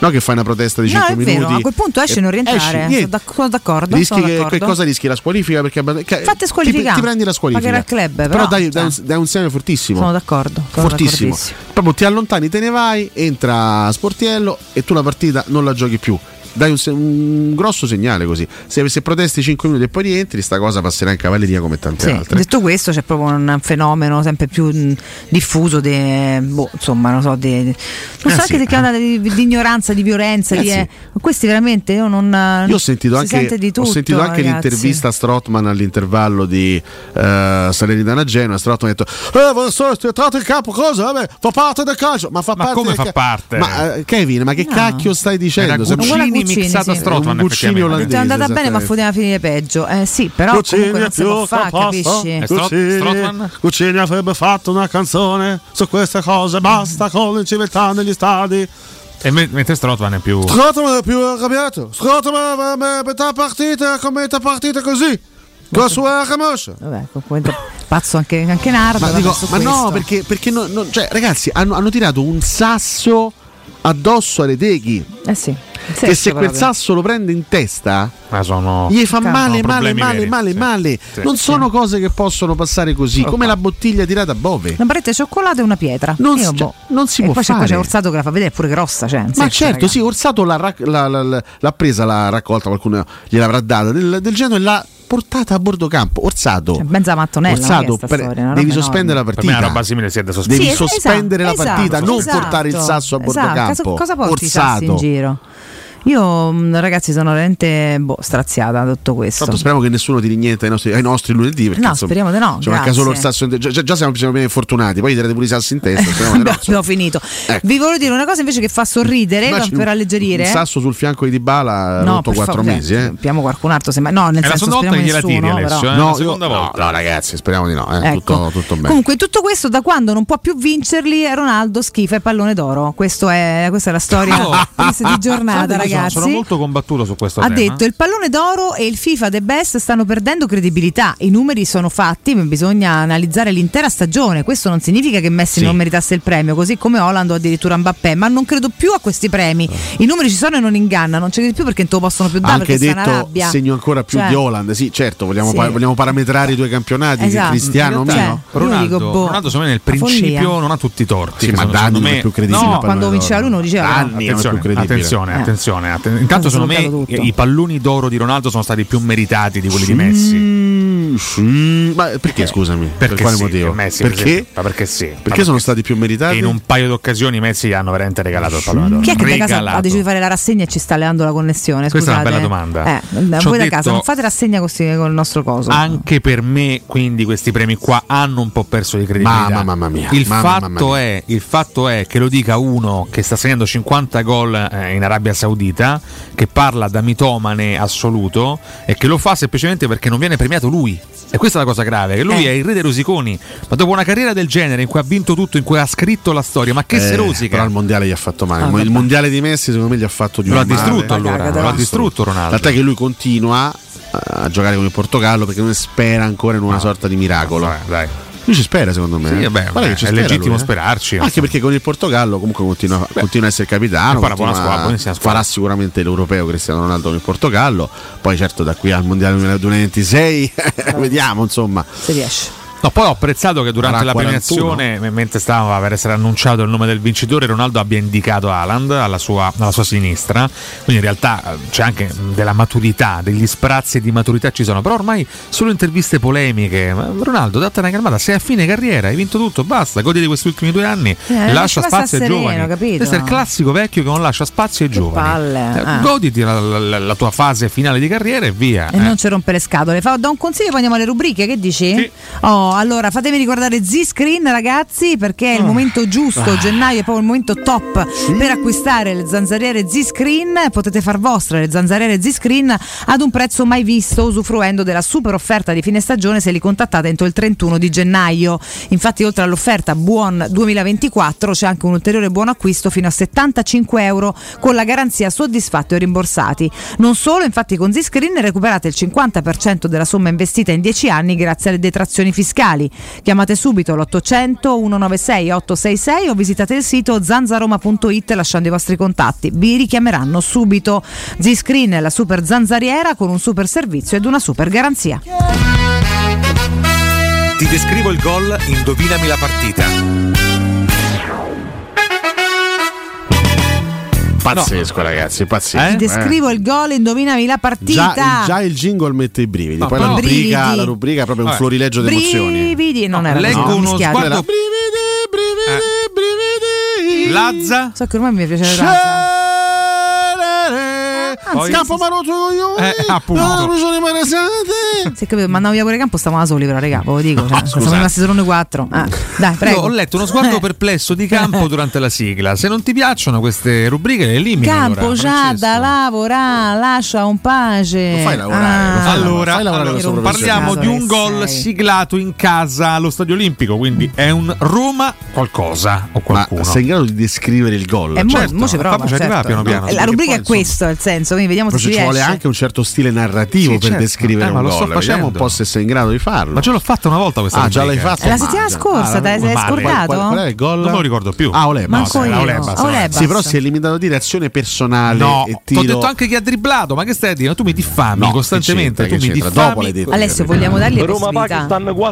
No, che fai una protesta di No, 5 è minuti. vero, a quel punto esce e non rientrare. niente. sono d'ac- sono d'accordo. Rischi sono che, d'accordo. che cosa rischi? La squalifica? Perché abband- che- Fate ti- squalificare. Ti, prendi la squalifica. Pagherà il club, però, però dai, dai un, dai un segno fortissimo. Sono d'accordo, sono fortissimo. d'accordissimo. Proprio ti allontani, te ne vai, entra Sportiello e tu la partita non la giochi più. Dai un, se- un grosso segnale così. Se, se protesti 5 minuti e poi rientri, sta cosa passerà in cavalleria come tante Sì, altre. Detto questo, c'è proprio un fenomeno sempre più mh, diffuso de- boh, insomma, non so, de- non so Eh anche sì. se chiamata di, di ignoranza, di violenza, Eh di- sì. eh, ma questi veramente io non Io ho sentito si anche, sente di tutto, ho sentito anche ragazzi. l'intervista a Strotman all'intervallo di eh, Salernitana Genoa. Strotman ha detto: Eh, voi siete entrato in campo, cosa? Vabbè, fa parte del calcio. Ma fa Ma parte come del fa ca- parte? Ma eh, Kevin, ma che cacchio stai dicendo? Era Sembra- Guccini Guccini, mixato sì. a Strootman, Un Guccini effettivamente. Eh. olandese. è andata bene, ma esattamente. poteva finire peggio. Eh sì, però comunque non si può fare, eh, capisci? Guccini avrebbe fatto una canzone su queste cose, basta con l'inciviltà negli stadi. E me- mentre Strotman è più. Scotman è più arrabbiato. Scotman è metà partita come metà partita così. Con la sua camoscia. Vabbè, ecco, comunque, pazzo anche, anche Nardo. Ma, vabbè, dico, su ma no, questo. perché, perché no- no- cioè, ragazzi hanno, hanno tirato un sasso addosso alle Teghi. Eh sì. Che se quel proprio. sasso lo prende in testa, Ma sono. gli fa Sono male, male, problemi male, veri. male, male. Sì. Non Sì. sono cose che possono passare così, come la bottiglia tirata a Bove. Una barretta di cioccolato e una pietra. Non Io, si- boh. non si e può poi c'è, poi fare. c'è Orsato che la fa vedere, è pure grossa. Cioè, nel Ma senso, certo, ragazzi. sì, Orsato l'ha, rac- la- la- la- l'ha presa, l'ha raccolta, qualcuno gliel'avrà data del, del Genoa e l'ha portata a bordo campo. Orsato, Benza mattonella. ma Orsato, che Cioè, è sta pre- storia, Una roba devi enorme. sospendere la Per me una partita. roba simile si è da sospendere. Devi Sì, es- sospendere esatto, la partita, non esatto, portare il sasso a bordo esatto. campo. Cosa, cosa porti i sassi in Orsato. giro? Io, mh, ragazzi, sono veramente boh, straziata da tutto questo. Tanto speriamo che nessuno tiri niente ai nostri, ai nostri lunedì. Perché, No, insomma, speriamo di no, Cioè, manca grazie. solo il sasso in già, già- già siamo, siamo infortunati, poi tirate pure i sassi in *laughs* testa. speriamo di no. Abbiamo finito. Vi volevo dire una cosa invece che fa sorridere Immagini per un- alleggerire. Ecco. Un sasso sul fianco di Dybala No, rotto per 4 favore, mesi. Eh. Abbiamo qualcun altro, sembra. No, nel È la senso seconda volta speriamo che gliela nessuno, tiri, però. Alessio, eh? No, La seconda io- volta. no, ragazzi, speriamo di no. eh. Ecco. Tutto, tutto bene. Comunque, in tutto questo, da quando non può più vincerli, Ronaldo schifa e pallone d'oro. Questo è, questa è la *laughs* storia triste di giornata, Guardate che sono- ragazzi. Sono molto combattuto su questo ha tema. detto il pallone d'oro e il FIFA The Best stanno perdendo credibilità. I numeri sono fatti, ma bisogna analizzare l'intera stagione. Questo non significa che Messi Sì. non meritasse il premio, così come Holland o addirittura Mbappé, ma non credo più a questi premi. I numeri ci sono e non ingannano, non ci credi più perché non te lo possono più Ha dare anche perché sta una detto rabbia. segno ancora più Cioè, di Holland. Sì, certo, vogliamo, Sì. pa- vogliamo parametrare i due campionati. che Esatto. Cristiano, In realtà, meno. io Ronaldo- dico, boh, Ronaldo, secondo me, nel la principio follia. non ha tutti i torti. Sì, che ma sono, da anni secondo non è me più credibile il No, pallone quando vinceva lui non lo diceva. Da no. anni non è più credibile. "Ah, attenzione, Eh. attenzione, atten- Intanto, Hanno secondo me, sbloccato tutto. i palloni d'oro di Ronaldo sono stati più meritati di quelli di Messi. Eh, Mm, ma perché, scusami? Perché per quale sì, motivo? Messi, per perché? esempio. Ma perché sì? Ma perché sono stati più meritati? in un paio di occasioni Messi gli hanno veramente regalato il pallone d'oro. Chi è che da casa ha Regalato. deciso di fare la rassegna e ci sta levando la connessione? Scusate. Questa è una bella domanda. Eh, voi Ci ho da detto- casa non fate rassegna con questi- con il nostro coso. Anche per me, quindi, questi premi qua hanno un po' perso di credibilità. Mamma, mamma mia, Il, mamma, fatto mamma mia. È, il fatto è che lo dica uno che sta segnando 50 gol eh, in Arabia Saudita, che parla da mitomane assoluto e che lo fa semplicemente perché non viene premiato lui. E questa è la cosa grave, che lui Eh. è il re dei rosiconi. Ma dopo una carriera del genere in cui ha vinto tutto, in cui ha scritto la storia, ma che Eh, se rosica! Però il mondiale gli ha fatto male. Ah, Il mo- vabbè. il mondiale di Messi, secondo me, gli ha fatto di Lo un ha male. distrutto, allora, lo ha Lo ha distrutto Ronaldo. Tant'è che lui continua a giocare con il Portogallo perché non spera ancora in una sorta di miracolo. Ah. Eh, dai. Lui ci spera, secondo me. Sì, eh. vabbè, Guarda che beh, ci è spera legittimo lui, eh. sperarci, Anche perché con il Portogallo comunque continua, continua a essere capitano. E poi una buona continua- squadra, buonissima squadra. Farà sicuramente l'europeo Cristiano Ronaldo nel Portogallo. Poi, certo, da qui al mondiale 2026, *laughs* vediamo insomma. Se riesce. No, poi ho apprezzato che durante Sarà la 41. premiazione, m- mentre stava per essere annunciato il nome del vincitore, Ronaldo abbia indicato Haaland alla sua, alla sua sinistra. Quindi in realtà eh, c'è anche mh, della maturità, degli sprazzi di maturità ci sono, però ormai solo interviste polemiche. Ma, Ronaldo, date una calmata, sei a fine carriera, hai vinto tutto, basta, goditi questi ultimi due anni, Eh, lascia basta spazio ai sereno, giovani. capito? Questo è il classico vecchio che non lascia spazio ai giovani. palle, Eh, ah. Goditi la, la- la tua fase finale di carriera e via. E eh. non ci rompe le scatole. Fa, do un consiglio, poi andiamo alle rubriche. Che dici? Oh, allora fatemi ricordare Z-Screen, ragazzi, perché è il momento giusto. Ah. Gennaio è proprio il momento top per acquistare le zanzariere Z-Screen. Potete far vostre le zanzariere Z-Screen ad un prezzo mai visto, usufruendo della super offerta di fine stagione se li contattate entro il 31 di gennaio. Infatti, oltre all'offerta Buon 2024, c'è anche un ulteriore buon acquisto fino a 75 euro con la garanzia soddisfatto e rimborsati. Non solo, infatti, con Ziscreen recuperate il 50% della somma investita in 10 anni grazie alle detrazioni fiscali. Chiamate subito l'800 196 866 o visitate il sito zanzaroma.it lasciando i vostri contatti. Vi richiameranno subito. Ziscreen è la super zanzariera con un super servizio ed una super garanzia. Ti descrivo il gol, indovinami la partita. Pazzesco, Eh? ragazzi, pazzesco. Ti descrivo il gol, indovinami la partita. Già, il- già il jingle mette i brividi, No, poi però- la rubrica, Brividi. la rubrica è proprio un Vabbè. florileggio di emozioni. Brividi, non era leggo no, mi uno schiaccio. sguardo- Lazza. So che ormai mi piace Lazza. Poi- Campo Marotto coglioni. Eh, appunto. No, non sono Sì, capito, mandavo via pure campo, stavamo da soli, però, raga, ve lo dico. Cioè, siamo Eh. scusa. rimasti solo noi quattro. Ah, dai, prego. Eh. Io ho letto uno sguardo perplesso di campo durante la sigla. Se non ti piacciono queste rubriche, le elimini. Campo allora. Giada lavora, lascia un pace. Lo fai lavorare, lo fai allora, allora, allora, parliamo di un gol siglato in casa allo Stadio Olimpico, quindi è un Roma qualcosa o qualcuno. sei in grado di descrivere il gol? E mo- mo ci prova, Fammici arrivare certo. Cioè, piano piano. Eh, La rubrica è questo, nel senso, quindi vediamo se ci Però ci ci riesce. vuole anche un certo stile narrativo Sì, per certo. descrivere Eh, ma un lo gol. sto Vediamo facendo. un po' se sei in grado di farlo. Ma ce l'ho fatta una volta questa Ah, già rubrica. l'hai fatta? La settimana Mannaggia. scorsa, te l'hai- te l'hai Male. scordato? Qual, qual è il gol? Non me lo ricordo più. Ah, Olè, Manco basta. io. Era Olè, basta. Olè, Sì, basta. però si è limitato a dire azione personale No, Ah, e ti tiro. ho detto anche chi ha dribblato, ma che stai a dire? Tu mi diffami No, che costantemente, c'entra, tu mi che c'entra? diffami. Dopo l'hai detto. Alessio, vogliamo dargli le possibilità?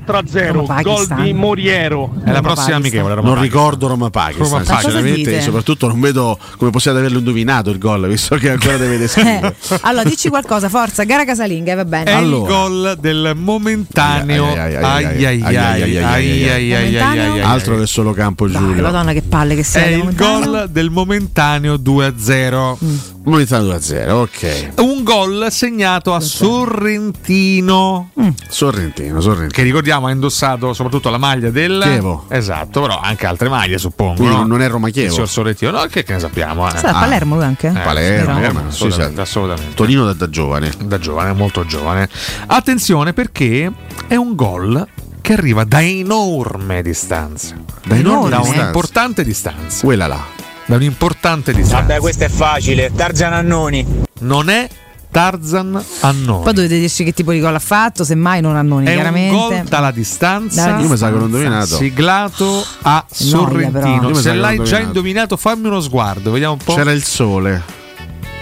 4-0, gol Roma-Pakistan. di Moriero. È la prossima amichevole. Roma non ricordo Roma Roma Pakistan, Pakistan. Cosa sinceramente, dite? soprattutto non vedo come possiate averlo indovinato il gol, visto che ancora *laughs* deve descrivere. allora, dici qualcosa, forza, gara casalinga, va bene. È il gol del momentaneo. Ai, ai, Eh. ai, ai, Ai ai ai, ai, ai, ai, ai, ai, ai, ai, ai. Altro che solo campo Dai, Giulio. Madonna, che palle che È sei. il gol del momentaneo 2-0. Mm. Momentaneo 2-0, ok. Un gol segnato a Sorrentino. Sorrentino, Sorrentino. Che ricordiamo ha indossato soprattutto la maglia del Chievo. Esatto, però anche altre maglie, suppongo. Quindi no? non è Roma Chievo. Il signor Sorrentino, no, che, che ne sappiamo. Eh? Sta a Ah, Palermo lui anche? eh, Palermo, sì, certo. Roma, sì, assolutamente, sì. assolutamente. Torino da, da giovane. Da giovane, molto giovane. Attenzione perché è un gol che arriva da enorme distanza. Da enorme da distanza. un'importante distanza. Quella là. Da un'importante distanza. Vabbè, questo è facile. Tarzan Annoni. Non è Tarzan Annoni. Poi dovete dirci che tipo di gol ha fatto, semmai non Annoni, È un chiaramente. gol dalla distanza. Dalla Io mi sa che l'ho indovinato. Siglato a Noia, però. Io Sorrentino. mi sa Se che l'ho l'hai già indovinato. indovinato, fammi uno sguardo, vediamo un po'. C'era il sole.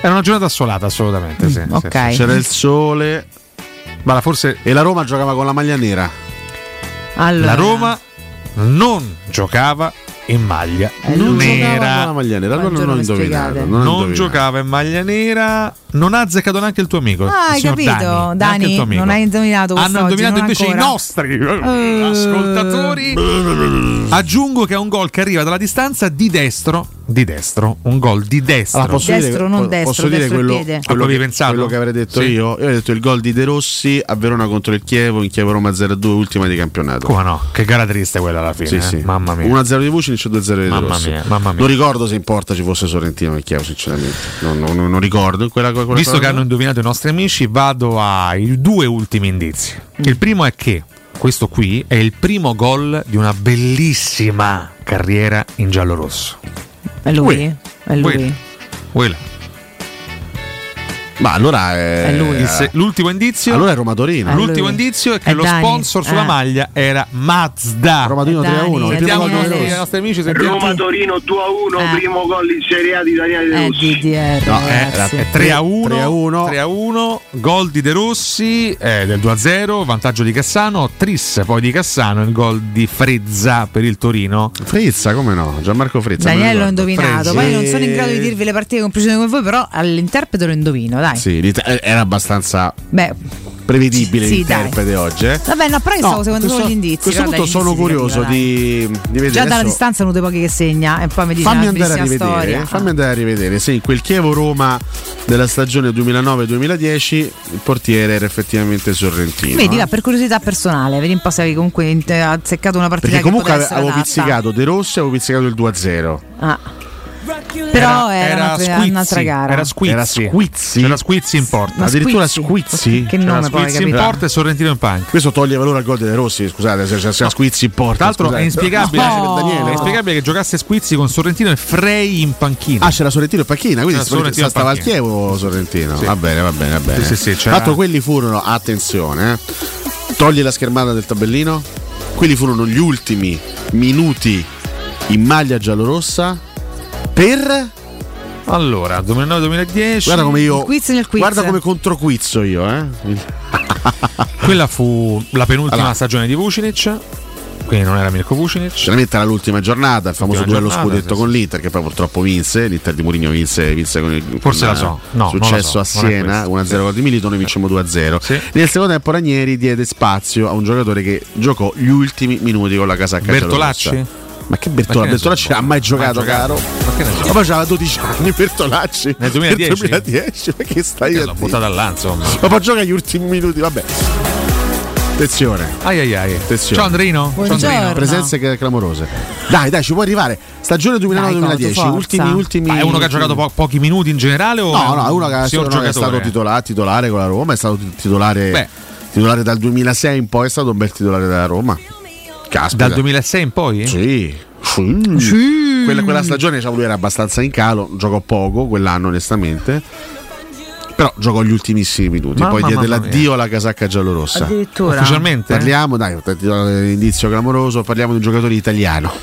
Era una giornata assolata, assolutamente. sì, sì, Mm, ok. sì. C'era il sole. Ma forse. E la Roma giocava con la maglia nera. Allora. La Roma non giocava in maglia Eh, giocava con la nera. maglia nera. Allora non ho indovinato. Non, ho Non, indovinato. giocava in maglia nera. Non ha azzeccato neanche il tuo amico. Ah, hai signor capito, Dani, neanche il tuo amico. non hai indovinato Hanno quest'oggi, indovinato non invece ancora. i nostri eh, ascoltatori. Aggiungo che è un gol che arriva dalla distanza di destro. Di destro, un gol di destro. Ah, Allora, posso dire, po- posso dire quello, quello Quello che, avevi pensato? quello che avrei detto Sì. io. Io ho detto il gol di De Rossi a Verona contro il Chievo, in Chievo Roma 0-2, ultima di campionato. Come no? Che gara triste quella alla fine. Sì, eh? sì. Mamma mia. 1-0 di Vucinic e 2-0 di De Mamma Rossi. mia, mamma mia. Non ricordo se in porta ci fosse Sorrentino e Chievo, sinceramente. Non, non- non- non ricordo. Quella- quella- quella- Visto che quella- hanno indovinato i nostri amici, vado ai due ultimi indizi. Il primo è che questo qui è il primo gol di una bellissima carriera in giallo-rosso. È lui? È lui? Quella. Ma allora è, È lui. Il se- l'ultimo indizio. Allora è Roma Torino. L'ultimo indizio è che lo sponsor Ah. sulla maglia era Mazda. Roma Torino 3-1. Sentiamo Dani, i nostri- Dani. i nostri amici. Sentiamo Roma Torino 2 a 1, primo gol in Serie A di Daniele De Rossi. No, eh, era 3 a 1, 3 a 1. 3 a 1, gol di De Rossi eh, del 2 a 0, vantaggio di Cassano, Tris poi di Cassano, il gol di Frezza per il Torino. Frezza, come no? Gianmarco Frezza. Daniele l'ho indovinato, poi non sono in grado di dirvi le partite con precisione come voi, però all'interprete lo indovino, dai. Sì, l'It- eh, era abbastanza Beh, prevedibile Sì, l'interprete oggi. eh. vabbè, no, però io No, stavo seguendo solo questo- gli indizi. A questo però punto dai, sono gli indizi si curioso capiva, dai. di, di vedere. Già dalla adesso- distanza sono uno dei pochi che segna eh, e poi mi dice fammi una andare a bellissima rivedere, storia. fammi andare a rivedere se in quel Chievo-Roma della stagione 2009-2010 il portiere era effettivamente Sorrentino. Vedi, eh. va, per curiosità personale, vedi un po' se avevi comunque in- eh, azzeccato una partita Perché che comunque poteva ave- essere avevo adatta. pizzicato De Rossi e avevo pizzicato il 2-0. Ah. Però era, una- un'altra gara. Era Squizzi. Era Squizzi. C'era Squizzi in porta. Ma Addirittura Squizzi? Squizzi? Che C'era nome poi, Squizzi in capito? porta e Sorrentino in panca. Questo toglie valore al gol di De Rossi, scusate, se c'è se c'è Squizzi in porta. Tra l'altro è scusate. inspiegabile, Esatto. No. è inspiegabile che giocasse Squizzi con Sorrentino e Frey in panchina. Ah, c'era Sorrentino in panchina, quindi C'era Cioè, Sorrentino Sorrentino stava al in Chievo Sorrentino. Va bene, va bene, va bene. Sì, sì, sì, Tra c'era- l'altro quelli furono, attenzione, eh, togli la schermata del tabellino, quelli furono gli ultimi minuti in maglia giallorossa per... Allora, 2009-2010. Guarda come io... Il quiz nel quiz. Guarda come controquizzo io, eh. Quella fu la penultima Allora. stagione di Vucinic. Quindi non era Mirko Vucinic. Sinceramente era l'ultima giornata, il famoso Ultima duello giornata, scudetto sì, con l'Inter che poi purtroppo vinse, l'Inter di Mourinho vinse, vinse con il Forse con, la so, eh, no, non la successo so, a non è Siena, questo. 1-0 gol di Milito, noi vincemmo 2-0. Nel secondo tempo Ranieri diede spazio a un giocatore che giocò gli ultimi minuti con la casacca Bertolacci? giallorossa. Ma che Ma che Bertolacci? ne Bertolacci non ha mai giocato, caro. Ma che ne so? Ma poi c'aveva 12 anni *laughs* Bertolacci. Nel 2010? Nel 2010, ma che stai a L'ho dire? buttata là, insomma. Ma poi gioca gli ultimi minuti, vabbè. Attenzione. Ai ai ai. Attenzione. Ciao Andrino. Ciao Andrino. Presenze che- clamorose. Dai, dai, ci puoi arrivare. Stagione Dai, 2009-2010, Cotu, ultimi, Ah, forza. ultimi. Ma è uno che ha giocato po- pochi minuti in generale o No, no, è uno che ha- signor no, è stato giocatore? titola- titolare con la Roma, è stato titolare, Beh. titolare dal 2006 in poi, è stato un bel titolare della Roma. Caspita. Dal 2006 in poi? Sì. Sì. Quella, quella stagione diciamo, lui era abbastanza in calo, giocò poco quell'anno onestamente, però giocò gli ultimissimi minuti, Mamma, poi diede mamma l'addio alla casacca giallorossa. Addirittura? Ufficialmente? Parliamo, dai, ti do l'indizio clamoroso, parliamo di un giocatore italiano.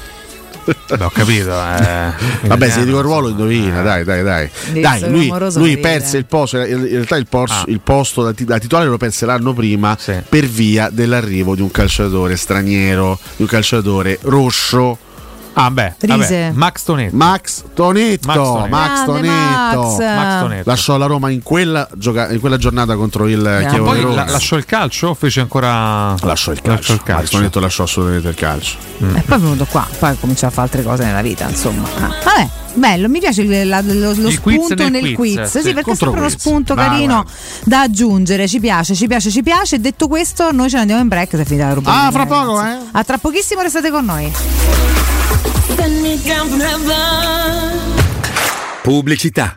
Beh, ho capito. eh. Vabbè, se ti dico il ruolo indovina, dai, dai, dai. Indizio Dai, lui, clamoroso lui lo vede. perse il posto, eh, in in realtà il, pors- Ah. il posto da, ti- da titolare lo perse l'anno prima per via dell'arrivo di un calciatore straniero, di un calciatore rosso. Ah beh, Rise. Max Tonetti. Max Tonetto, Max Max Tonetto. Grande Tonetto. Max. Max Tonetto. Lasciò la Roma in quella, gioca- in quella giornata contro il Ma Chievo Ah, poi di Roma. la- lasciò il calcio o fece ancora. Lasciò il calcio. Max Tonetto lasciò assolutamente il calcio. Mm. Eh, E poi è venuto qua, poi comincia a fare altre cose nella vita, insomma. Ah, Vabbè, bello, mi piace il- la- lo, lo Il quiz spunto nel nel quiz, quiz. sì. Sì, perché è Contro sempre uno quiz. spunto Ma carino da aggiungere. Ci piace, ci piace, ci piace. Detto questo, noi ce ne andiamo in break. Se è finita la rubrica. Ah, fra poco, eh? A tra pochissimo, restate con noi. Pubblicità.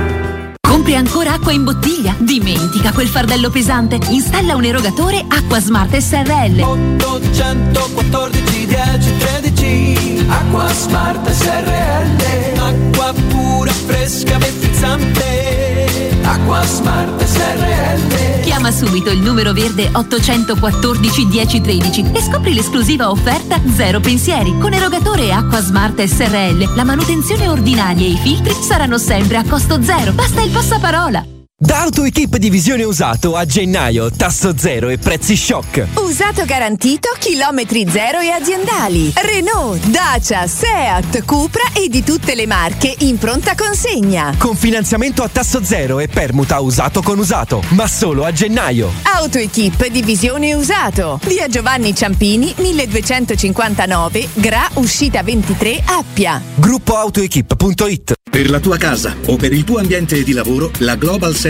Compri ancora acqua in bottiglia? Dimentica quel fardello pesante. Installa un erogatore Acqua Smart SRL. 814 10 13 Acqua Smart e SRL Acqua pura, fresca, frizzante Acqua Smart e SRL Chiama subito il numero verde 814 1013 e scopri l'esclusiva offerta Zero Pensieri. Con erogatore Acqua Smart SRL la manutenzione ordinaria e i filtri saranno sempre a costo zero. Basta il passaparola. Da AutoEquip Divisione Usato a gennaio, tasso zero e prezzi shock. Usato garantito, chilometri zero e aziendali. Renault, Dacia, Seat, Cupra e di tutte le marche in pronta consegna. Con finanziamento a tasso zero e permuta usato con usato, ma solo a gennaio. Autoequip Divisione Usato. Via Giovanni Ciampini, 1259, Gra, uscita 23, Appia. Gruppo AutoEquip.it Per la tua casa o per il tuo ambiente di lavoro, la Global Service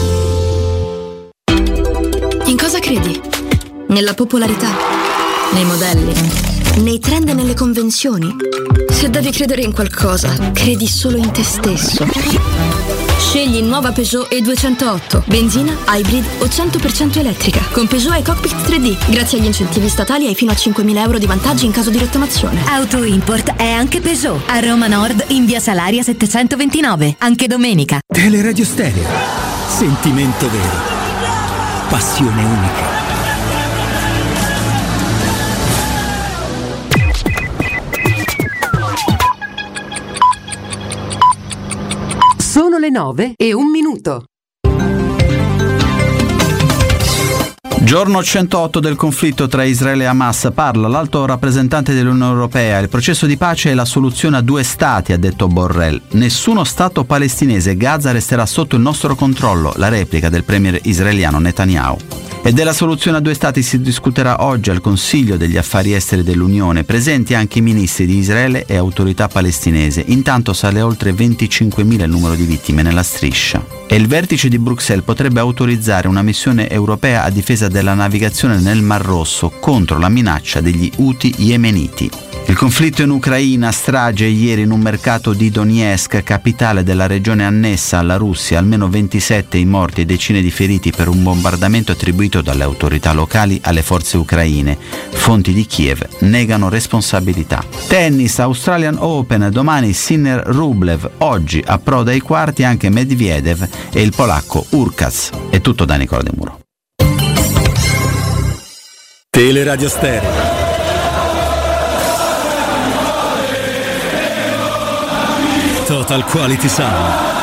In cosa credi? Nella popolarità? Nei modelli? Nei trend e nelle convenzioni? Se devi credere in qualcosa, credi solo in te stesso. Scegli nuova Peugeot E208, benzina, hybrid o 100% elettrica. Con Peugeot e Cockpit 3D, grazie agli incentivi statali hai fino a 5.000 euro di vantaggi in caso di rottamazione. Auto Import è anche Peugeot. A Roma Nord, in via Salaria 729, anche domenica. Teleradio Stereo. Sentimento vero. Passione unica. Sono le 9 e un minuto. Giorno 108 del conflitto tra Israele e Hamas parla l'alto rappresentante dell'Unione Europea. Il processo di pace è la soluzione a due stati, ha detto Borrell. Nessuno stato palestinese, Gaza resterà sotto il nostro controllo, la replica del premier israeliano Netanyahu. E della soluzione a due stati si discuterà oggi al Consiglio degli affari esteri dell'Unione, presenti anche i ministri di Israele e autorità palestinese. Intanto sale oltre 25.000 il numero di vittime nella striscia. E il vertice di Bruxelles potrebbe autorizzare una missione europea a difesa della navigazione nel Mar Rosso contro la minaccia degli Houthi yemeniti. Il conflitto in Ucraina strage ieri in un mercato di Donetsk, capitale della regione annessa alla Russia, almeno 27 i morti e decine di feriti per un bombardamento attribuito dalle autorità locali alle forze ucraine. Fonti di Kiev negano responsabilità. Tennis Australian Open, domani Sinner Rublev, oggi approda ai quarti anche Medvedev e il polacco Urkas. È tutto da Nicola De Muro. Teleradio Stereo. 9. Total Quality Sound.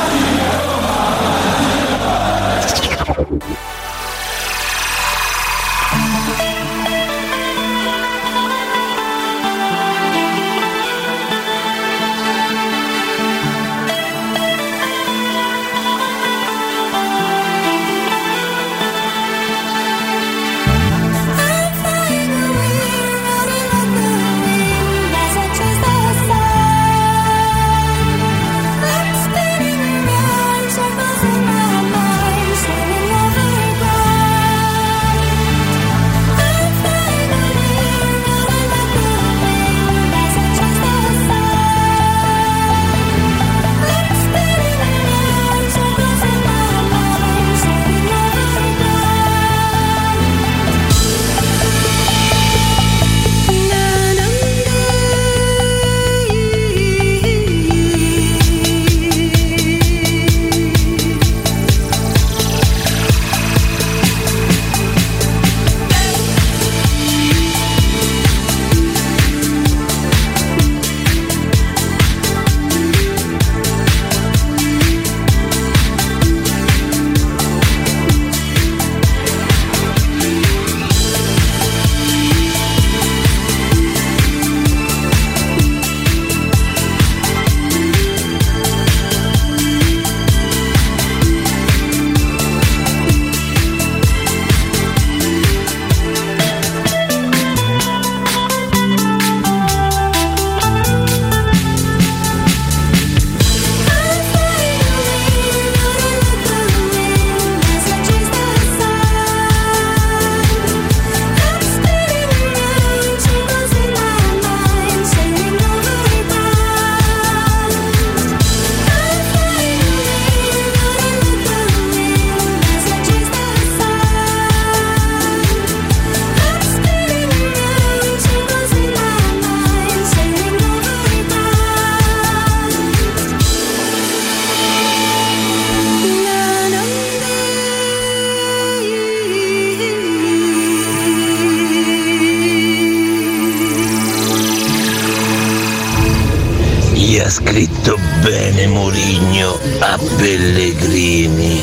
Gli ha scritto bene Murigno a Pellegrini.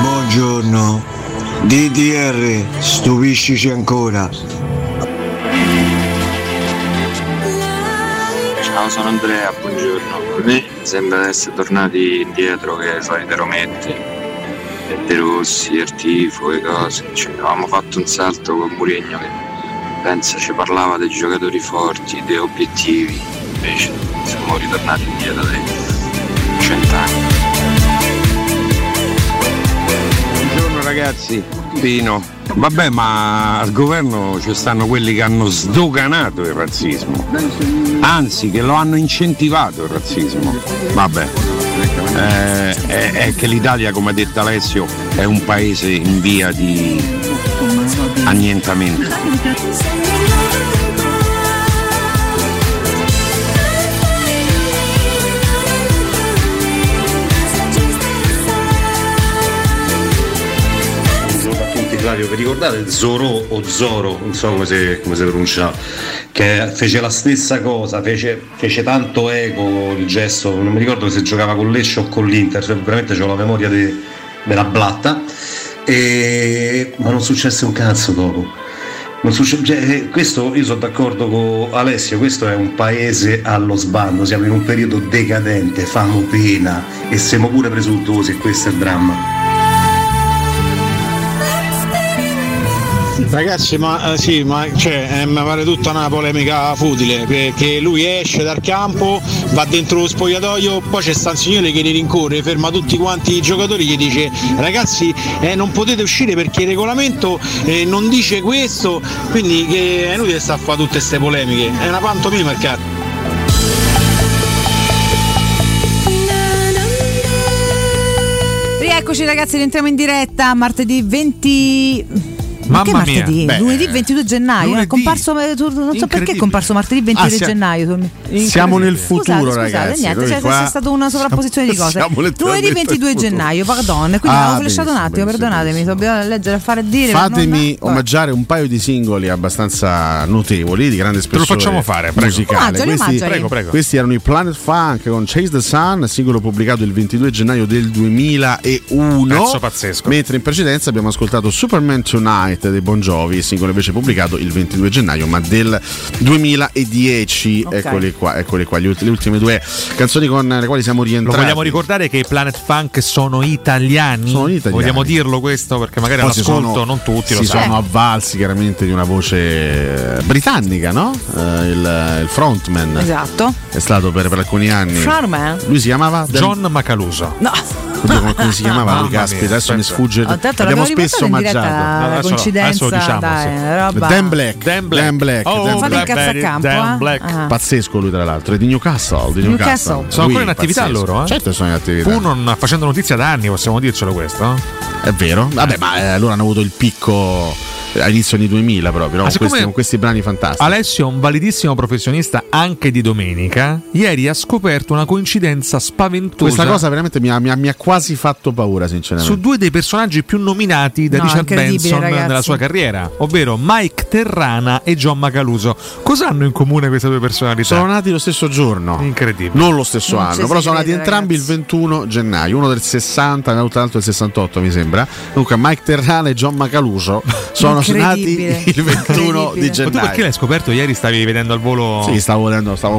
Buongiorno. DDR, stupiscici ancora. Ciao, sono Andrea, buongiorno. A me sembra essere tornati indietro che ai soliti Rometti, e De Rossi, il tifo, e cose. Cioè, avevamo fatto un salto con Mourinho che pensa ci parlava dei giocatori forti, dei obiettivi. Invece siamo ritornati indietro dai cent'anni. Buongiorno ragazzi, Pino. Vabbè, ma al governo ci stanno quelli che hanno sdoganato il razzismo. Anzi, che lo hanno incentivato il razzismo. Vabbè. Eh, è, è che l'Italia, come ha detto Alessio, è un paese in via di annientamento. Buongiorno a tutti Flavio, vi ricordate Zorò o Zoro, non so come si, come si pronuncia, che fece la stessa cosa, fece, fece tanto eco il gesto, non mi ricordo se giocava con Lecce o con l'Inter, cioè veramente ho la memoria de- della blatta, e- ma non successe un cazzo dopo. Non succe- cioè, eh, questo io sono d'accordo con Alessio, questo è un paese allo sbando, siamo in un periodo decadente, famo pena e siamo pure presuntuosi, e questo è il dramma. Ragazzi, ma eh, sì, ma, cioè, eh, mi pare tutta una polemica futile, perché lui esce dal campo, va dentro lo spogliatoio, poi c'è sta un signore che li rincorre, ferma tutti quanti i giocatori, gli dice ragazzi eh, non potete uscire perché il regolamento eh, non dice questo, quindi che è inutile sta a fare tutte queste polemiche, è una pantomima il cazzo. Rieccoci ragazzi, rientriamo in diretta martedì 20. Ma che Mamma mia, martedì? beh, lunedì 22 gennaio. lunedì. È comparso, eh, non so perché è comparso martedì 22 Ah, sia- gennaio. Siamo nel futuro, scusate, ragazzi, Niente, noi cioè, qua c'è stata una sovrapposizione di cose. siamo letteralmente Lunedì nel 22 futuro. gennaio, pardon. Quindi avevo Ah, flashato un benissimo, attimo, benissimo, perdonatemi. Dobbiamo leggere, fare e dire. ma Fatemi non- omaggiare un paio di singoli abbastanza notevoli, di grande spessore facciamo fare, prego. musicale. Ah, Omaggiali, questi, omaggiali. Prego, prego. questi erano i Planet Funk con Chase the Sun, singolo pubblicato il 22 gennaio del 2001. Pezzo pazzesco. Mentre in precedenza abbiamo ascoltato Superman Tonight dei Bon Jovi, singolo invece pubblicato il 22 gennaio, ma del 2010. Eccoli qua, eccoli qua, gli ult- le ultime due canzoni con le quali siamo Lo rientrati. vogliamo ricordare che i Planet Funk sono italiani? Sono italiani. Vogliamo dirlo questo? Perché magari Poi si all'ascolto sono- non tutti lo si sanno. sono avvalsi chiaramente di una voce eh, britannica, no? Eh, il, il frontman. Esatto. eh. È stato per, per alcuni anni. Frontman? Lui si chiamava John Macaluso. No. Come, come si chiamava? Mamma lui, mia, caspita, adesso mi aspetta. sfugge. Oh, Ah, tanto Abbiamo l'abbiamo riportato spesso in diretta, omaggiato. la adesso- coincidenza, adesso lo diciamo, dai, sì. è roba- Dan Black. Dan Dan Black. Black. Oh, Dan fate Black. il cazzacampo, Dan eh. Black. Ah. Pazzesco lui, tra l'altro. È di Newcastle. Di Newcastle. Newcastle. Sono Lui, ancora in attività pazzesco. loro, eh? Certo, sono in attività. Pur non facendo notizia da anni, possiamo dircelo questo. È vero. Vabbè, ma eh, loro hanno avuto il picco all'inizio anni 2000 proprio, no? Ah, Con siccome- questi, con questi brani fantastici. Alessio è un validissimo professionista anche di domenica. Ieri ha scoperto una coincidenza spaventosa. Questa cosa veramente mi ha, mi ha- mi ha quasi fatto paura, sinceramente. su due dei personaggi più nominati da No, Richard incredibile, Benson ragazzi. nella sua carriera, ovvero Mike Terrana e John Macaluso. Cosa hanno in comune queste due personalità? Sono nati lo stesso giorno. Incredibile. Non lo stesso anno, però sono nati nati entrambi il 21 gennaio, uno del 60, l'altro del 68 mi sembra. Comunque Mike Terrana e John *laughs* Macaluso sono Incredibile. nati il 21 di Ma tu perché gennaio. l'hai scoperto ieri? Stavi vedendo al volo. Sì, stavo, volendo- stavo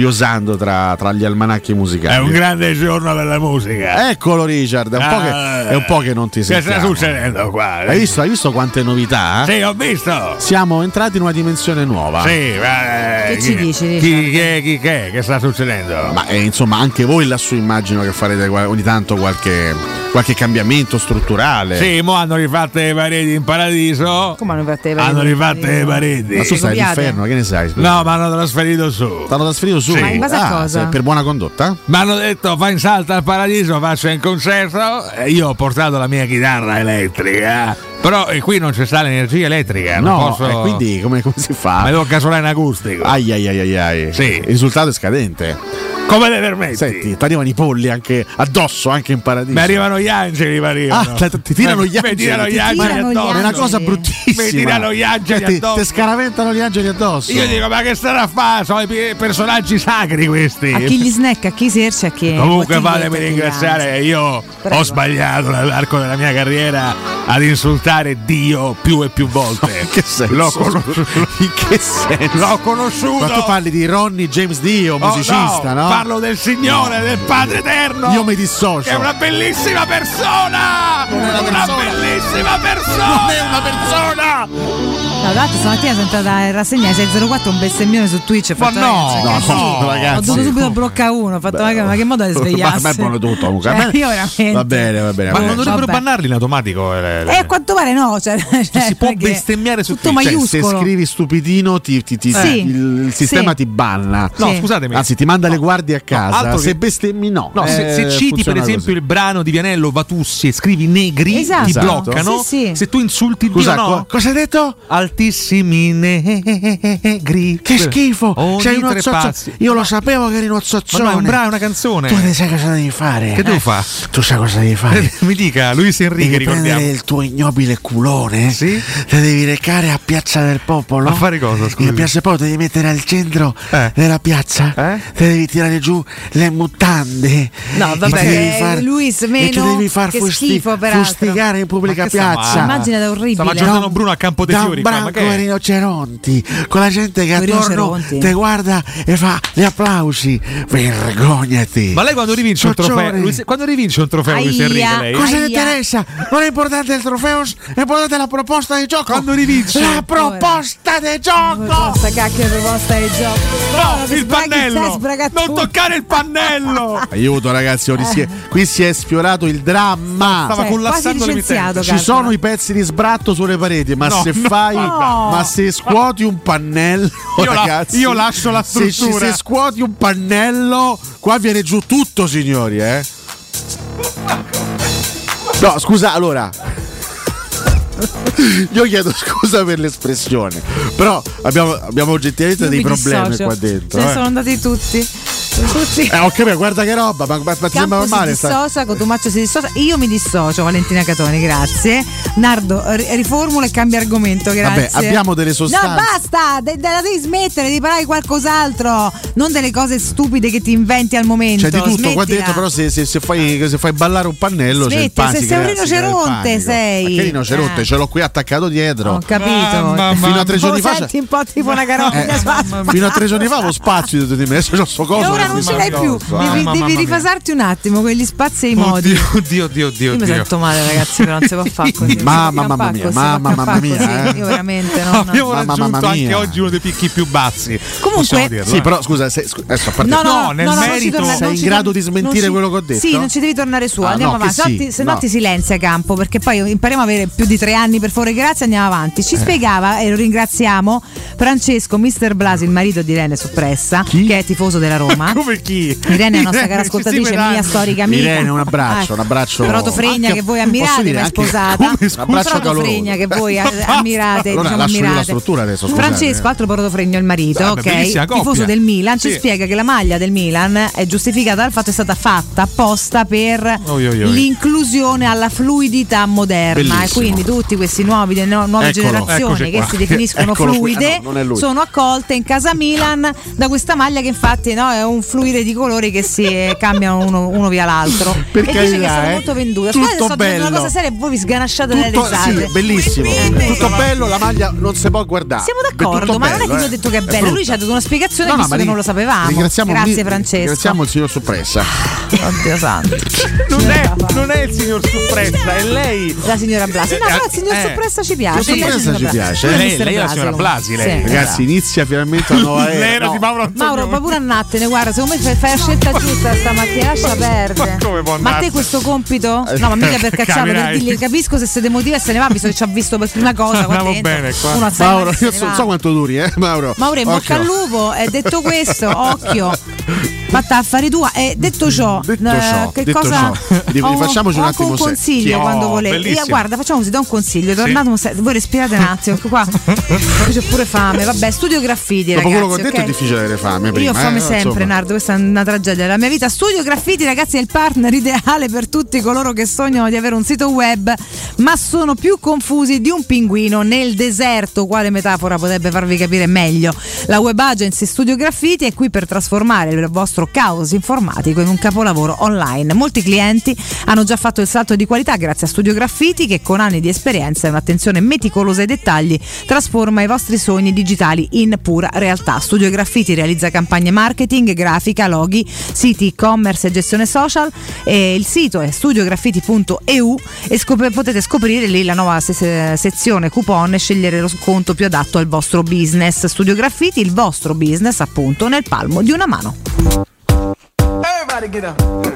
curiosando tra, tra gli almanacchi musicali. grande giorno per la musica. Ah, Eccolo Richard, è un, po che, è un po' che non ti Che sta sentiamo. succedendo qua? Hai visto, hai visto quante novità? eh? Sì, ho visto. Siamo entrati in una dimensione nuova. Sì, ma, eh, Che ci chi- dici, Chi, Richard? chi è, chi che è? Che sta succedendo? Ma eh, insomma, anche voi lassù immagino che farete qua- ogni tanto qualche, qualche cambiamento strutturale. Sì, mo hanno rifatto le pareti in paradiso. Come hanno rifatto le pareti? Hanno rifatto le pareti. Ma tu stai all'inferno, che ne sai? No, ma hanno trasferito su. T'hanno trasferito su. Sì. Ma in base a Ah, cosa? se- Per buona condotta? Mi hanno detto fai in salto al paradiso, faccio un concerto e io ho portato la mia chitarra elettrica. Però eh, qui non c'è sta l'energia elettrica, non no, posso. e quindi come, come si fa? Ma devo casolare in acustico. Ai ai ai ai ai. Sì. Il risultato è scadente. Come le permetti? Senti, ti arrivano i polli anche addosso, anche in paradiso. Mi arrivano gli angeli, mi arrivano. Ah, t- ti tirano Mi gli angeli. tirano gli Ti angeli tirano gli addosso. È una cosa bruttissima. Mi tirano gli angeli Cioè, ti- addosso. Ti scaraventano gli angeli addosso. Io dico, ma che starà a fare? Sono i pi- personaggi sacri questi. A chi gli snack, a chi serce, a chi. Comunque a chi fatemi inventa, ringraziare, io Prego. ho sbagliato nell'arco della mia carriera ad insultare Dio più e più volte. In che senso? L'ho conosciuto. In che senso? L'ho conosciuto. Ma tu parli di Ronnie James Dio, Oh, musicista, no? no, Parlo del Signore, del Padre Eterno. Io mi dissocio. Che è una bellissima persona! Non è una persona. bellissima persona! Non è una persona! No, tra l'altro stamattina sono entrata in rassegna ai 604 un bestemmione su Twitch. ho Ma fatto, no, ragazzi, no, ragazzi, no, ragazzi. Ho dovuto subito bloccare uno. Ho fatto, ma che- ma che modo di svegliarsi? *laughs* Ma, ma è buono tutto, Luca. Eh, Cioè, Va bene. io veramente- Va bene, va bene. va Ma non bene. dovrebbero Vabbè. bannarli in automatico. eh, E a quanto pare no, cioè, si può bestemmiare su tutto Cioè, se maiuscolo. scrivi stupidino ti, ti- ti- Sì. il, il Sì. sistema ti banna. No, Sì. scusatemi. Anzi, ti manda le guardie a casa. altro se che- bestemmi no. No, se, Eh, se citi per funziona esempio così. il brano di Vianello Vatussi e scrivi negri, ti Esatto. bloccano. Sì, Se tu insulti Scusa, Dio, no. co- cosa hai detto? Altissimi negri. Che schifo! Ogni C'è uno tre zozzo- passi. Io lo sapevo che eri uno zozzone. Ma no, è un brano, è una canzone. Tu ne sai cosa devi fare. Che devo eh? fare? Tu sai cosa devi fare. *laughs* Mi dica, Luis Enrique, devi prendere ricordiamo. il tuo ignobile culone. Sì. Te devi recare a Piazza del Popolo. A fare cosa, scusi? Eh. E a Piazza del Popolo te devi mettere al centro della piazza. Te devi tirare giù le mutande. No, E vabbè, ti devi eh, far- Luis, E tu meno, devi far che fusti- schifo, peraltro. fustigare in pubblica Ma che sta- piazza. ma- Immagine da orribile. Stava Giordano Bruno a Campo dei da un Fiori qua, ma branco che è? di rinoceronti, con la gente che Con i attorno rinoceronti. te guarda e fa gli applausi. Vergognati. Ma lei quando rivince un trofeo, Cioccione. Luis- quando rivince un trofeo, Luis Enrique, lei? Cosa ne interessa? Non è importante il trofeo, è importante la proposta di gioco. Quando rivinci? La proposta di gioco! Questa cacchio proposta di gioco. No, il pannello! Non toccare *laughs* il pannello! *laughs* Aiuto ragazzi, ho rischia- qui si è sfiorato il dramma. Stava Cioè, collassando quasi licenziato, l'emittente. Ci calcola. sono i pezzi di sbratto sulle pareti, ma No, se no. fai No. ma se scuoti un pannello, Io la- ragazzi, io lascio la se ci- struttura. Se, scuoti un pannello, qua viene giù tutto, signori, eh. No, scusa, allora *laughs* io chiedo scusa per l'espressione, però abbiamo, abbiamo oggettivamente Io dei mi problemi dissocio. qua dentro. Ce ne eh. sono andati tutti. Tutti. Eh, ho capito, guarda che roba, ma, ma- ma ti sembra Campo si normale? sta- dissocia, Cotumaccio si dissocia, io mi dissocio, Valentina Catoni, grazie. Nardo, ri- riformula e cambia argomento, grazie. Vabbè, abbiamo delle sostanze. No, basta, de- de- la devi smettere di parlare di qualcos'altro, non delle cose stupide che ti inventi al momento. C'è di tutto qua Smettila. dentro, però se, se- se fai, se fai ballare un pannello c'è il Smettila, pan- se si sei un crea- si crea il rinoceronte panico. sei. Ma che rinoceronte? Eh. Ce l'ho qui attaccato dietro. Ho capito. Fino a tre giorni Lo fa. senti un po' tipo una carogna Eh, sulla Fino a tre giorni fa avevo spazio dietro di me, adesso c'ho sto coso. *laughs* E ora non ce l'hai più. Devi, Mamma devi mia. rifasarti un attimo con gli spazi e i modi. Oddio, oddio, oddio. Io mi oddio. sento male, ragazzi, però non si può *laughs* *laughs* fare così. Mamma, Non si può mamma fare mia, così, non si può mamma, mamma fare mia, così. eh. Io *laughs* veramente *laughs* non. Abbiamo Mamma, raggiunto mamma anche mia. oggi uno dei picchi più bassi. Comunque- Possiamo dirlo, Sì, eh. però scusa, se- scu- adesso a parte- No, no, nel no, no, non ci merito- torna- non sei in ci grado tor- di smentire non ci- quello che ho detto? Sì, non ci devi tornare su. Ah, andiamo no, che avanti. Se sì, no ti- se no, no. ti silenzia campo, perché poi impariamo a avere più di tre anni per favore, grazie, andiamo avanti. Eh. Ci spiegava, e lo ringraziamo, Francesco, Mister Blasi, il marito di Irene Soppressa, che è tifoso della *laughs* Roma. Come chi? Irene è la nostra cara Irene, ci si ascoltatrice, vedranno. mia storica amica. Irene, un abbraccio, Ah, un abbraccio. Proto Fregna Anche- che voi posso ammirate, dire ma è anche- sposata. come, scusa? Un abbraccio Proto caloroso. Fregna che *laughs* voi eh, ammirate, Allora, diciamo lascio io la ammirate. struttura adesso, scusate. Francesco, altro Proto Fregno, il marito, Vabbè, ok? bellissima coppia. Tifoso del Milan, ci Sì. spiega che la maglia del Milan è giustificata dal fatto che è stata fatta apposta per Oi, oi, oi. l'inclusione alla fluidità moderna e Bellissimo. quindi tutti questi nuovi de- no- nuove Eccolo. generazioni Eccoci che qua. si *laughs* definiscono Eccolo qui. fluide Eh Ah, no, non è lui. sono accolte in casa Milan da questa maglia che infatti no, è un fluire di colori che si *laughs* eh, cambiano uno, uno via l'altro Per e dice che carità, sono eh. molto vendute Tutto Scusate, sto dicendo una bello. cosa seria e voi vi sganasciate dalle Tutto, risate sì, bellissimo. Tutto bello, la maglia non si può guardare. siamo Beh, d'accordo, tutto ma non è che bello, io ho eh. detto che è È bello, lui ci brutto. ha dato una spiegazione No, no, visto ma che ri- non lo sapevamo. ringraziamo Grazie lì- Francesco. Ah, Ringraziamo il signor Soppressa. Oddio *laughs* santo. Non è, non è il signor Suppressa, è lei. La signora Blasi. No, però il signor Eh. Soppressa ci piace. Signor Piace il signor Soppressa ci Blasi. piace. Lei- Mister lei è la signora Blasi, lei. Sì. eh? esatto. Ragazzi, inizia finalmente una *laughs* nuova era. L'era di Mauro Antonio. Mauro, poi pure annattene, guarda, secondo me fai, fai la scelta giusta stamattina, lascia perdere. come può Ma a te andarsene? questo compito? No, ma mica *laughs* per cacciarlo, per Capirai. dirgli capisco se siete motiva e se ne va, visto che ci ha visto per prima cosa. qua Andiamo dentro. bene qua. Uno alza le Mauro, mani e io se so, ne va. so quanto duri, eh, Mauro. Mauro in bocca Occhio. al lupo e detto questo, occhio, fatta affari tua. E detto ciò, eh, ciò, che detto cosa *laughs* ciò. Dico, ho- rifacciamoci ho un anche attimo un se- consiglio Sì, oh, quando volete. bellissimo. Io, guarda, facciamo così, do un consiglio. Tornate un se- voi respirate un attimo, che *laughs* qua c'è pure fame. Vabbè, studio graffiti, Dopo ragazzi. quello che ho detto ok? è difficile avere fame. Io Prima, ho fame eh, sempre, insomma. Nardo, questa è una tragedia della mia vita. Studio Graffiti, ragazzi, è il partner ideale per tutti coloro che sognano di avere un sito web, ma sono più confusi di un pinguino nel deserto. Quale metafora potrebbe farvi capire meglio? La web agency Studio Graffiti è qui per trasformare il vostro caos informatico in un capolavoro online. Molti clienti hanno già fatto il salto di qualità grazie a Studio Graffiti che con anni di esperienza e un'attenzione meticolosa ai dettagli trasforma i vostri sogni digitali in pura realtà. Studio Graffiti realizza campagne marketing, grafica, loghi, siti e-commerce e gestione social. E il sito è studiograffiti.eu e scop- potete scoprire lì la nuova se- se- sezione coupon e scegliere lo sconto più adatto al vostro business. Studio Graffiti, il vostro business appunto nel palmo di una mano. Everybody get up.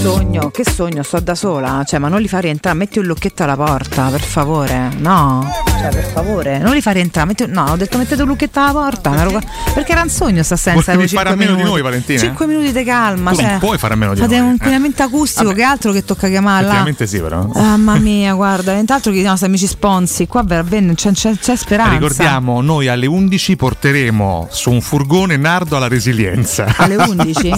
Sogno, che sogno, sto da sola, cioè ma non li fa rientrare, metti un lucchetto alla porta, per favore, no, cioè per favore, non li fa rientrare, metti un- no, ho detto mettete un lucchetto alla porta, una roba- perché era un sogno sta senza, Volevi fare a meno di noi, Valentina? eh? 5 minuti di calma, Tu non cioè, puoi fare a meno di fate noi, un eh. inquinamento acustico, che altro che tocca chiamarla, Effettivamente sì, però. *laughs* mamma mia, guarda, intanto chiediamo se amici sponsi, qua veramente c'è, c'è, c'è speranza, Ricordiamo, noi alle 11 porteremo su un furgone Nardo alla resilienza. alle *laughs* 11?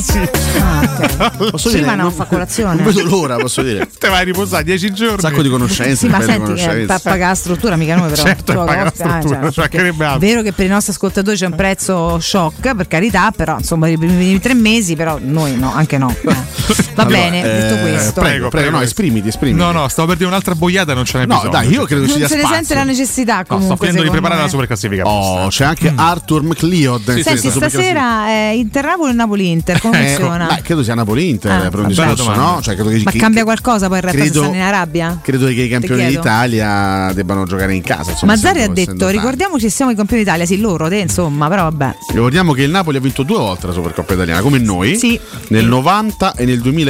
Ah, ok. Posso prima dire, non non- fa colazione, Non vedo l'ora, posso *laughs* dire. Te vai a riposare 10 giorni. Un sacco di conoscenze. Sì, ma belle senti, eh, conoscenze. pa- paga la struttura, mica noi però. Certo, Tu la paga la conosci, ah, struttura, ci perché mancherebbe è altro. vero che per i nostri ascoltatori c'è un prezzo shock, per carità, però insomma i primi tre mesi, però noi no, anche no. eh. Va Allora, bene, detto eh, questo. Prego, prego, no, esprimiti, esprimiti. No, no, stavo per dire un'altra boiata, non ce n'è No, bisogno. cioè. dai, io credo non se ne sente la necessità No, sto comunque. finendo di secondo preparare me. la super classifica. eh. Oh, c'è anche Arthur McLeod. Senti, stasera è Inter-Napoli o *laughs* Napoli-Inter? Ecco, Come funziona? Ecco, Beh, credo sia Napoli-Inter Ah. per un Bella discorso, domanda. no? Cioè, credo che, Ma che- cambia qualcosa poi il resto credo- se stanno in Arabia? credo che i campioni Ti chiedo. d'Italia debbano giocare in casa. insomma, Mazzari ha essendo- detto, essendo tanti. ricordiamoci siamo i campioni d'Italia, sì loro, te insomma, però vabbè. Ricordiamo che il Napoli ha vinto due volte la Supercoppa italiana, come noi, nel 90 e nel 2014.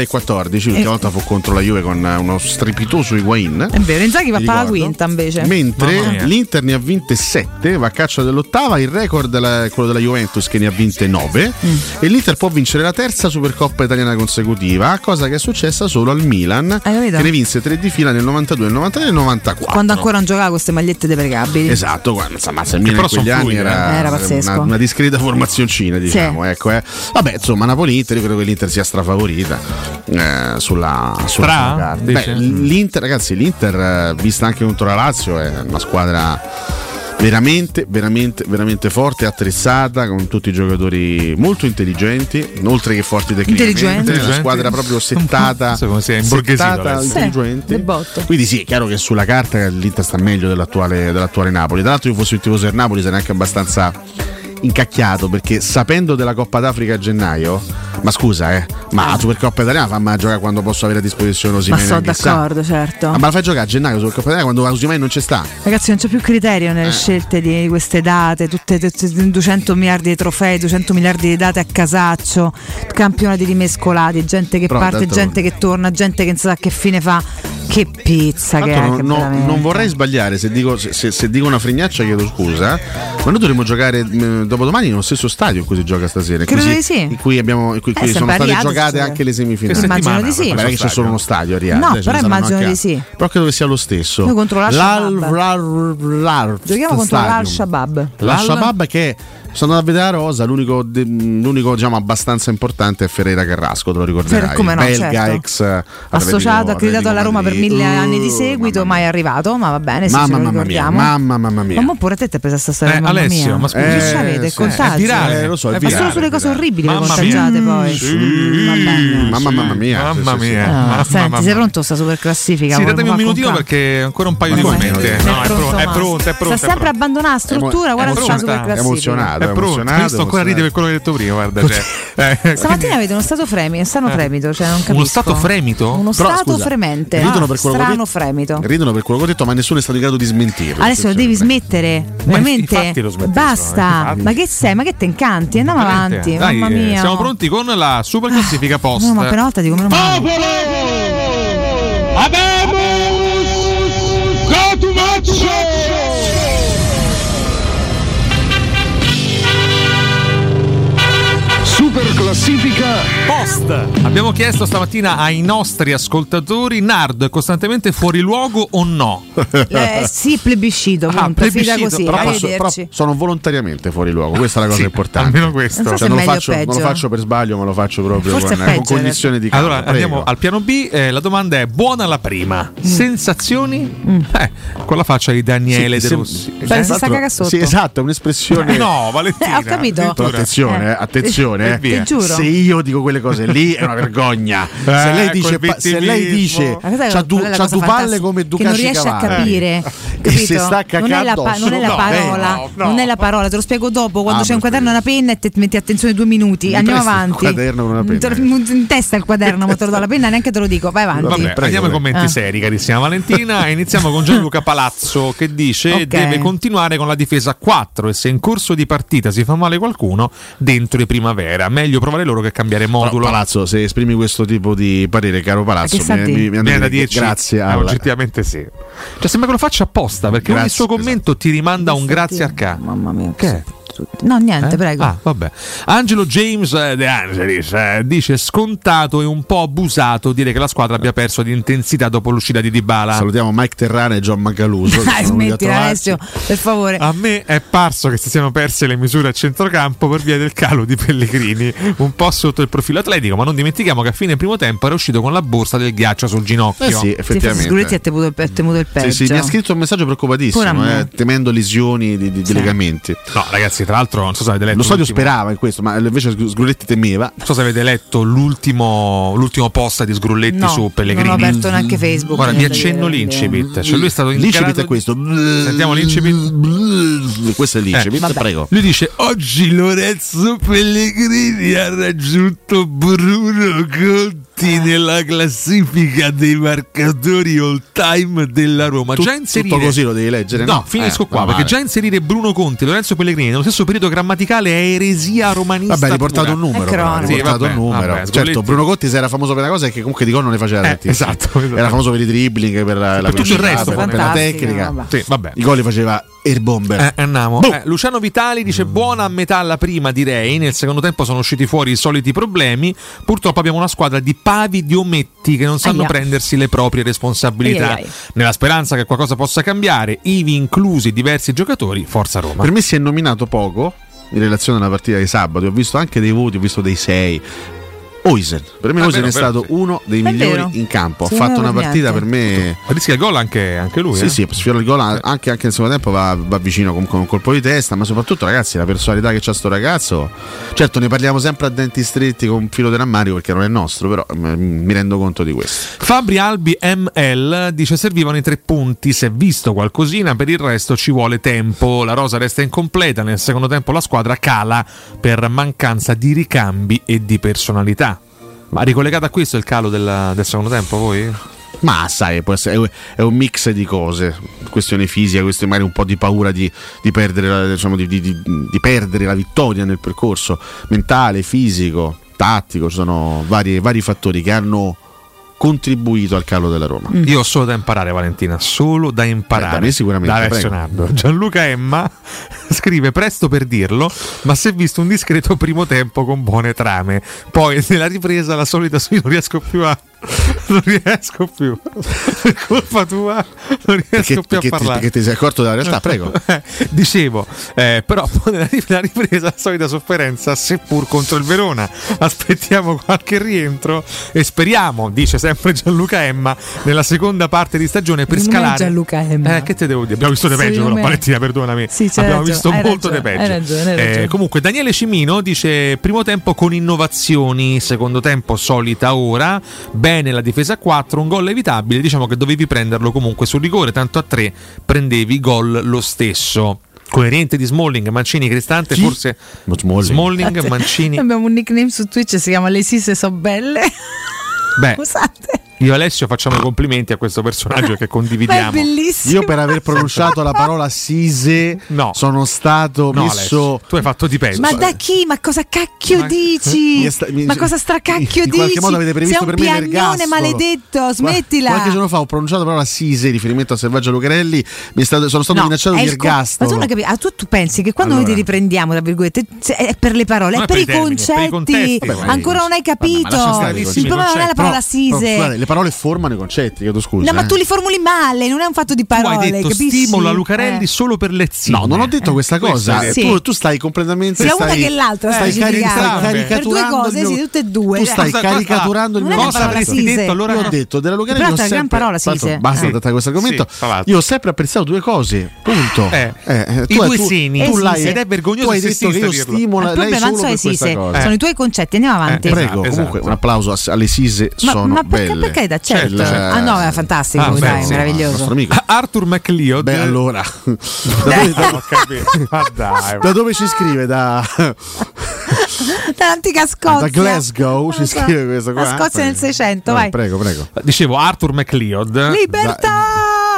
L'ultima Eh. volta fu contro la Juve con uno strepitoso Higuain. È vero, Inzaghi va Mi alla ricordo. quinta invece. Mentre Mamma mia. l'Inter ne ha vinte 7, va a caccia dell'ottava, il record è quello della Juventus che ne ha vinte 9 Mm. e l'Inter può vincere la terza Supercoppa italiana consecutiva, cosa che è successa solo al Milan che ne vinse 3 di fila nel 92, nel 93 e nel 94. quando ancora non giocava queste magliette deprecabili. Esatto, guarda, insomma, se il Che Milan in però quegli son anni fluidi, era, eh. Era pazzesco. una, una discreta formazioncina, diciamo, ecco, eh. Vabbè, insomma, Napoli-Inter, io credo che l'Inter sia strafavorita eh, sulla, sulla Stra? carta. Beh, Dici? l'Inter, ragazzi, l'Inter eh, vista anche contro la Lazio è una squadra veramente, veramente, veramente forte, attrezzata con tutti i giocatori molto intelligenti, oltre che forti tecnicamente, Intelligenti. una squadra proprio settata, Non so come sia imborghesito settata adesso. intelligente. Quindi sì, è chiaro che sulla carta l'Inter sta meglio dell'attuale, dell'attuale Napoli. Tra l'altro io fossi un tifoso del Napoli sarei anche abbastanza incacchiato perché sapendo della Coppa d'Africa a gennaio, ma scusa eh, ma la Supercoppa italiana fammi a giocare quando posso avere a disposizione Ma Osimhen sono e Anghissà. d'accordo, certo. Ah, ma la fai giocare a gennaio sul Coppa italiana quando Osimhen non ci sta. Ragazzi, non c'è più criterio Eh. nelle scelte di queste date, tutte, tutte- 200 miliardi di trofei, 200 miliardi di date a casaccio, campionati rimescolati, gente che Però, parte, d'altronde- gente che torna, gente che non sa che fine fa. Che pizza che Tanto è, non, che non- veramente. non vorrei sbagliare, se dico, se- se- se dico una frignaccia chiedo scusa, ma noi dovremmo giocare mh, dopodomani nello stesso stadio in cui si gioca stasera, in cui, Credo si- di sì. in cui, abbiamo, in cui- Eh, cui sono sempre a state Riyadh, giocate stasera. anche le Che semifinali. settimana, Immagino di sì. Vabbè, non è che c'è solo uno stadio a Riyadh, No, ce ne però saranno immagino anche di altri. sì. Però credo che sia lo stesso. Noi contro l'Al L'Al- Shabab. l'Al- Giochiamo contro Stadium. l'Al Shabab. La Shabab che sono andato a vedere la rosa, l'unico, de- l'unico, diciamo abbastanza importante è Ferreira Carrasco, te lo ricorderai. Fer- come no, Belga certo. ex eh, Associato, Atletico- accreditato alla Roma per Madrid. mille anni di seguito, mai arrivato, ma va bene, sì, ce uh, Mamma, lo mamma mia, ricordiamo. mamma, mamma mia. Ma mo pure a te ti è presa sta storia, Eh, mamma Alessio, mia. ma scusi. Che Eh, avete? sì, contagio. è virale, eh, lo so, è Ma solo virale, Mm, sulle cose orribili Mamma contagiate mia. poi. Sì. Mamma mamma mia. Mamma sì, sì, sì. mia. Ah, Mamma, senti, Eh. mamma. sei pronto a sta super classifica? Sì, datemi un minutino perché ancora un paio di domande. No, è, pro- è pronto, è Eh, pronto. Sta sempre abbandonando la struttura, guarda sta super classifica. È pronto. Io sto ancora a ridere per quello che hai detto prima, guarda. Cioè, eh, quindi- Stamattina avete uno stato fremito, strano Eh. fremito, cioè non capisco. Uno stato fremito? Uno Però, stato scusa, fremente. ridono per quello che ho strano detto. fremito. Ridono per quello che ho detto, ma nessuno è stato in grado di smentirlo. Adesso lo devi smettere, veramente. infatti lo smetto, eh. Basta. infatti. Ma che sei? Ma che te incanti? Andiamo avanti. Dai, Mamma eh, mia. Ah, Siamo pronti eh. con la super classifica post. No, ma per una volta dico meno male. Supercoppa Abbiamo chiesto stamattina ai nostri ascoltatori: Nard è costantemente fuori luogo o no? Eh, sì, plebiscito, Ah, punto, finita plebiscito, così, però posso- arrivederci. però sono volontariamente fuori luogo, questa è la cosa Sì, importante. Cioè, almeno questo. Non so se non, è lo meglio o faccio, non lo peggio. faccio per sbaglio, ma lo faccio proprio Forse con, è con peggio, condizione di calma. Allora andiamo al piano B. eh, la domanda è: buona la prima? Sensazioni? Eh, con la faccia di Daniele Sì, De se- Rossi. Beh, Tra si l'altro- sta caga sotto. sì, esatto, è un'espressione. *laughs* No, Valentina. Eh, ho capito. Però attenzione, *laughs* eh, E attenzione. via. eh. Ti giuro. Se io dico quelle cose lì è *laughs* una vergogna. se Eh, lei dice, col pa- se lei dice vittimismo. Ma questa è c'ha la- du, quella è la c'ha cosa du palle fantastica, come Eh. che non Ducati riesce a Cavalli. capire E se capito? sta non è la, cacando pa- non è la addosso, no, parola no, non è la parola te lo spiego dopo quando Ah, c'è un quaderno e una penna e te metti attenzione due minuti Mi andiamo presti il avanti quaderno con una penna? Te lo- in testa il quaderno ma te lo do la penna neanche te lo dico vai avanti Vabbè, andiamo ai commenti Ah. seri, carissima Valentina. e iniziamo con Gianluca Palazzo che dice: Ok. Deve continuare con la difesa a 4. E se in corso di partita si fa male qualcuno, dentro è primavera. Meglio provare loro che cambiare modulo. Palazzo, se esprimi questo tipo di parere, caro Palazzo, Ma che sa mi, di? mi, mi Viene da che dirci, grazie. eh, alla- oggettivamente sì. Cioè, sembra che lo faccia apposta perché ogni Grazie, esatto. suo commento ti rimanda a un grazie al ca. Mamma mia, che è? no niente Eh? prego Ah, vabbè. Angelo James eh, De Angelis eh, dice scontato e un po' abusato dire che la squadra abbia perso di intensità dopo l'uscita di Dybala. Salutiamo Mike Terrana e John *laughs* Mancaluso. *laughs* Ah, Dai, smettila eh, Alessio per favore A me è parso che si siano perse le misure a centrocampo per via del calo di Pellegrini, un po' sotto il profilo atletico, ma non dimentichiamo che a fine primo tempo era uscito con la borsa del ghiaccio sul ginocchio. Eh sì, effettivamente. Sicurezza ha temuto il, ha temuto il peggio Sì, sì, mi ha scritto un messaggio Pure a preoccupatissimo, me. eh, temendo lesioni di, di- di legamenti. No, ragazzi, tra l'altro, non so se avete letto. Lo stadio l'ultimo- sperava in questo, ma invece Sgru- Sgrulletti temeva. Non so se avete letto l'ultimo, l'ultimo post di Sgrulletti No, su Pellegrini. non ho aperto neanche Facebook, Guarda, vi niente da accenno dire, l'incipit. Cioè, lui è stato in L'incipit grado è questo. Sentiamo l'incipit. Questo è Eh, l'incipit, vabbè. prego. Lui dice: Oggi Lorenzo Pellegrini ha raggiunto Bruno Conti nella classifica dei marcatori all time della Roma. Tu- già inserire... tutto così lo devi leggere, No, no? finisco Eh, qua no, perché vale. già inserire Bruno Conti e Lorenzo Pellegrini nello stesso periodo grammaticale è eresia romanista. Vabbè, hai riportato pura. un numero. però, hai riportato un numero. vabbè, certo, Sgulletti- Bruno Cotti si era famoso per una cosa è che comunque di gol non ne faceva Eh, tantissimi. esatto, esatto. Era famoso per i dribbling, per la, la Per tutto il velocità, resto, per, per la fantastico, tecnica. vabbè. Sì, vabbè. I gol li faceva Air Bomber. Boh. Eh, andiamo. Eh, Luciano Vitali dice Mm. buona a metà la prima direi, nel secondo tempo sono usciti fuori i soliti problemi, purtroppo abbiamo una squadra di pavi di ometti che non sanno Aia. prendersi le proprie responsabilità. Ai, ai, ai. Nella speranza che qualcosa possa cambiare, ivi inclusi diversi giocatori, forza Roma. Per me si è nominato poco in relazione alla partita di sabato. Ho visto anche dei voti, ho visto dei 6. Oisen, per me Ah, Oisen vero, è vero, stato sì. uno dei È migliori vero. in campo. Ha Sì, fatto vero, una partita per niente. me. Rischia il gol anche, anche lui. Sì, eh? sì, sfiora il gol a- anche, anche nel secondo tempo va, va vicino con, con un colpo di testa, ma soprattutto ragazzi la personalità che c'ha sto ragazzo, certo ne parliamo sempre a denti stretti con un filo di rammarico perché non è nostro, però mm, mi rendo conto di questo. Fabri Albi ML dice servivano i tre punti, si è visto qualcosina, per il resto ci vuole tempo, la rosa resta incompleta, nel secondo tempo la squadra cala per mancanza di ricambi e di personalità. Ma ricollegato a questo il calo della- del secondo tempo voi? Ma sai, può essere- è un- è un mix di cose, questione fisica, questione magari un po' di paura di, di perdere, la, diciamo, di, di- di- di perdere la vittoria nel percorso, mentale, fisico, tattico, ci sono vari, vari fattori che hanno contribuito al calo della Roma. Io ho solo da imparare Valentina, solo da imparare. Mm. Eh, da me sicuramente, Da Alessio prego. Nardo. Gianluca Emma *laughs* scrive presto per dirlo, ma si è visto un discreto primo tempo con buone trame. Poi nella ripresa la solita sui non riesco più a... *laughs* Non riesco più. *laughs* Per colpa tua non riesco Perché, più perché a ti, parlare. perché ti sei accorto della *laughs* realtà, prego. Eh, Dicevo, eh, però *laughs* poi nella ri- nella ripresa la solita sofferenza, seppur contro il Verona. Aspettiamo qualche rientro e speriamo, dice sempre Gianluca Emma, nella seconda parte di stagione per Non è scalare. Gianluca Emma. Eh, che te devo dire? Abbiamo visto De Secondo Peggio, però, me- Valentina, perdonami. Sì, c'hai Abbiamo ragione, visto hai molto ragione, De Peggio. hai ragione, hai Eh, ragione. comunque, Daniele Cimino dice: primo tempo con innovazioni, secondo tempo solita ora. Bene la difesa a 4, un gol evitabile. Diciamo che dovevi prenderlo comunque sul rigore, tanto a 3 prendevi gol lo stesso. Coerente di Smalling, Mancini, Cristante, forse Smalling, Infatti, *laughs* Mancini. abbiamo un nickname su Twitch si chiama Le Sisse so belle *laughs* Beh, Scusate. Io e Alessio facciamo i complimenti a questo personaggio *laughs* che condividiamo. Io per aver pronunciato la parola Sise sono stato No, messo. Alessio, tu hai *laughs* fatto di eh, peggio. Ma da chi? Ma cosa cacchio dici? Mi è sta- mi- ma cosa stracacchio in dici? qualche modo avete previsto Sei un per me piagnone l'ergastolo. maledetto, Oh, smettila. Qualche giorno fa ho pronunciato la parola Sise, riferimento a Selvaggio Lucarelli, mi è stato- sono stato No, minacciato è di il co- Ma ergastolo. tu, non capi- ah, tu, tu pensi che quando noi Allora. ti riprendiamo, tra virgolette, se- è per le parole, Non è è per, per i i termini, è per i concetti. contesti, Vabbè, ma- Ancora non hai capito. lascia stare i Il concetti. problema non è la parola Però- sise. però, guarda, le parole formano i concetti, chiedo scusa. No, ma eh. tu li formuli male, non è un fatto di Tu parole, hai detto capisci? stimola Lucarelli Eh. solo per le zine. Eh, No, non ho detto questa cosa. Questo hai detto. Tu, tu stai completamente. Sia stai, una che l'altra, Stai, cari- specificando. stai per caricaturando. due cose, il mio- sì, tutte e due. Tu stai Cosa- caricaturando *laughs* il non mio è una parola concetto. sise. Io ho detto della Lucarelli Però ho è una gran sempre- parola sise. Fatto- Basta Eh. trattare questo argomento. Sì, tra l'altro. Io ho sempre apprezzato due cose. Punto. Eh. Eh, I tu- due tu- sini. tu Eh, l'hai- sì, sì. Ed è vergognoso Tu hai se detto che esista io dirlo. stimola Il lei problema solo non so per i questa sise, cosa. sono i tuoi concetti, andiamo avanti. Eh, prego, comunque un applauso a- alle sise Ma, sono ma perché, belle. Cioè, per carità, certo. Ah no, è fantastico, Ah, beh, dai, sì, il nostro *laughs* meraviglioso. *laughs* amico. Arthur McLeod. Beh, allora. Dai, ho capito. Ma dai. *laughs* Da dove ci scrive? Da, Dall'antica Scozia. Ah, da Glasgow ci scrive questo qua. eh? La Scozia nel 600, Vai, vai. Prego, prego. Dicevo, Arthur McLeod. Libertà!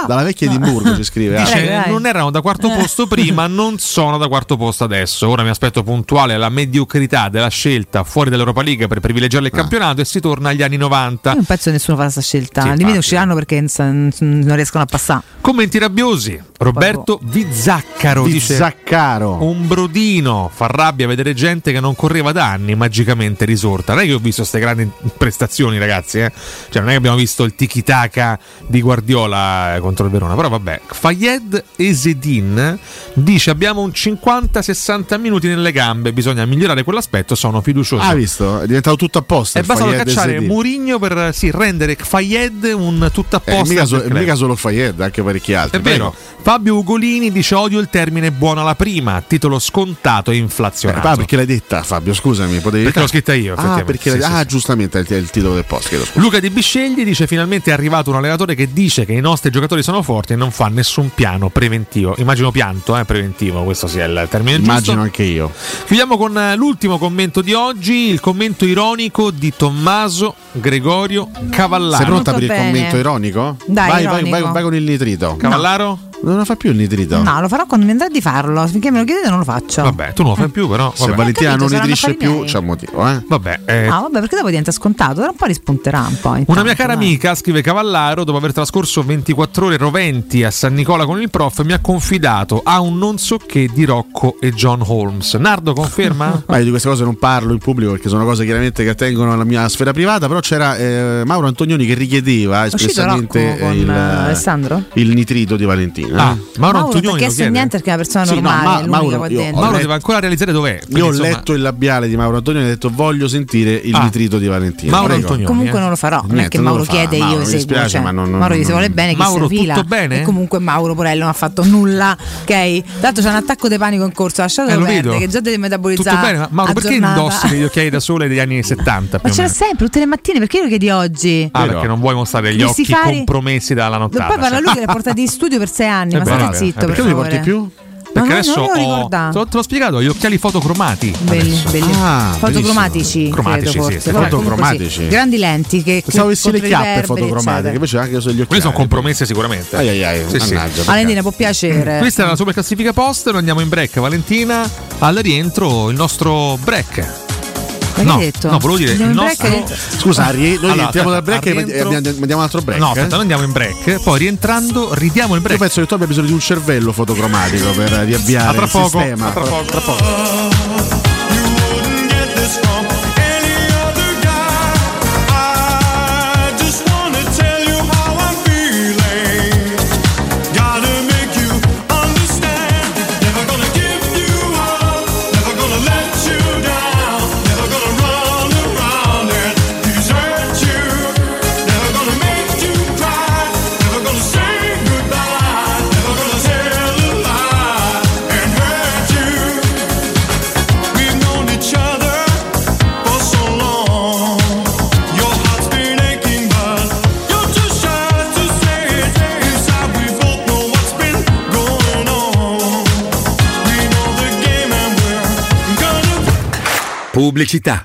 Dalla vecchia Edimburgo ci scrive. eh. Dice, Arthur. non erano da Eh. quarto posto prima, non sono da quarto posto adesso. Ora mi aspetto puntuale alla mediocrità della scelta fuori dall'Europa League per privilegiare il campionato e si torna agli anni 90. Io non penso che nessuno fa questa scelta. Li vedo usciranno perché non sa- non riescono a passare. Commenti rabbiosi. boh. Roberto Vizzaccaro dice Vizzaccaro. Un brodino fa rabbia vedere gente che non correva da anni, magicamente risorta. Non è che ho visto queste grandi prestazioni, ragazzi, eh? Cioè, non è che abbiamo visto il tiki-taka di Guardiola eh, contro il Verona, però vabbè. Fayed Esedin dice "Abbiamo un 50-60 minuti nelle gambe, bisogna migliorare quell'aspetto, sono fiducioso". Ah, visto? È diventato tutto apposta. È bastato Fayed cacciare SD. Murigno per eh, sì, rendere Fayed un tutto Eh, apposta. mica, so- del club. mica solo Fayed, anche parecchi altri. È vero. Fabio Ugolini dice odio il termine buona la prima, titolo scontato e Prego. inflazionato. Ah, perché l'hai detta, Fabio? Scusami, potevi. Perché l'ho scritta io, Ah, effettivamente. perché Sì, l'hai- sì, ah, giustamente, è il, è il titolo del post. Chiedo scusa. Luca Di Biscegli dice finalmente è arrivato un allenatore che dice che i nostri giocatori sono forti e non fa nessun piano preventivo. Immagino pianto, eh, preventivo, questo sia Eh, il termine giusto. Immagino anche io. Chiudiamo con eh, l'ultimo commento di oggi, il commento ironico di Tommaso Gregorio Cavallaro. Sei pronta per il commento ironico? Dai, vai, ironico. Vai, vai, vai con il nitrito. Cavallaro? Non lo fa più il nitrito. No, lo farò quando mi andrà di farlo. Finché me lo chiedete, non lo faccio. Vabbè, tu non lo fai più, però. Se vabbè. Valentina Ho capito, non saranno nitrisce affari più, miei. c'è un motivo, eh? Vabbè, eh, Ah, vabbè, perché dopo diventa scontato? Ora un po' rispunterà un po'. Una mia cara amica, scrive Cavallaro, dopo aver trascorso 24 ore roventi a San Nicola con il prof, mi ha confidato a un non so che di Rocco e John Holmes. Nardo conferma? Ma io di queste cose non parlo in pubblico perché sono cose chiaramente che attengono alla mia sfera privata, però c'era eh, Mauro Antonioni che richiedeva uscito espressamente Rocco con, il, eh, Alessandro? il nitrito di Valentina. Mauro, non ti ha chiesto niente perché *laughs* è una persona Sì, no, normale. ma- è l'unica Mauro, qua io- dentro. Mauro letto- deve ancora realizzare dov'è. perché, Io ho insomma, Ah, letto il labiale di Mauro Antonioni e ho detto voglio sentire il nitrito di Valentina. Mauro eh. Prego. Antonioni, Comunque non lo farò, non è Niente, che non Mauro lo fa. chiede e Mauro, io mi seguo. dispiace, cioè, ma non- non- Mauro dice vuole non- bene che Mauro, si rifila. tutto bene? E comunque Mauro Porello non ha fatto nulla, ok? Tanto c'è un attacco di panico in corso, lasciatelo Eh, lo perdere, vedo. che già deve metabolizzare. Tutto bene, ma Mauro, perché aggiornata. indossi degli occhiali da sole degli anni 70? esatto, *laughs* Ma più o ce l'ha meno? sempre, tutte le mattine, perché lo chiedi oggi? Eh, Ah, perché non vuoi mostrare gli Gli si occhi fare- compromessi dalla Poi nottata. parla cioè. lui che l'ha portato in studio per sei anni, È ma vero, state è zitto vero, è vero. per Perché non favore. li porti più? Perché Ma no, adesso non lo ho, ricorda. te l'ho- te l'ho spiegato, gli occhiali fotocromati. Belli, adesso. Ah, belli. Ah, fotocromatici, bellissimo. Cromatici, credo, sì, forse. sì, Vabbè, comunque fotocromatici. sì. grandi lenti che Pensavo avessi le contro i chiappe reverberi, fotocromatiche, eccetera. invece anche solo gli occhiali. Quelle sono compromesse sicuramente. Ai ai ai, Sì, sì. mannaggia. Valentina può *laughs* piacere. Questa era la super classifica post, noi andiamo in break Valentina, al rientro il nostro break. Ma che no, hai detto? no, volevo dire Andiamo il in break nostro... e rientro- Scusa, ri- noi Allora, rientriamo dal break aspetta, e al eh, rientro- abbiamo- mandiamo un altro break. No, eh? aspetta, noi andiamo in break, poi rientrando ridiamo il break. Io penso che tu abbia bisogno di un cervello fotocromatico per eh, riavviare A tra il poco, sistema. a tra poco, tra poco. We've known each other for so long. Your heart's been aching, but you're too shy to say it. Inside, we both know what's been going on. We know the game, and we're gonna. Pubblicità.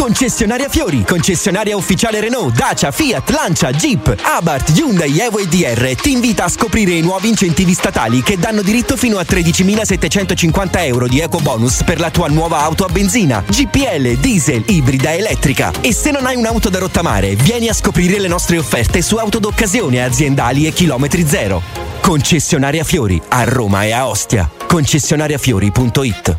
Concessionaria Fiori, concessionaria ufficiale Renault, Dacia, Fiat, Lancia, Jeep, Abarth, Hyundai, Evo e DR ti invita a scoprire i nuovi incentivi statali che danno diritto fino a 13.750 euro di eco bonus per la tua nuova auto a benzina, GPL, diesel, ibrida, elettrica. E se non hai un'auto da rottamare, vieni a scoprire le nostre offerte su auto d'occasione aziendali e chilometri zero. Concessionaria Fiori, a Roma e a Ostia. Concessionariafiori.it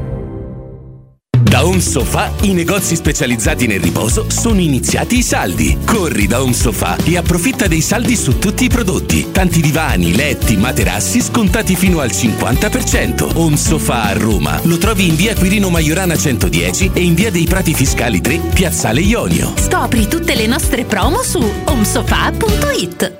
Da Home Sofa i negozi specializzati nel riposo sono iniziati i saldi. Corri da Home Sofa e approfitta dei saldi su tutti i prodotti. Tanti divani, letti, materassi scontati fino al 50%. Home Sofa a Roma lo trovi in via Quirino Maiorana 110 e in via dei Prati Fiscali 3, Piazzale Ionio. Scopri tutte le nostre promo su omsofa.it.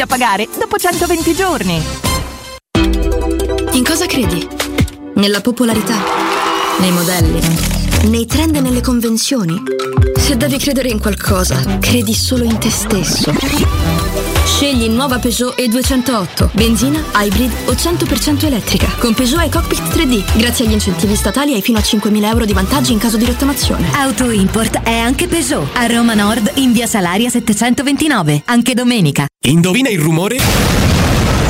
a pagare dopo 120 giorni. In cosa credi? Nella popolarità? Nei modelli? Nei trend e nelle convenzioni? Se devi credere in qualcosa, credi solo in te stesso. Scegli nuova Peugeot E208, benzina, hybrid o 100% elettrica. Con Peugeot e Cockpit 3D, grazie agli incentivi statali hai fino a 5.000 euro di vantaggi in caso di rottamazione. Auto Import è anche Peugeot. A Roma Nord in via Salaria 729, anche domenica. Indovina il rumore?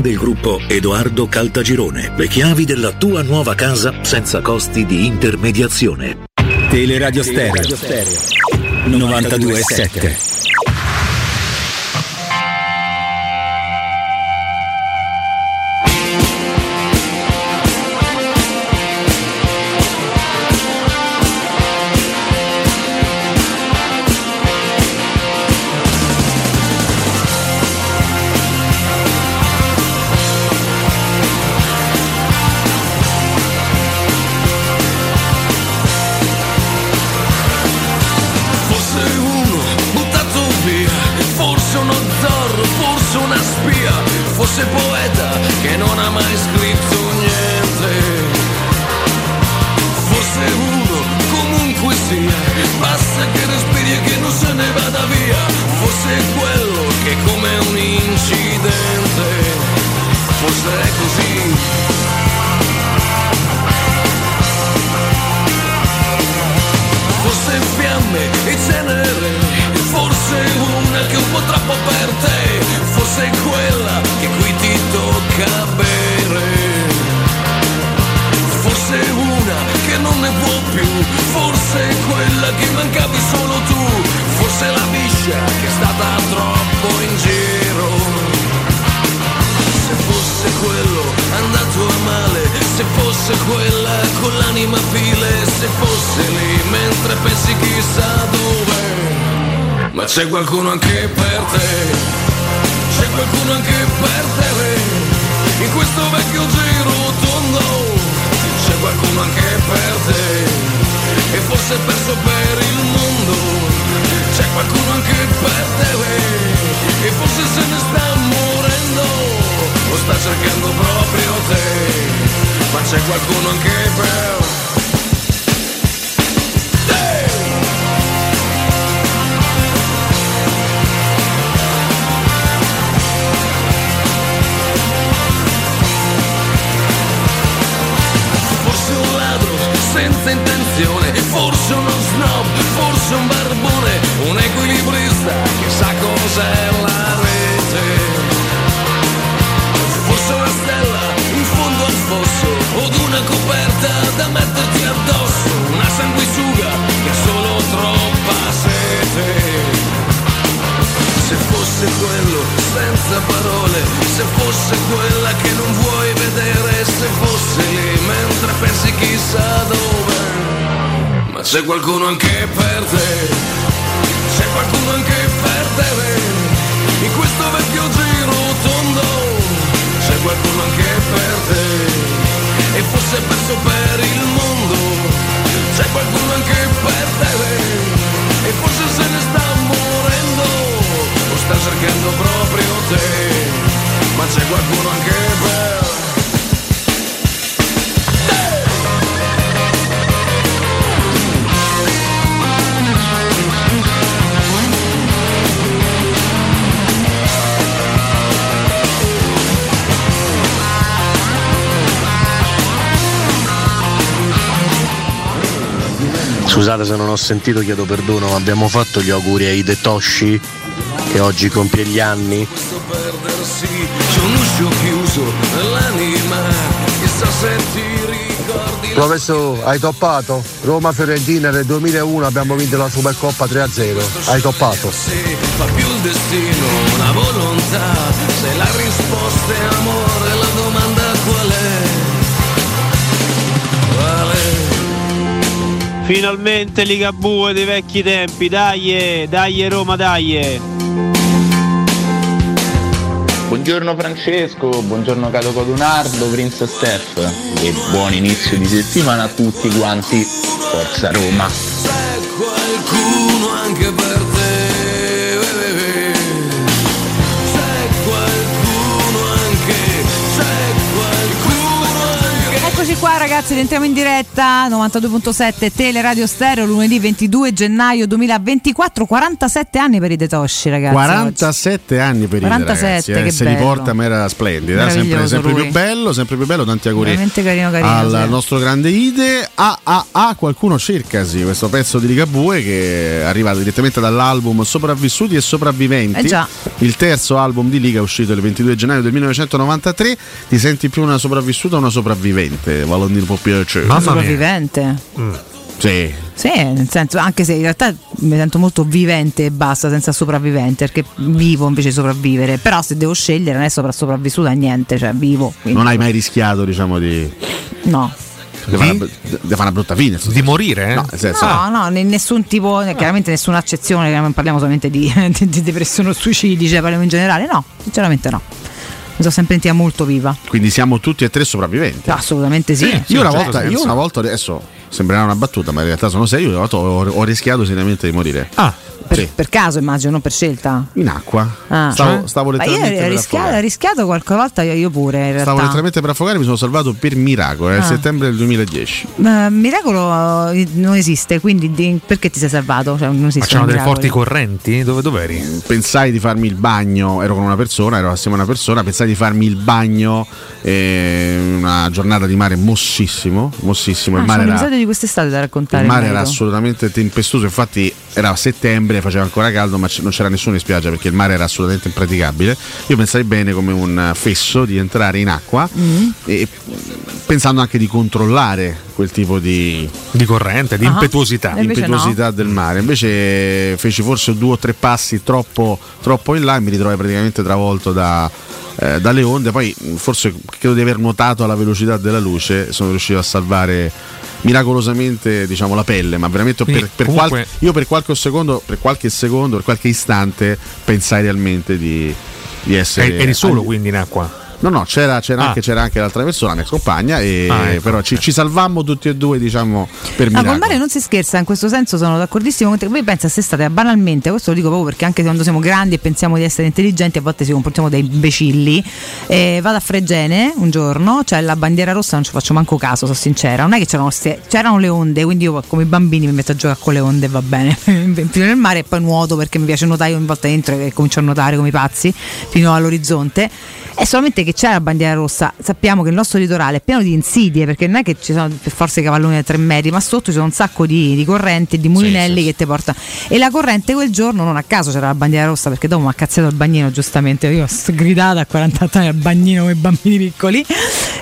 del gruppo Edoardo Caltagirone. Le chiavi della tua nuova casa senza costi di intermediazione. Teleradio Stereo. 927 Forse uno buttato via, forse uno zorro, forse una spia, forse poeta che non ha mai scritto niente. Forse uno comunque sia, basta che respiri e che non se ne vada via, forse è quello che è come un incidente, forse è così. Forse fiamme e cenere, forse una che è un po' troppo per te, forse è quella che qui ti tocca bere. Forse una che non ne può più, forse è quella che mancavi solo tu, forse è la biscia che è stata troppo in giro. Se fosse quello andato a male, se fosse quella con l'anima a file, se fosse lì mentre pensi chissà dove, ma c'è qualcuno anche per te, c'è qualcuno anche per te, in questo vecchio giro tondo, c'è qualcuno anche per te, e forse perso per il mondo, c'è qualcuno anche per te, e forse se ne sta morendo o sta cercando proprio te, ma c'è qualcuno anche per te. Forse un ladro senza intenzione, forse uno snob, forse un barbone, un equilibrista che sa cos'è la rete. Forse una stella in fondo al fosso Od una coperta da metterti addosso Una sanguisuga che ha solo troppa sete Se fosse quello senza parole Se fosse quella che non vuoi vedere Se fosse lì mentre pensi chissà dove Ma c'è qualcuno anche per te C'è qualcuno anche per te In questo vecchio giro tondo c'è qualcuno anche per te E forse è perso per il mondo C'è qualcuno anche per te E forse se ne sta morendo O sta cercando proprio te Ma c'è qualcuno anche per Scusate se non ho sentito, chiedo perdono, ma abbiamo fatto gli auguri ai Detoshi che oggi compie gli anni. perdersi C'è un uscio chiuso nell'anima Chissà se ti ricordi Professore, hai toppato? Roma-Fiorentina nel 2001 abbiamo vinto la Supercoppa 3-0. Hai toppato? se fa più il destino una volontà se la risposta è amore la domanda qual è qual è Finalmente Ligabue dei vecchi tempi, dai, eh, dai Roma, dai. eh. Buongiorno Francesco, buongiorno Cato Codunardo, Prince Steph e buon inizio di settimana a tutti quanti. Forza Roma. qualcuno anche per te bebè. c'è qualcuno anche c'è qualcuno Eccoci qua ragazzi, rientriamo in diretta 92.7 Teleradio Stereo lunedì 22 gennaio 2024, 47 anni per i Detosci ragazzi. oggi. 47 anni per 47, il ragazzi, eh, che se bello. li porta ma era splendida, eh, sempre, Meraviglioso sempre lui. più bello, sempre più bello, tanti auguri Veramente carino carino. al sì. nostro grande Ide. Ah, ah, ah, qualcuno cercasi questo pezzo di Ligabue che è arrivato direttamente dall'album Sopravvissuti e Sopravviventi, Eh già. il terzo album di Liga uscito il 22 gennaio del 1993. Ti senti più una sopravvissuta o una sopravvivente? Valondino può piacere. Sopravvivente. Sì. Sì, nel senso, anche se in realtà mi sento molto vivente e basta, senza sopravvivente, perché vivo invece di sopravvivere. Però se devo scegliere non è sopra- sopravvissuta a niente, cioè vivo. quindi Non hai mai rischiato, diciamo, di. No. Di fare una, di fare una brutta fine. Di morire? No, nel senso, No, no, ne- nessun tipo, eh, chiaramente nessuna accezione, non parliamo solamente di, *laughs* di- di depressione o suicidi, cioè parliamo in generale, no, sinceramente no. Mi sono sempre sentita molto viva. Quindi siamo tutti e tre sopravviventi. certo, Assolutamente sì. io, una volta, io una volta adesso sembrerà una battuta, ma in realtà sono serio. Una volta ho, ho rischiato seriamente di morire. Ah. Sì. Per caso immagino, non per scelta. In acqua. Ah. Stavo, stavo Ma io letteralmente ho per rischiato, affogare. rischiato qualche volta, io, io pure in Stavo realtà. letteralmente per affogare, mi sono salvato per miracolo. Era Ah. il settembre del 2010. Ma miracolo eh, non esiste, quindi di- perché ti sei salvato? Cioè, non esiste Facciamo un delle miracolo. forti correnti? Dove, eri? Pensai di farmi il bagno, ero con una persona, ero assieme a una persona, pensai di farmi il bagno eh, una giornata di mare mossissimo, mossissimo, Ah, il c'è un mare era episodio di quest'estate da raccontare. Il mare era credo. assolutamente tempestoso, infatti era a settembre, faceva ancora caldo, ma c- non c'era nessuno in spiaggia perché il mare era assolutamente impraticabile. Io pensai bene come un eh, fesso di entrare in acqua e pensando anche di controllare quel tipo di, corrente, di Ah. impetuosità. di impetuosità del mare. Invece feci forse due o tre passi troppo, troppo in là e mi ritrovai praticamente travolto da- eh, dalle onde. Poi mh, forse credo di aver nuotato alla velocità della luce, sono riuscito a salvare miracolosamente diciamo, la pelle, ma veramente Quindi, per, per comunque- qualche- io per qualche secondo, per qualche secondo, per qualche istante pensai realmente di, di essere... E- eri solo, agli- quindi in acqua. No, no, c'era, c'era Ah. anche, c'era anche l'altra persona, mia ex compagna, e- Ah, ecco, però ci, ci salvammo tutti e due, diciamo, per Ah, col miracolo. mare non si scherza, in questo senso sono d'accordissimo con te. Voi pensate se state banalmente, questo lo dico proprio perché anche quando siamo grandi e pensiamo di essere intelligenti, a volte si comportiamo da imbecilli. Eh, vado a Fregene un giorno, c'è la bandiera rossa, non ci faccio manco caso, sono sincera. Non è che c'erano, ste- c'erano le onde, quindi io come i bambini mi metto a giocare con le onde, va bene. *laughs* Fino nel mare e poi nuoto perché mi piace nuotare, io ogni volta entro e comincio a nuotare come i pazzi fino all'orizzonte. È solamente che c'è la bandiera rossa, sappiamo che il nostro litorale è pieno di insidie, perché non è che ci sono per forza i cavalloni da tre metri, ma sotto ci sono un sacco di, di correnti e di mulinelli che ti portano. E la corrente quel giorno, non a caso c'era la bandiera rossa, perché dopo mi ha cazziato il bagnino, giustamente, io ho s- gridato a 48 anni al bagnino come bambini piccoli,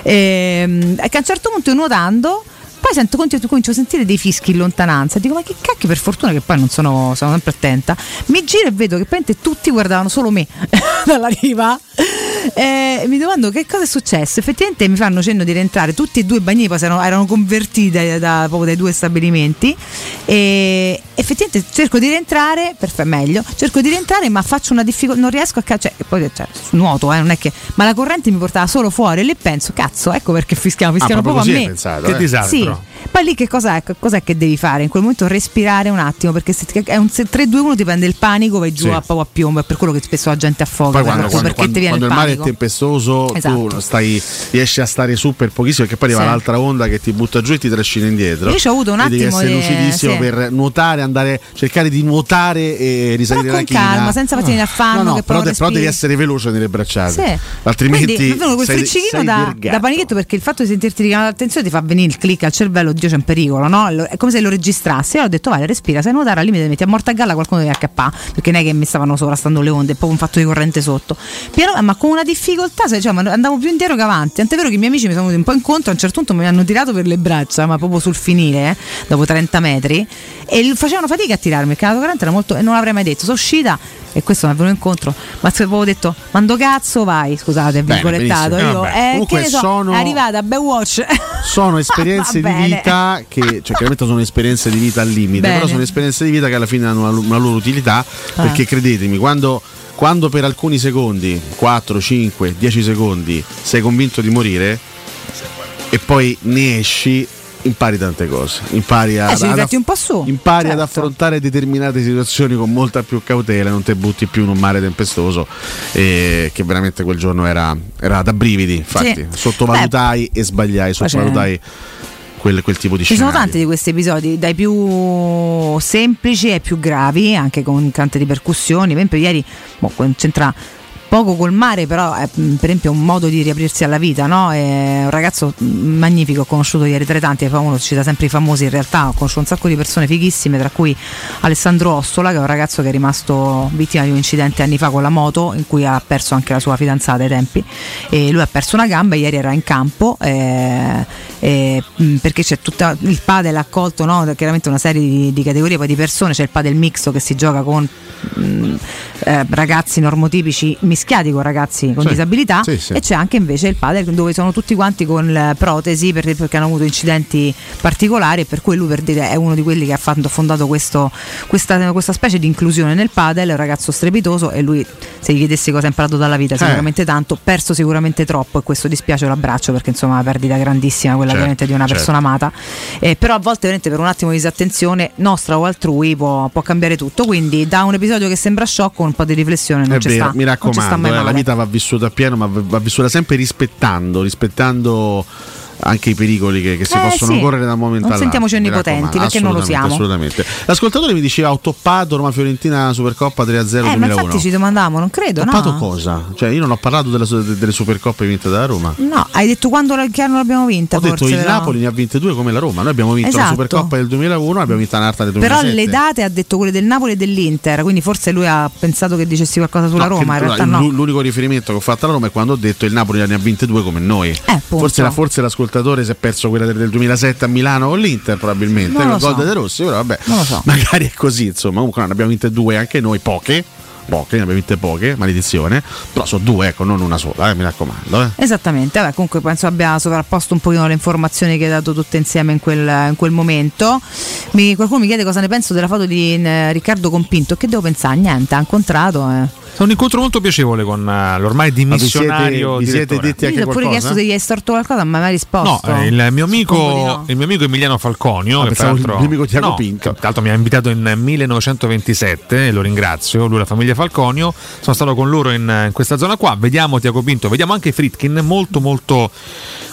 e, e che a un certo punto io nuotando... Poi sento, comincio, comincio a sentire dei fischi in lontananza, dico ma che cacchio per fortuna che poi non sono, sono sempre attenta. Mi giro e vedo che praticamente tutti guardavano solo me *laughs* dalla riva. Eh, mi domando che cosa è successo. Effettivamente mi fanno cenno di rientrare. Tutti e due i bagnini poi erano, erano convertiti da- da- proprio dai due stabilimenti. E effettivamente cerco di rientrare, per far meglio, cerco di rientrare, ma faccio una difficoltà. Non riesco a ca- cioè, poi cioè, nuoto, eh, non è che. Ma la corrente mi portava solo fuori e lì penso, cazzo, ecco perché fischiano, fischiano Ah, proprio proprio a così me. hai pensato, Che eh? disastro. Sì. Poi lì che cosa, ecco, cos'è che devi fare? In quel momento respirare un attimo, perché se ti- è un se 3-2-1 ti prende il panico, vai giù Sì. a, proprio a piombo, è per quello che spesso la gente affoga. Poi quando, soprattutto quando- perché quando- ti viene quando il mare è panico. tempestoso, Esatto. tu stai- riesci a stare su per pochissimo perché poi arriva Sì. l'altra onda che ti butta giù e ti trascina indietro. Io ci ho avuto un E devi attimo essere di- lucidissimo sì. per nuotare, andare, cercare di nuotare e risalire Però con la china. calma, senza partire in affanno, No, no, che però, poi de- non però devi respiri. essere veloce nelle bracciate. Sì. Altrimenti Quindi, mi è venuto quel sei- friccichino sei da, vergato. da panichetto perché il fatto di sentirti richiamare l'attenzione ti fa venire il click al cervello, Dio c'è un pericolo, no? Allo- È come se lo registrassi. Allora ho detto, vale, respira, se nuotare al limite metti a morta a galla qualcuno devi accappare, perché non è che mi stavano sopra stando le onde, è proprio un fatto di corrente sotto. Piano- ma con una difficoltà, se- cioè, ma andavo più indietro che avanti. Tant'è vero che i miei amici mi sono venuti un po' incontro, a un certo punto mi hanno tirato per le braccia, ma proprio sul finire, eh, dopo 30 metri, e l- facevano fatica a tirarmi, perché la corrente era molto. e non l'avrei mai detto, sono uscita. E questo mi è venuto incontro, ma se avevo detto, mando cazzo vai, scusate, Bene, virgolettato benissimo. io. Eh, vabbè. eh, Comunque che ne so, sono- è arrivata Baywatch. Sono esperienze Ah, Va di bene. vita che, cioè, chiaramente sono esperienze di vita al limite, Bene. però sono esperienze di vita che alla fine hanno una, una loro utilità, Ah. perché credetemi, quando, quando per alcuni secondi, 4, 5, 10 secondi, sei convinto di morire e poi ne esci, impari tante cose, impari a... Eh, ci ad rifletti aff- un po' su. Impari Certo. ad affrontare determinate situazioni con molta più cautela, non ti butti più in un mare tempestoso, eh, che veramente quel giorno era, era da brividi, infatti, Sì. sottovalutai e sbagliai, Poi c'è- sottovalutai quel, quel tipo di Ci sono scenario. tanti di questi episodi, dai più semplici ai più gravi, anche con tante ripercussioni. Per esempio, ieri boh, c'entra poco col mare, però è mh, per esempio un modo di riaprirsi alla vita, no? È un ragazzo mh, magnifico, ho conosciuto ieri tra i tanti, fa uno cita sempre i famosi in realtà, ho conosciuto un sacco di persone fighissime, tra cui Alessandro Ossola, che è un ragazzo che è rimasto vittima di un incidente anni fa con la moto, in cui ha perso anche la sua fidanzata ai tempi. E lui ha perso una gamba, ieri era in campo. eh, eh, mh, perché c'è tutta il padel ha accolto no? chiaramente una serie di, di categorie poi di persone, c'è il padel mixto che si gioca con mh, eh, ragazzi normotipici mischiati con ragazzi con Sì, disabilità sì, sì. e c'è anche invece il padel dove sono tutti quanti con eh, protesi per- perché hanno avuto incidenti particolari e per cui lui per dire è uno di quelli che ha fatto- fondato questo- questa, questa specie di inclusione nel padel, è un ragazzo strepitoso e lui se gli chiedessi cosa ha imparato dalla vita Eh. sicuramente tanto, perso sicuramente troppo e questo dispiace lo abbraccio perché insomma è una perdita grandissima quella Certo, veramente di una certo. persona amata Eh, però a volte veramente per un attimo di disattenzione nostra o altrui può, può cambiare tutto quindi da un episodio che sembra sciocco un po' di riflessione non È ci vero, sta mi non ci sta raccomando, mai eh, la male. vita va vissuta a pieno, ma va- va vissuta sempre rispettando, rispettando anche i pericoli che, che si Eh, possono sì. correre da un momento Non all'altro. sentiamoci mi onnipotenti, raccomando, perché non lo assolutamente, siamo. Assolutamente. L'ascoltatore mi diceva ho toppato Roma Fiorentina Supercoppa 3-0 eh, 2001. ma infatti ci domandavamo non credo no? toppato cosa? Cioè io non ho parlato della su- delle Supercoppe vinte dalla Roma. no hai detto quando la- che anno l'abbiamo vinta Ho detto forse, il però. Napoli ne ha vinte due come la Roma. Noi abbiamo vinto la Esatto. Supercoppa del 2001, abbiamo vinto la Narta del Però 2007. le date ha detto quelle del Napoli e dell'Inter, quindi forse lui ha pensato che dicessi qualcosa sulla No, Roma, in che- realtà allora, no. l'u- L'unico riferimento che ho fatto alla Roma è quando ho detto il Napoli ne ha 22 come Eh, noi. forse, la- forse l'ascoltatore si è perso quella del, del 2007 a Milano con l'Inter, probabilmente. Non lo Con il gol so. dei De Rossi, però vabbè. Non lo so. Magari è così, insomma. Comunque no, ne abbiamo vinte due anche noi, poche. Poche, ne abbiamo vinte poche, maledizione. Però sono due, ecco, non una sola, eh, mi raccomando. eh. Esattamente, vabbè, comunque penso abbia sovrapposto un pochino le informazioni che hai dato tutte insieme in quel, in quel momento. Mi- qualcuno mi chiede cosa ne penso della foto di eh, Riccardo Compinto, che devo pensare? Niente, ha incontrato. Eh. È un incontro molto piacevole con eh, l'ormai vi siete- dimissionario. vi siete direttore. detti Io ti ho pure chiesto se gli hai storto qualcosa, ma mi hai risposto. No, eh, il, mio Suppongo di amico, no. il mio amico Emiliano Falconio, Ah, che pensavo il peraltro- mio amico Tiago no, Pinto. Tra l'altro mi ha invitato in 1927, e lo ringrazio, lui e la famiglia Falconio, sono stato con loro in, in questa zona qua, vediamo Tiago Pinto, vediamo anche Fritkin, molto molto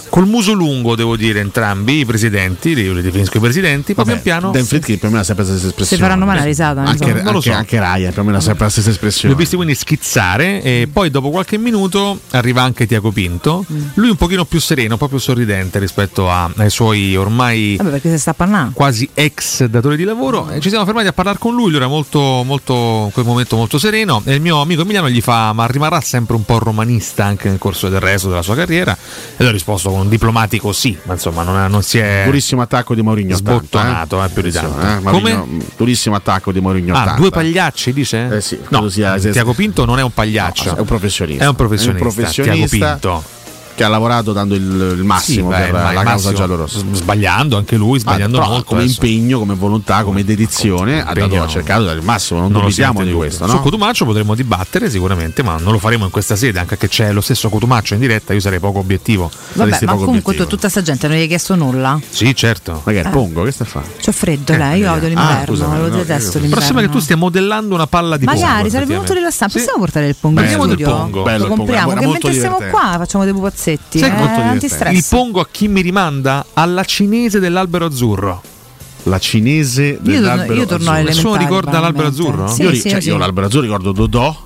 col muso lungo devo dire entrambi i presidenti, io li definisco i presidenti, poi pian piano... Dan Fritkin più o meno ha sempre la stessa Se espressione. faranno male la risata, non Anche, so. anche, anche Raya più o meno ha sempre la stessa Li espressione. ho visti quindi schizzare e poi dopo qualche minuto arriva anche Tiago Pinto, lui un pochino più sereno, un po' più sorridente rispetto a- ai suoi ormai Vabbè, perché se sta a parlare. quasi ex datore di lavoro. E ci siamo fermati a parlare con lui, lui era molto, molto, in quel momento molto sereno. E il mio amico Emiliano gli fa: Ma rimarrà sempre un po' romanista anche nel corso del resto della sua carriera? E lui ha risposto con un diplomatico sì, ma insomma, non, non si è. Durissimo attacco di Mourinho Eh. Sbottonato, eh, più di tanto. Come? Come? Durissimo attacco di Mourinho Ah, 80. due pagliacci dice? Eh sì, no, Tiago Pinto non è un pagliaccio, è un professionista. È un professionista, È un professionista Tiago Che ha lavorato dando il, il massimo Sì, beh, per ma la il causa massimo, giallorossa. s- Sbagliando anche lui, sbagliando Ah, però molto. come adesso. impegno, come volontà, come dedizione, ha, dato, ha cercato di dare il massimo. Non, lo dubitiamo si mette di in dubbio. questo. Su No? Cotumaccio potremmo dibattere sicuramente, ma non lo faremo in questa sede, anche che c'è lo stesso Cotumaccio in diretta, io sarei poco obiettivo. Vabbè, ma comunque tu, tutta sta gente non gli hai chiesto nulla. Sì, certo. Ma che Eh. pongo, che sta a fare? C'ho freddo, lei, io odio Ah, l'inverno, lo detesto l'inverno. Però sembra che tu stia modellando una palla di pongo, Magari sarebbe effettivamente. molto rilassante. Possiamo portare il pongo in Bello il studio? pongo. Bello Lo il pongo, compriamo. era Che molto mentre siamo divertente. qua facciamo dei pupazzetti. Sai eh, che molto divertente? antistress. Il pongo a chi mi rimanda? Alla cinese dell'albero azzurro. La cinese torno- dell'albero io torno azzurro. alle Nessuno elementari, ricorda l'albero probabilmente. azzurro? Eh, Sì, io, ri- sì, cioè, sì. io l'albero azzurro ricordo Dodò.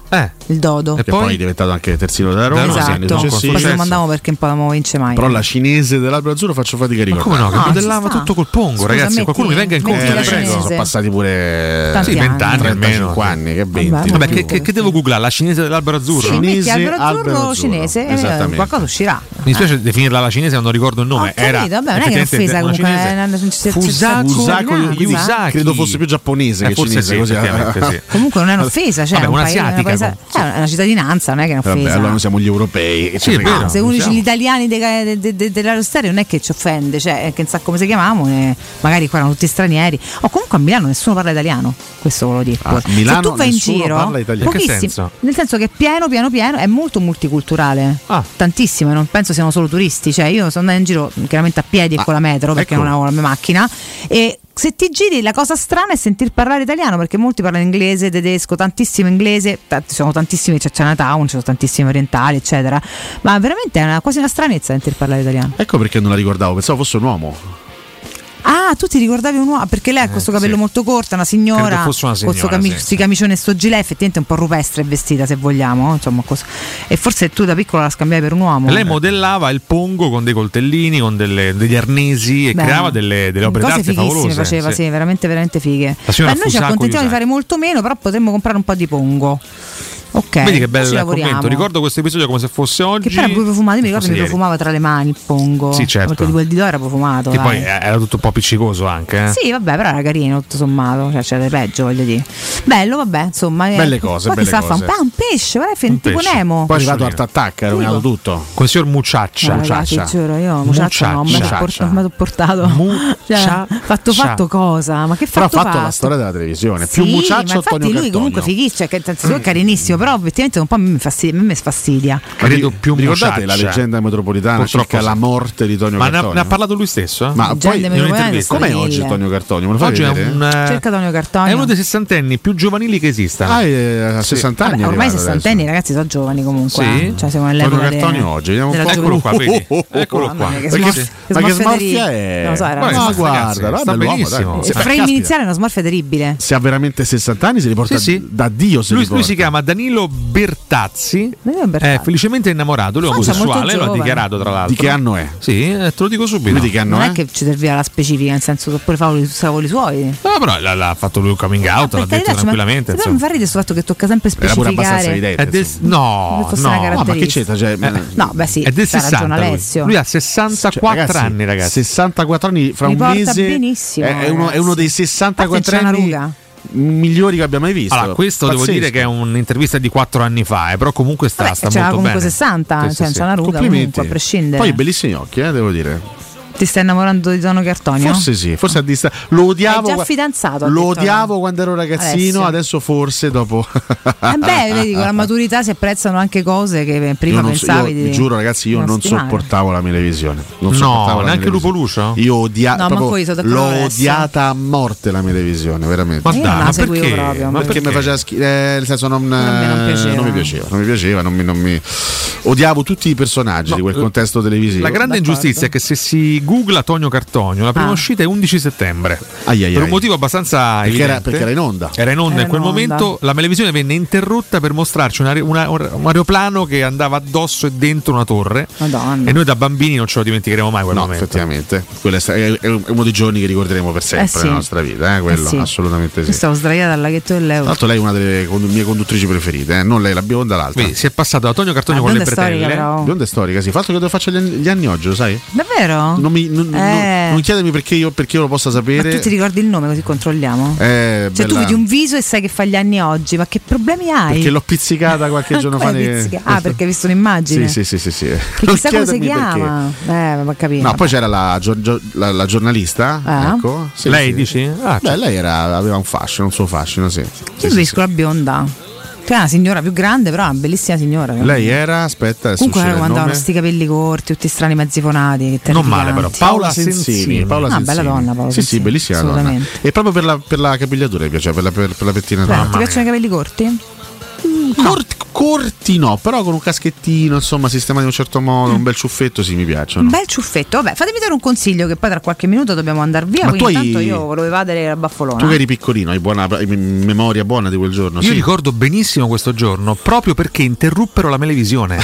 Il dodo. Che poi? è diventato anche terzino della Roma. Esatto. sì, anni successivi. Poi mandiamo perché un po' non vince mai. Però la cinese dell'albero azzurro faccio fatica a ricordare. come no? Che No, modellava ci sta. tutto col pongo, Scusa, ragazzi, metti- qualcuno mi venga incontro, metti la prego. cinese. Sono passati pure Tanti sì, anni. 20 almeno. 35 anni, che 20. Vabbè, Vabbè, ma che, che- che devo googlare? La cinese dell'albero azzurro? Sì, metti albero azzurro, cinese e Esattamente. qualcosa uscirà. Mi dispiace definirla la cinese, ma non ricordo il nome. Capito? Era Vabbè, non è che è un'offesa effettivamente una comunque. cinese. eh, non- non ci si- Fusako- ci si- Fusako Ah, Yukisaki. ma- Credo fosse più giapponese Eh, che forse cinese. sì, così. eh. effettivamente sì. *laughs* Comunque non è un'offesa, cioè Vabbè, è un paese- un'asiatica, è una, paese- eh, è una cittadinanza, non è che è Vabbè, un'offesa. allora noi siamo gli europei. e ci è freghiamo. vero. se uno dice gli italiani de- de- de- de- dell'Aerostereo non è che ci offende, cioè è che non sa come si chiamavamo, eh, magari qua erano tutti stranieri. O comunque a Milano nessuno parla italiano, questo volevo dire. A Ah, Milano se tu vai in nessuno giro, parla italiano. In che pochissimi- senso? nel senso che piano piano piano è molto multiculturale, tantissime, non penso siano solo turisti, cioè io sono andata in giro chiaramente a piedi e con la metro perché ecco. non avevo la mia macchina e se ti giri la cosa strana è sentir parlare italiano perché molti parlano inglese, tedesco, tantissimo inglese, ta- ci sono tantissimi, c'è Chinatown, ci sono tantissimi orientali eccetera, ma veramente è una- quasi una stranezza sentir parlare italiano. Ecco perché non la ricordavo, pensavo fosse un uomo. Ah, Ah, tu ti ricordavi un uomo? Perché lei ha questo capello molto corto, è una signora. Eh, Credo fosse una questo signora, cami- sì. sti camicione e sto gilet, effettivamente un po' rupestre e vestita, se vogliamo. eh, Insomma, cos- E forse tu da piccola la scambiai per un uomo. Lei modellava il pongo con dei coltellini, con delle- degli arnesi e Beh, creava delle, delle opere Cose d'arte fighissime favolose. faceva, sì. sì. veramente veramente fighe. La signora Beh, noi ci Fusaco accontentiamo di Yusai. fare molto meno, però potremmo comprare un po' di pongo. Ok. Vedi che ci bel lavoriamo. commento. Ricordo questo episodio come se fosse oggi. Che però poi profumati, mi ricordo forse mi ieri. profumava tra le mani il pongo. Sì, certo. Perché di quel di là era profumato. Che dai. poi eh, era tutto un po' appiccicoso anche. eh. Sì, vabbè, però era carino tutto sommato, cioè c'era di peggio, voglio dire. Bello, vabbè, insomma. eh. Belle cose, Poi belle chissà, fa un, cose. ah, un pesce, guarda, è un tipo pesce. Nemo. Poi è arrivato Art Attack, ha rovinato tutto. Con il signor Mucciaccia. No, ragazzi, Mucciaccia. giuro, io mucciaccia no, mi ha Mucciaccia. portato- mi ha portato. Cioè, fatto fatto cosa? Ma che Però ha fatto fatto fatto? la storia della televisione. Sì, Più Mucciaccio ma infatti Antonio lui Cartogno. comunque fighissimo, che innanzitutto è carinissimo, però obiettivamente un po' mi fastidia, a me sfastidia. Ma vi- vi ricordate la Mucciaccia. leggenda metropolitana Purtroppo circa sì. la morte di Tonio Ma ne ha, Cartogno? ne ha parlato lui stesso? eh? Ma Leggende poi- in metropolitana un'intervista. com'è sono oggi mille. Antonio Cartogno? Me lo fai oggi è vedere? un eh, Cerca Antonio Cartogno. è uno dei sessantenni più giovanili che esistano. Ah, è a 60 anni Vabbè, è ormai arrivato adesso. sessantenni, ragazzi, sono giovani comunque. Sì? eh. Cioè, siamo nell'epoca Antonio Cartogno de- oggi, vediamo un della po'. gioventù. Eccolo qua, *laughs* vedi? Oh, Eccolo Mamma mia, qua. che Ma che- smorf- ma che smorfia smorfia terribile. è? Non lo so, era Ma una smorfia. guarda, ragazzi, sta bell'uomo, benissimo. dai. Il Sì, frame caspita. iniziale è una smorfia terribile. Se ha veramente 60 anni, se li porta Sì, sì. da Dio. Se li Lui, lui Cioè, porta. si chiama Danilo Bertazzi, Bertazzi. è felicemente innamorato, lui è Ah, cioè, molto omosessuale, lo ha giovane. dichiarato tra l'altro. Di che anno è? Sì, eh, te lo dico subito. Lui di che eh? anno non è che ci serviva la specifica, nel senso che pure Paolo i suoi. No, però l'ha, l'ha fatto lui un coming out, l'ha detto Carità, ma- tranquillamente. Però mi insomma. fa ridere questo fatto che tocca sempre Era pure specificare. abbastanza evidente, È del- insomma. No, Che fosse no. una No, ma che caratteristica. c'entra? Cioè, Eh, no, beh sì, è del c'ha ragione 60 lui. Alessio. Lui ha 64 anni, ragazzi. 64 Cioè, anni fra Li un porta mese. benissimo, è, è uno, è uno dei 64 Infatti non c'è anni una migliori che abbia mai visto. Allora, questo Pazzesco. devo dire che è un'intervista di 4 anni fa, eh, però comunque sta, sta c'era molto comunque bene. 60, cioè, c'è una ruga Complimenti. comunque, a prescindere. Poi bellissimi occhi, eh, devo dire. Ti stai innamorando di Tono Cartonio? Forse sì, forse a distanza. Lo odiavo. È già gua- fidanzato, ha Lo detto, odiavo no? quando ero ragazzino, Alessio. adesso forse dopo. Eh *laughs* beh, vedi, con la maturità si apprezzano anche cose che prima Io non so- pensavi io di. vi giuro, ragazzi, io non non stimare. sopportavo la melevisione. Non No, sopportavo la neanche Lupo melevisione. Io odia- No, proprio manco io, sono d'accordo l'ho con Alessio. odiata a morte la melevisione, veramente. Eh, Ma Io dai, non la ma seguivo perché? proprio, Ma perché? perché mi faceva schifo? nel senso, non, me non eh, piaceva. non mi piaceva, non mi piaceva, non mi, non mi- Odiavo tutti i personaggi di quel contesto televisivo. La grande ingiustizia è che se si googla Tonio Cartonio, la prima Ah. uscita è 11 settembre. Ai, ai, per un ai. motivo abbastanza Perché era- evidente. eh, perché era in onda. Era in onda Era in quel in onda. momento. La televisione venne interrotta per mostrarci un, aer- una- un aeroplano che andava addosso e dentro una torre. E noi da bambini non ce lo dimenticheremo mai quel No, momento. effettivamente, quello è, sta- è- è uno dei giorni che ricorderemo per sempre Eh sì. nella nostra vita, eh, quello, Eh sì. assolutamente Io sì. stavo sdraiata al laghetto Tra dell'Euro. l'altro lei è una delle con- mie conduttrici preferite, eh, non lei la bionda, l'altra. si è passato da Tonio Cartogno Ah, con le bionda è storica, eh? bretelle. però. Bionda è storica, sì. Fatto che devo faccio gli anni, gli anni oggi, lo sai? Davvero? Non, mi, non, Eh. non- non chiedemi perché io, perché io lo possa Ma sapere. tu ti ricordi il nome così controlliamo? Eh, Cioè, tu bella- vedi un viso e sai che fa gli anni oggi, ma che problemi hai? Perché l'ho *laughs* pizzicata qualche giorno Come fa. nei- pizzica- Ah, perché hai visto un'immagine? Sì, sì, sì, sì, sì. Che Non chissà come si chiedermi perché. chiama. Eh, ma capito. No, poi c'era la, gio- gio- la- la giornalista, Ah. ecco. Lei dici? Ah, Beh, certo. lei era- aveva un fascino, un suo fascino, sì. Io preferisco la bionda. Che è una signora più grande, però è una bellissima signora. Lei era, aspetta, adesso Comunque uscirà era il quando avevano nome. sti capelli corti, tutti strani mezzifonati. che Non male, però. terrificanti. Paola Sensini. Paola Ah, bella Sensini. donna Paola Sì, sì, Sensini, bellissima donna. assolutamente. E proprio per la, per la capigliatura mi piaceva, per la, per, per la Beh, pettinatura. ti piacciono i capelli corti? Mm, Corti, corti no, però con un caschettino, insomma, sistemato in un certo modo, un bel ciuffetto, sì, mi Un piacciono. bel ciuffetto. Vabbè, fatemi dare un consiglio che poi tra qualche minuto dobbiamo andare via. Ma tu quindi hai- intanto io volevo evadere la baffolona. Tu che eri piccolino, hai buona hai memoria buona di quel giorno, Io sì. ricordo benissimo questo giorno proprio perché interruppero *laughs* la televisione.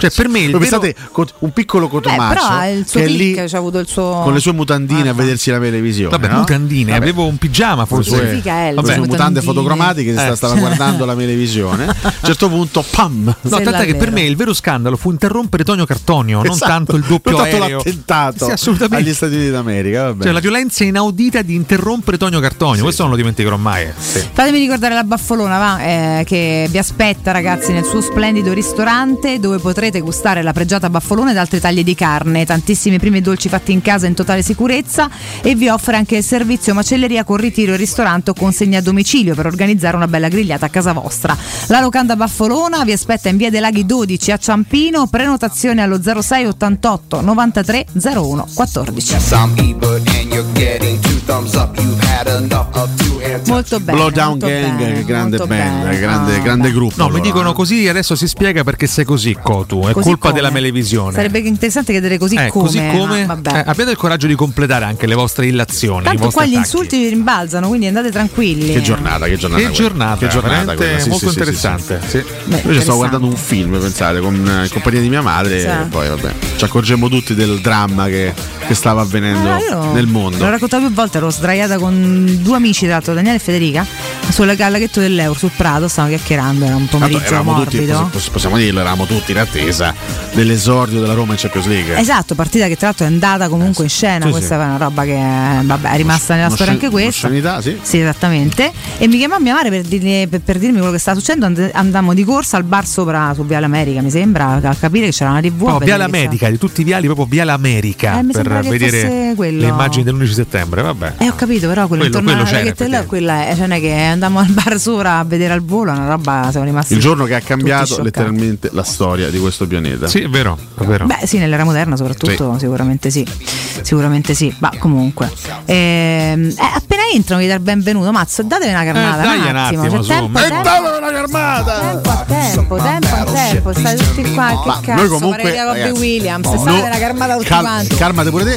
cioè, per me il Voi vero- pensate, cot- un piccolo Beh, Eh, però cotomaccio ha il suo che è lì click, c'ha avuto il suo. con le sue Ah, mutandine a vedersi la televisione. Vabbè, no? mutandine, Vabbè. avevo un pigiama Con le forse. sue- con le sue mutande fotocromatiche si Eh. sta- stava guardando *laughs* la televisione. A un certo punto, pam! No, tant'è che per me il vero scandalo fu interrompere Tonio Cartonio, non Esatto, tanto il doppio non tanto aereo. l'attentato Sì, assolutamente. agli Stati Uniti d'America. Vabbè. Cioè, la violenza inaudita di interrompere Tonio Cartonio, questo non lo dimenticherò mai. eh. Fatemi ricordare la baffolona va, eh, che vi aspetta ragazzi nel suo splendido ristorante dove potrete gustare la pregiata baffolona ed altri tagli di carne, tantissimi primi e dolci fatti in casa in totale sicurezza e vi offre anche il servizio macelleria con ritiro in ristorante o consegna a domicilio per organizzare una bella grigliata a casa vostra. La locanda baffolona vi aspetta in via dei Laghi 12 a Ciampino, prenotazione allo 06 88 93 01 14. Some people and you're getting too thumbs up, you've had enough of two Cioè, and Molto bene. Blowdown molto Gang, bene, grande molto band, bene. grande, Ah, grande gruppo. No, mi loro, dicono così adesso si spiega perché sei così, Cotu. È Così colpa come? della melevisione. Sarebbe interessante chiedere così Eh, come. così ma come vabbè. eh, abbiate il coraggio di completare anche le vostre illazioni. i Tanto vostri qua gli attacchi. insulti vi rimbalzano, quindi andate tranquilli. Che giornata, che giornata. Che quella. giornata, veramente quella, sì, molto sì, sì, interessante. sì, sì. Io ci interessante. stavo guardando un film, pensate, con, eh, in compagnia di mia madre Sì. e poi vabbè, ci accorgemmo tutti del dramma che, che stava avvenendo Ah, io nel mondo. L'ho raccontato più volte, ero sdraiata con due amici, tra l'altro Daniele e Federica, sulla galaghetto dell'Euro, sul Prato, stavano chiacchierando, era un Tanto pomeriggio eravamo tutti, morbido. poss- possiamo dirlo, eravamo tutti in attesa dell'esordio della Roma in Champions League. Esatto, partita che tra l'altro è andata comunque in scena, Eh, Sì, questa sì. è una roba che vabbè, è rimasta nella uno storia scen- anche questa. un'oscenità, sì. esattamente. E mi chiamò mia madre per, dirgli- per- per dirmi quello che stava succedendo. And- andammo di corsa al bar sopra su Viale America, mi sembra, a capire che c'era una TV. Oh, a No, vedere Viale che c'era- America, di tutti i viali, proprio Viale America Eh, mi per sembra che vedere fosse quello. le immagini dell'11 settembre. Vabbè. Eh, ho capito, però quello, Quello- intorno quello alla c'era, ragazza là, quella è, cioè non è che andammo al bar sopra a vedere al volo, è una roba, siamo rimasti. Il giorno che ha cambiato Ah, scioccati. letteralmente la storia di questo pianeta. Sì, è vero, è vero. Beh, sì, nell'era moderna soprattutto, sicuramente sì. Sicuramente sì, ma comunque. Ehm, eh, appena entrano, vi dà il benvenuto, mazzo, datevi una carnata. Eh, dai, un attimo, c'è su, tempo, ma- Eh, tempo, tempo a tempo, tempo a tempo, state tutti qua, che cazzo, noi comunque, parete da Robbie ragazzi, Williams, no, state una carmata tutti Cal- quanti. calmate pure te.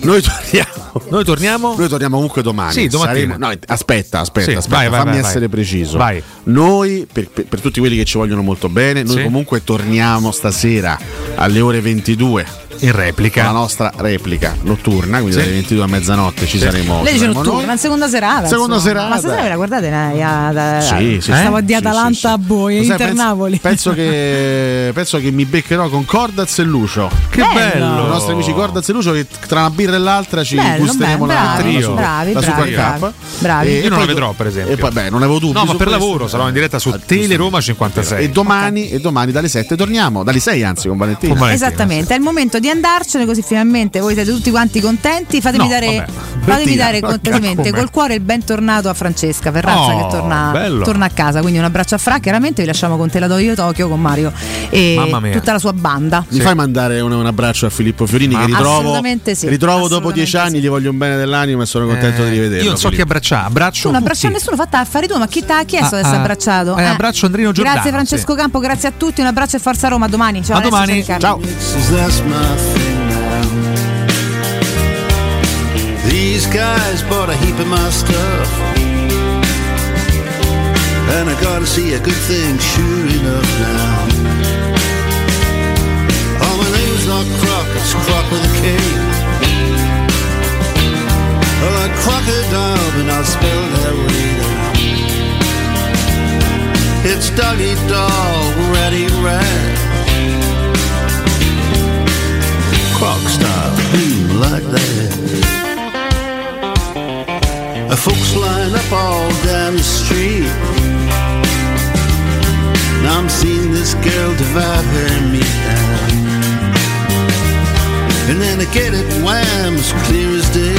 Noi torniamo. Noi torniamo? Noi torniamo comunque domani. Sì, domattina. Saremo- no, aspetta, aspetta, Sì, aspetta, vai, vai, fammi vai, vai. essere preciso. Vai. Noi, per, per- per tutti quelli che ci vogliono molto bene, noi Sì. comunque torniamo stasera alle ore 22. In replica. La nostra replica notturna, quindi Sì. dalle 22 a mezzanotte ci saremo. Lei ci dice saremo notturna, ma seconda serata. Seconda insomma. serata. Ma stasera ve la guardate, ne- a- da- Sì, sì, stavo sì, di sì, Atalanta a voi, Lo sai, Inter penso- Napoli. Penso *laughs* *laughs* che, penso che mi beccherò con Cordaz e Lucio. Che Bello! bello! I nostri amici Cordaz e Lucio che tra una birra e l'altra ci Bello, gusteremo bello, la, la bravi, su- bravi, la bravi, Super Cup. bravi. Io e non la poi- vedrò, per esempio. E poi, beh, non avevo dubbi. No, ma su per questo. Ah, lavoro sarò in diretta su Teleroma 56. E domani, e domani dalle 7 torniamo, dalle 6 anzi, con Valentino. Esattamente, è il momento di andarcene così finalmente voi siete tutti quanti contenti. Fatemi No, dare, vabbè. fatemi Bettina, dare *laughs* ma cortesemente come? col cuore il bentornato a Francesca Ferrazza che Oh, torna, bello. torna a casa. Quindi un abbraccio a Fra. Chiaramente vi lasciamo con Te la do io Tokyo con Mario e Mamma mia. tutta la sua banda. Mi fai mandare un, un abbraccio a Filippo Fiorini Ma- che ritrovo, Assolutamente sì, ritrovo dopo dieci anni, gli voglio un bene dell'anima e sono contento Eh, di rivederlo. io non so chi abbraccia, abbraccio non abbraccio a tutti. nessuno, fatta affari tu, ma chi ti ha chiesto Ah, adesso ah, abbracciato? eh, Eh. abbraccio Andrino Giordano. Grazie Francesco Campo, grazie a tutti, un abbraccio e forza Roma, a domani. Ciao, A Alessio, domani. Riccardo. Ciao. Since that's my thing now. These guys bought a heap of my stuff. And I gotta see a good thing sure enough now. Oh, my name's not Croc, it's Croc with a K. Well, i crocodile, but not spelled that way now. It's Doggy Dog, Ratty Rat. croc style, hmm, like that. Uh, Folks line up all down the street. Now I'm seeing this girl divide her meat down. And then I get it wham as clear as day.